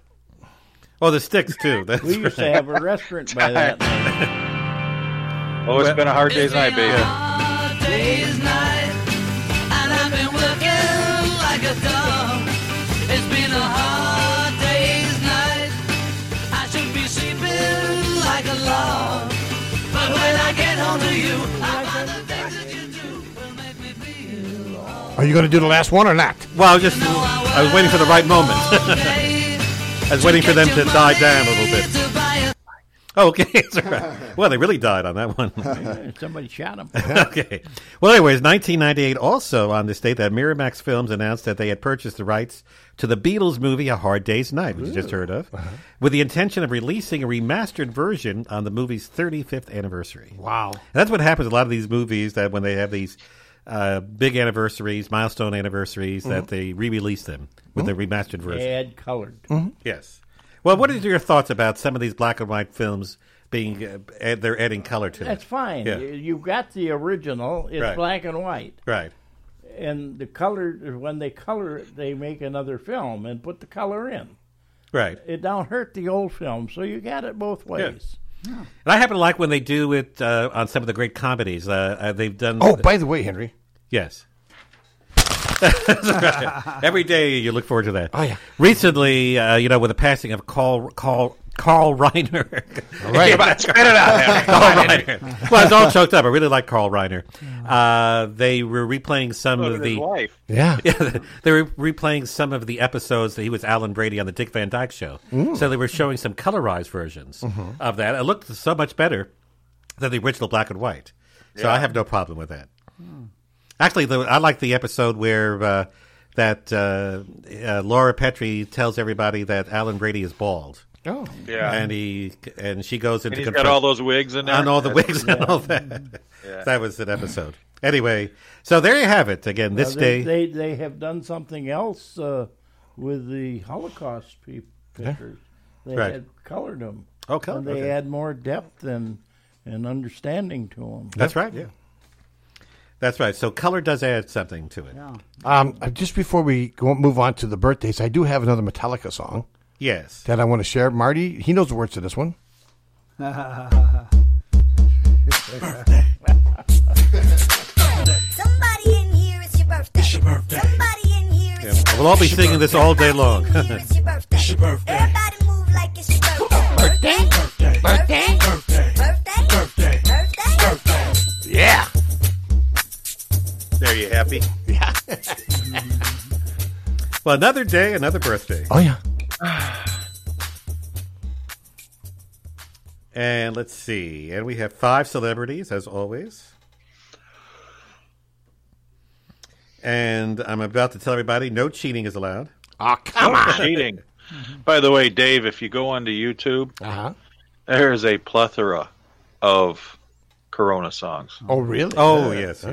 Oh, the sticks too. That's
We used to
right.
have a restaurant by that name.
Oh, it's been a hard day's night, baby.
Day's night, and I've been working like a dog. It's been a hard day's night. I should be sleeping like a log. But when I get home to you, I find the things that you do.
Are you going to do the last one or not?
Well, I was just I was waiting for the right moment. I was waiting for them to die down a little bit. Oh, okay, that's all right. Well, they really died on that one.
Somebody shot him.
okay. Well, anyways, 1998 also on this date that Miramax Films announced that they had purchased the rights to the Beatles movie A Hard Day's Night, which you just heard of,
Uh-huh.
with the intention of releasing a remastered version on the movie's 35th anniversary.
Wow.
And that's what happens with a lot of these movies that when they have these uh, big anniversaries, milestone anniversaries, that
Mhm.
they re-release them with the remastered version.
Add Mm-hmm. colored.
Yes. Well, what is your thoughts about some of these black and white films being uh, add, they're adding color to?
That's
it?
fine.
Yeah.
You, you've got the original. It's
Right.
black and white.
Right.
And the color, when they color it, they make another film and put the color in.
Right.
It don't hurt the old film, so you got it both ways.
And I happen to like when they do it uh, on some of the great comedies. Uh, uh, they've done.
Oh, by the way, Henry.
Yes. Every day you look forward to that.
Oh, yeah.
Recently, uh, you know, with the passing of Carl Carl Carl Reiner.
Right.
Everybody spit it out, Henry.
Come
Carl
on, Henry.
Reiner. Well, I was all choked up. I really like Carl Reiner. Uh, they were replaying some
So
of
did his
the
wife.
Yeah.
yeah. They were replaying some of the episodes that he was Alan Brady on the Dick Van Dyke Show.
Mm.
So they were showing some colorized versions
Mhm.
of that. It looked so much better than the original black and white. So
Yeah.
I have no problem with that. Actually, the, I like the episode where uh, that uh, uh, Laura Petrie tells everybody that Alan Brady is bald.
Oh.
Yeah.
and he and she goes
And
into
he's got all those wigs in there.
and all the
That's-
wigs and
yeah.
all that.
Yeah.
That was an episode. Anyway, so there you have it. Again, this
Now,
day,
Uh, they, they they have done something else uh, with the Holocaust pe- pictures. They
Right.
had colored them.
Oh, colored,
And they
okay.
add more depth and and understanding to them.
That's right, yeah. that's right. So color does add something to it.
Um, just before we go, move on to the birthdays, I do have another Metallica song.
Yes.
That I want to share. Marty, he knows the words to this one.
Somebody in here, it's your birthday. It's your birthday. Somebody in here, it's
Yeah, We'll all be singing this all day long.
your birthday. It's your birthday. Everybody move like it's your birthday. Birthday. Birthday. Birthday. Birthday. Birthday. Birthday. Birthday.
yeah. There you happy? Yeah. well, another day, another birthday.
Oh yeah.
And let's see. And we have five celebrities, as always. And I'm about to tell everybody no cheating is allowed.
Ah,
Oh,
come
No cheating. By the way, Dave, if you go onto YouTube,
uh-huh.
there is a plethora of Corona songs.
Oh, really?
Oh,
Yeah.
yes. yeah.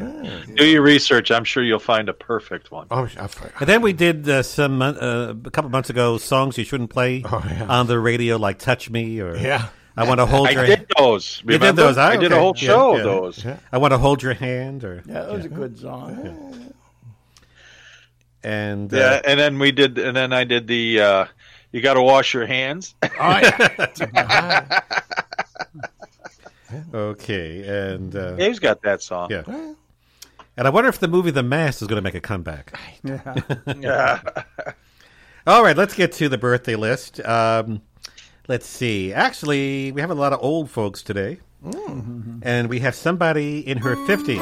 Oh.
Do your research. I'm sure you'll find a perfect one.
Oh, I forgot.
And then we did uh, some mon- uh, a couple months ago songs you shouldn't play
Oh,
on the radio, like "Touch Me" or
Yeah.
I want to hold
I
your.
did those,
You did
remember?
those. Ah,
I did a
okay.
whole show of those.
I want to hold your hand, or
Yeah, that was a good song.
and
yeah,
uh,
and then we did, and then I did the. Uh, you got to wash your hands. Oh
yeah.
okay, and uh,
Dave's got that song.
Yeah. And I wonder if the movie The Mask is going to make a comeback.
Yeah.
All right, let's get to the birthday list. Um, let's see. Actually, we have a lot of old folks today,
Mm.
and we have somebody in her fifties.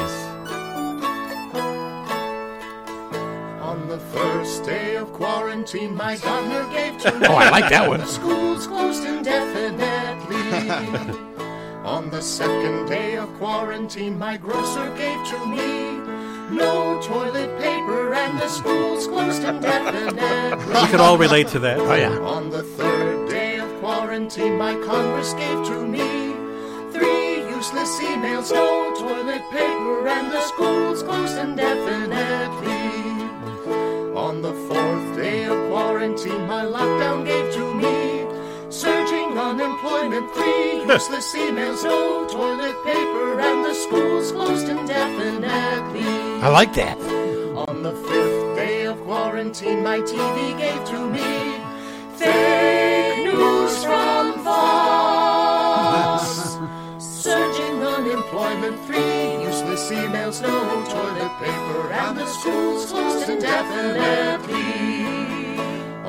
On the first day of quarantine, my governor gave to
Oh, I like that one.
Schools closed and deaf
On the second day of quarantine, my grocer gave to me no toilet paper, and the schools closed indefinitely.
We could all relate to that. Oh, yeah.
On the third day of quarantine, my Congress gave to me three useless emails, no toilet paper, and the schools closed indefinitely. On the fourth day of quarantine, my lockdown gave to me surging unemployment, three useless emails, no toilet paper, and the schools closed indefinitely.
I like that.
On the fifth day of quarantine, my TV gave to me fake news from Fox. Surging unemployment, three useless emails, no toilet paper, and the schools closed indefinitely.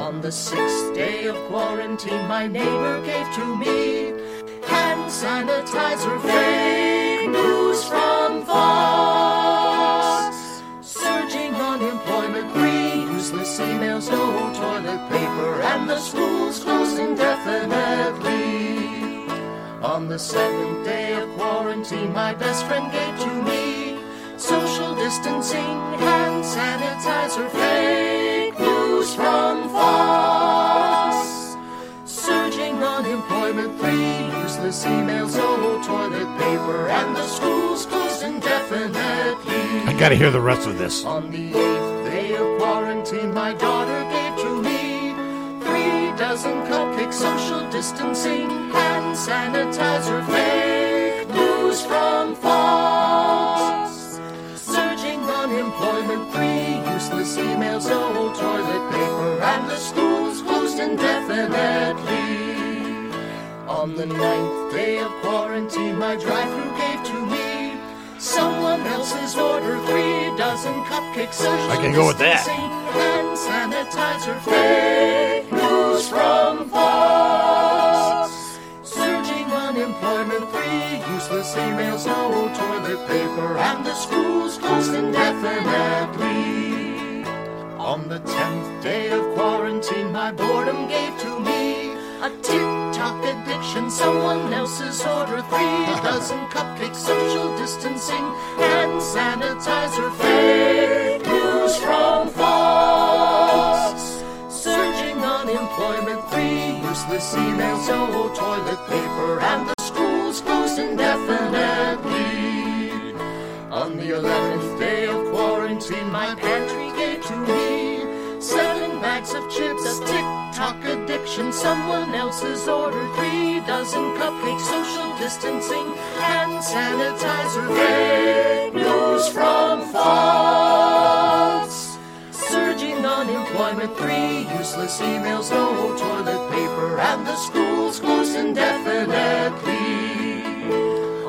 On the sixth day of quarantine, my neighbor gave to me hand sanitizer, fake news from Fox. Surging unemployment, three useless emails, no toilet paper, and the schools closed indefinitely. On the seventh day of quarantine, my best friend gave to me social distancing, hand sanitizer, fake news from Fox. Surging unemployment, three useless emails, no toilet paper, and the schools closed indefinitely.
I gotta hear the rest of this.
On the eighth day of quarantine, my daughter gave to me three dozen cupcakes, social distancing, hand sanitizer, fake news from Fox. Surging unemployment, three useless emails, no toilet paper, and the schools closed indefinitely. On the ninth day of quarantine, my drive-thru gave to me someone else's order, three dozen cupcakes, social
I can go with that.
distancing, hand sanitizer, fake news from Fox. Surging unemployment, three useless emails, no toilet paper, and the schools closed indefinitely. On the tenth day of quarantine, my boredom gave to me a TikTok addiction, someone else's order, three dozen cupcakes, social distancing, hand sanitizer, fake news from Fox. Surging unemployment, three useless emails, no toilet paper, and the schools closed indefinitely. On the eleventh day of quarantine, my pantry gave to me seven bags of chips, a TikTok addiction, someone else's order, three dozen cupcakes, social distancing, hand sanitizer, fake news from Fox. Surging unemployment, three useless emails, no toilet paper, and the schools closed indefinitely.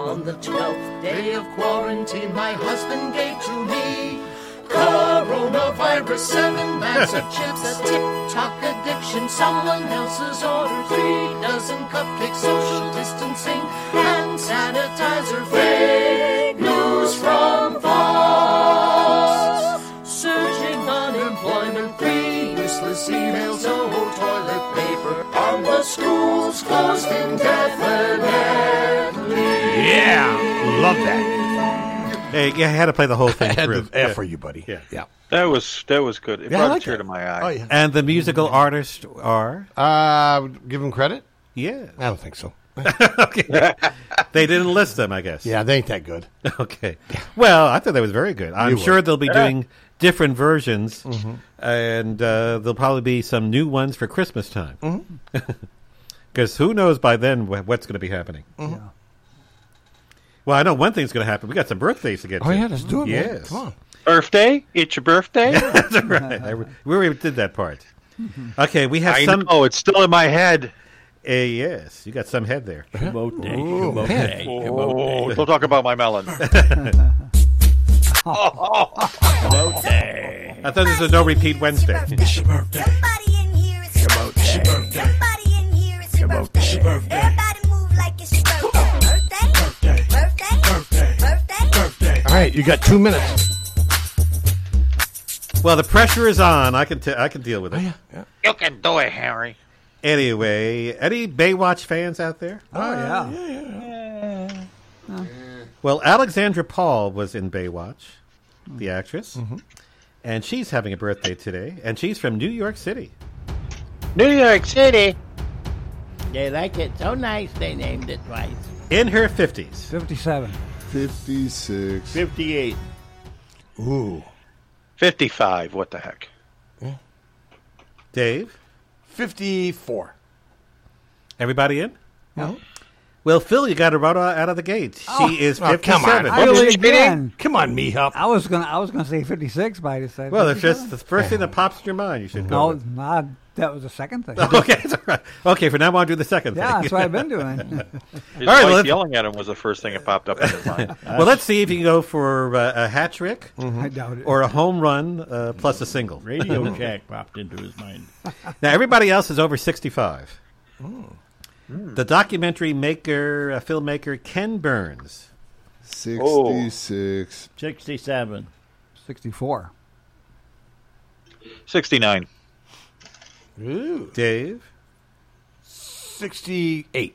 On the twelfth day of quarantine, my husband gave to me coronavirus, seven bags of chips, a TikTok addiction, someone else's order, three dozen cupcakes, social distancing, hand sanitizer, fake news from Fox. Searching unemployment, three useless emails, no toilet paper, and the schools closed indefinitely.
Yeah, love that.
Hey, yeah, I had to play the whole thing
had
through.
to- eh,
Yeah.
for you, buddy.
Yeah.
yeah.
That was that was good. It
Yeah, I
brought
like
a tear
that.
to my eye.
Oh, yeah. And the musical artists are?
Mm-hmm. Uh, give him credit?
Yeah.
I don't think so.
okay. they didn't list them, I guess.
Yeah, they ain't that good.
Okay. Well, I thought that was very good. I'm
You were. Mm-hmm.
sure they'll be
Yeah.
doing different versions, and uh, there'll probably be some new ones for Christmas time.
Mm-hmm.
Because who knows by then wh- what's going to be happening?
Mm-hmm.
Well, I know one thing's going to happen. We got some birthdays to get
Oh,
to.
yeah, let's do it, man.
Yes.
Come on.
Birthday? It's your birthday?
That's right. I re- we already did that part. Okay, we have
I
some.
know, it's still in my head.
Eh, yes, you got some head there.
Ooh, man. Oh, don't talk about my melon.
I thought this was no repeat Wednesday.
Somebody in here is your birthday. Somebody in here is your birthday. Everybody move like it's your birthday. Birthday. Birthday. Birthday. Birthday.
All right, you got two minutes.
Well, the pressure is on. I can t- I can deal with it.
You can do it, Harry.
Anyway, any Baywatch fans out there?
Oh, yeah.
Well, Alexandra Paul was in Baywatch, the actress, and she's having a birthday today, and she's from New York City.
New York City. They like it so nice they named it twice.
In her 50s.
57.
56.
58.
Ooh. 55. What the heck?
Dave?
54.
Everybody in? Well, Phil, you got her right out out of the gate. She
Oh,
is
oh,
57.
come on. Are you Really? kidding? Again.
Come on, me help.
I was gonna I was gonna say fifty six, but I decided.
Well, that's
57.
just the first thing that pops in your mind. You should go.
No,
with.
nah, that was the second thing.
Okay, that's all right. Okay, for now on, do the second thing.
Yeah, Ah, that's what I've been doing.
His
All right,
wife
well, let's-
yelling at him was the first thing that popped up in his mind.
well, let's see if you can go for uh, a hat trick
Mm-hmm.
I doubt it.
or a home run uh, plus a single.
Radio Jack popped into his mind.
Now, everybody else is over 65.
Oh.
The documentary maker, uh, filmmaker Ken Burns.
66.
67.
64.
Oh. 69.
Ooh. Dave?
68.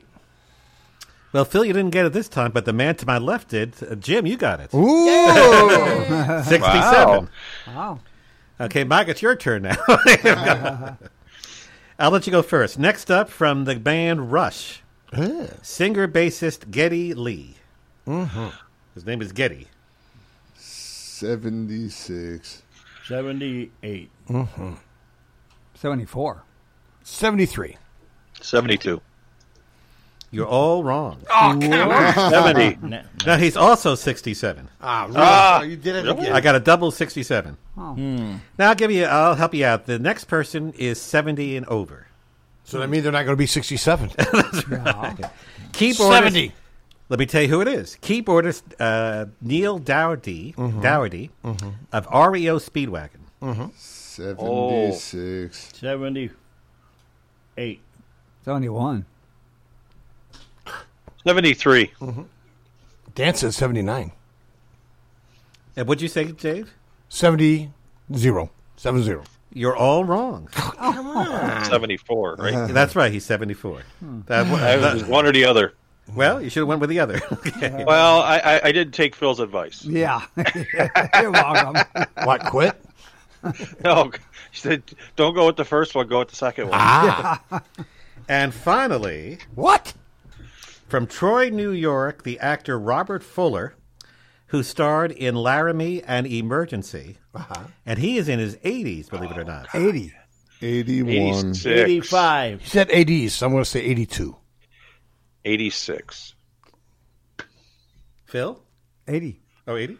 Well, Phil, you didn't get it this time, but the man to my left did. Uh, Jim, you got it.
Ooh.
67.
Wow.
Okay, Mike, it's your turn now. I'll let you go first. Next up from the band Rush, singer bassist Getty Lee. His name is Getty.
76.
78.
Mm-hmm.
74.
73.
72.
You're all wrong.
Oh, come on.
70.
No, no.
Now he's also 67.
Ah, really? Oh, you did it
really?
again.
I got a double 67.
Oh.
Now I'll give you. I'll help you out. The next person is 70 and over.
So that means they're not going to be 67.
That's right. Keyboardist-
70.
Let me tell you who it is. Keyboardist uh, Neil Dougherty,
Mm-hmm.
Mhm.
Dougherty
Mhm.
of REO Speedwagon. Oh.
76.
78.
71.
73.
Mm-hmm. Dan says 79.
And what'd you say, Dave?
70, 0. 7 0.
You're all wrong.
74, right?
That's right. He's 74. That,
I was one or the other.
Well, you should have went with the other. okay.
Well, I, I, I did take Phil's advice.
Yeah. You're welcome.
What, quit?
No, she said, don't go with the first one, go with the second one.
Ah.
and finally,
what?
From Troy, New York, the actor Robert Fuller, who starred in Laramie and Emergency, and he is in his 80s, believe it or not.
80.
81.
85.
He said 80s, so I'm going to say 82.
86.
Phil?
80.
Oh, 80?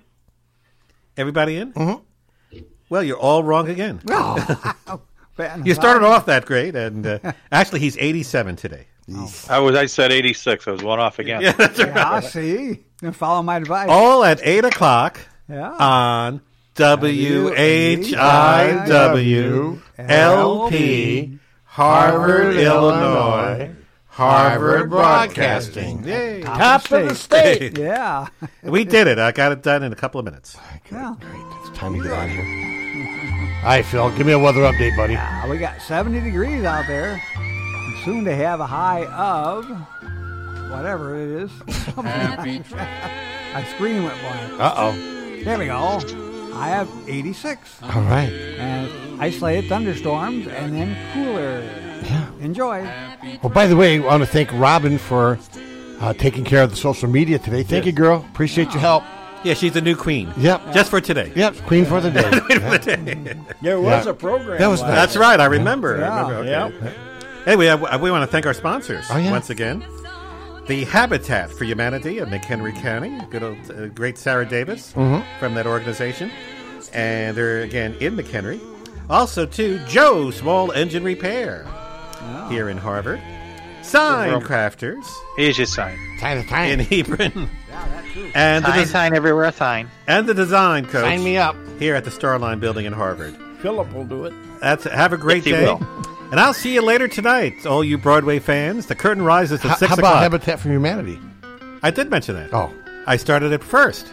Everybody in? Mm-hmm. Oh, Well, you're all wrong again. you started off that great, and uh, actually, he's 87 today.
I was. I said 86. I was one off again.
Yeah, that's right. Oh.
Yeah, see? You follow my advice.
All at 8 o'clock
Yeah.
on W H I W L P Harvard, Illinois. Harvard Broadcasting.
Yay.
Top of the state.
Yeah.
We did it. I got it done in a couple of minutes.
Yeah.
It's time to get out of here. All right, Phil, give me a weather update, buddy.
Uh, we got 70 degrees out there. And soon to have a high of whatever it is. I scream at one.
Uh oh.
There we go. I have 86.
All right.
And isolated thunderstorms and then cooler. Enjoy.
Well, by the way, I want to thank Robin for uh, taking care of the social media today. Thank you, girl. Appreciate your help.
Yeah, she's the new queen.
Yep.
Just for today.
Yep, queen for the day.
There
was
was
Yeah.
a program.
That was like
That's right. I remember.
Yeah.
I remember. Okay. Anyway, I- we want to thank our sponsors
Oh, yeah.
once again. The Habitat for Humanity of McHenry County, good old, uh, great Sarah Davis
Mhm.
from that organization, and they're again in McHenry. Also, to Joe Small Engine Repair
Oh.
here in Harvard. Sign crafters
Here's your sign.
Sign the
in Hebron.
And
And the
sign,
des-
sign everywhere. Sign.
and the design coach.
Sign me up.
here at the Starline Building in Harvard.
Philip will do it.
That's have a great
Yes, he
day.
will.
And I'll see you later tonight, all you Broadway fans. The curtain rises at
How,
six
how
o'clock.
about Habitat for Humanity?
I did mention that.
Oh. Ah.
I started it first.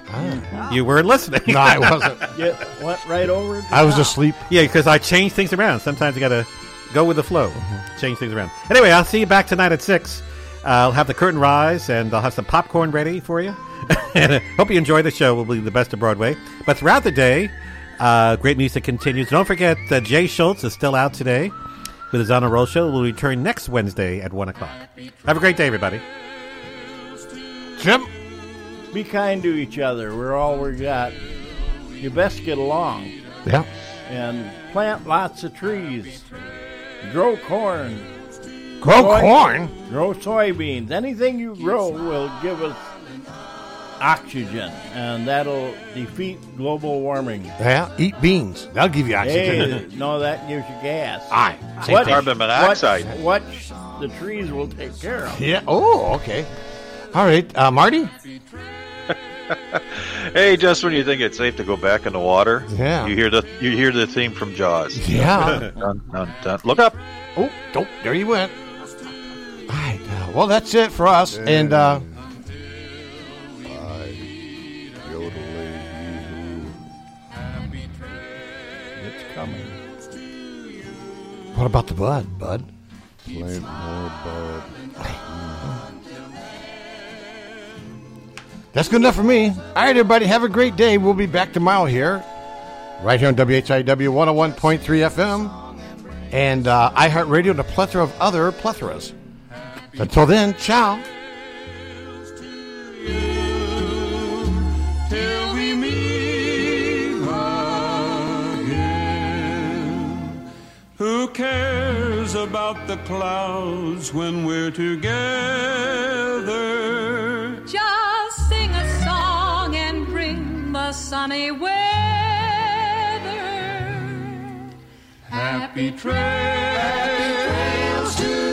You weren't listening.
No, I wasn't.
Yeah, went right over.
I was asleep.
Yeah, because I change things around. Sometimes you got to Go with the flow.
Mm-hmm.
Change things around. Anyway, I'll see you back tonight at 6. I'll have the curtain rise and I'll have some popcorn ready for you. and I hope you enjoy the show. We'll be the best of Broadway. But throughout the day, uh, great music continues. Don't forget that Jay Schultz is still out today with his honor roll show. We'll return next Wednesday at 1 o'clock. Have a great day, everybody. Jim.
Be kind to each other. We're all we got. You best get along.
Yeah.
And plant lots of trees. Grow corn.
Grow corn?
Grow soybeans. Anything you grow will give us oxygen, and that'll defeat global warming.
Yeah, eat beans. That'll give you
Hey,
oxygen.
no, that gives you gas.
Aye. Same thing. Carbon monoxide.
What, what the trees will take care of.
yeah. Oh, okay. All right, uh, Marty.
Hey, just when you think it's safe to go back in the water,
Yeah.
you hear the you hear the theme from Jaws.
Yeah.
Dun, dun, dun. Look up.
Oh, don't. There you went. All right. Uh, well, that's it for us. And uh,
It's coming.
what about the bud, bud?
Plant more bud.
That's good enough for me. All right, everybody, have a great day. We'll be back tomorrow here, right here on WHIW 101.3 FM and uh, iHeartRadio and a plethora of other plethoras. Until then, ciao.
till we meet again. Who cares about the clouds when we're together?
Just sing a song and bring the sunny weather.
Happy trails to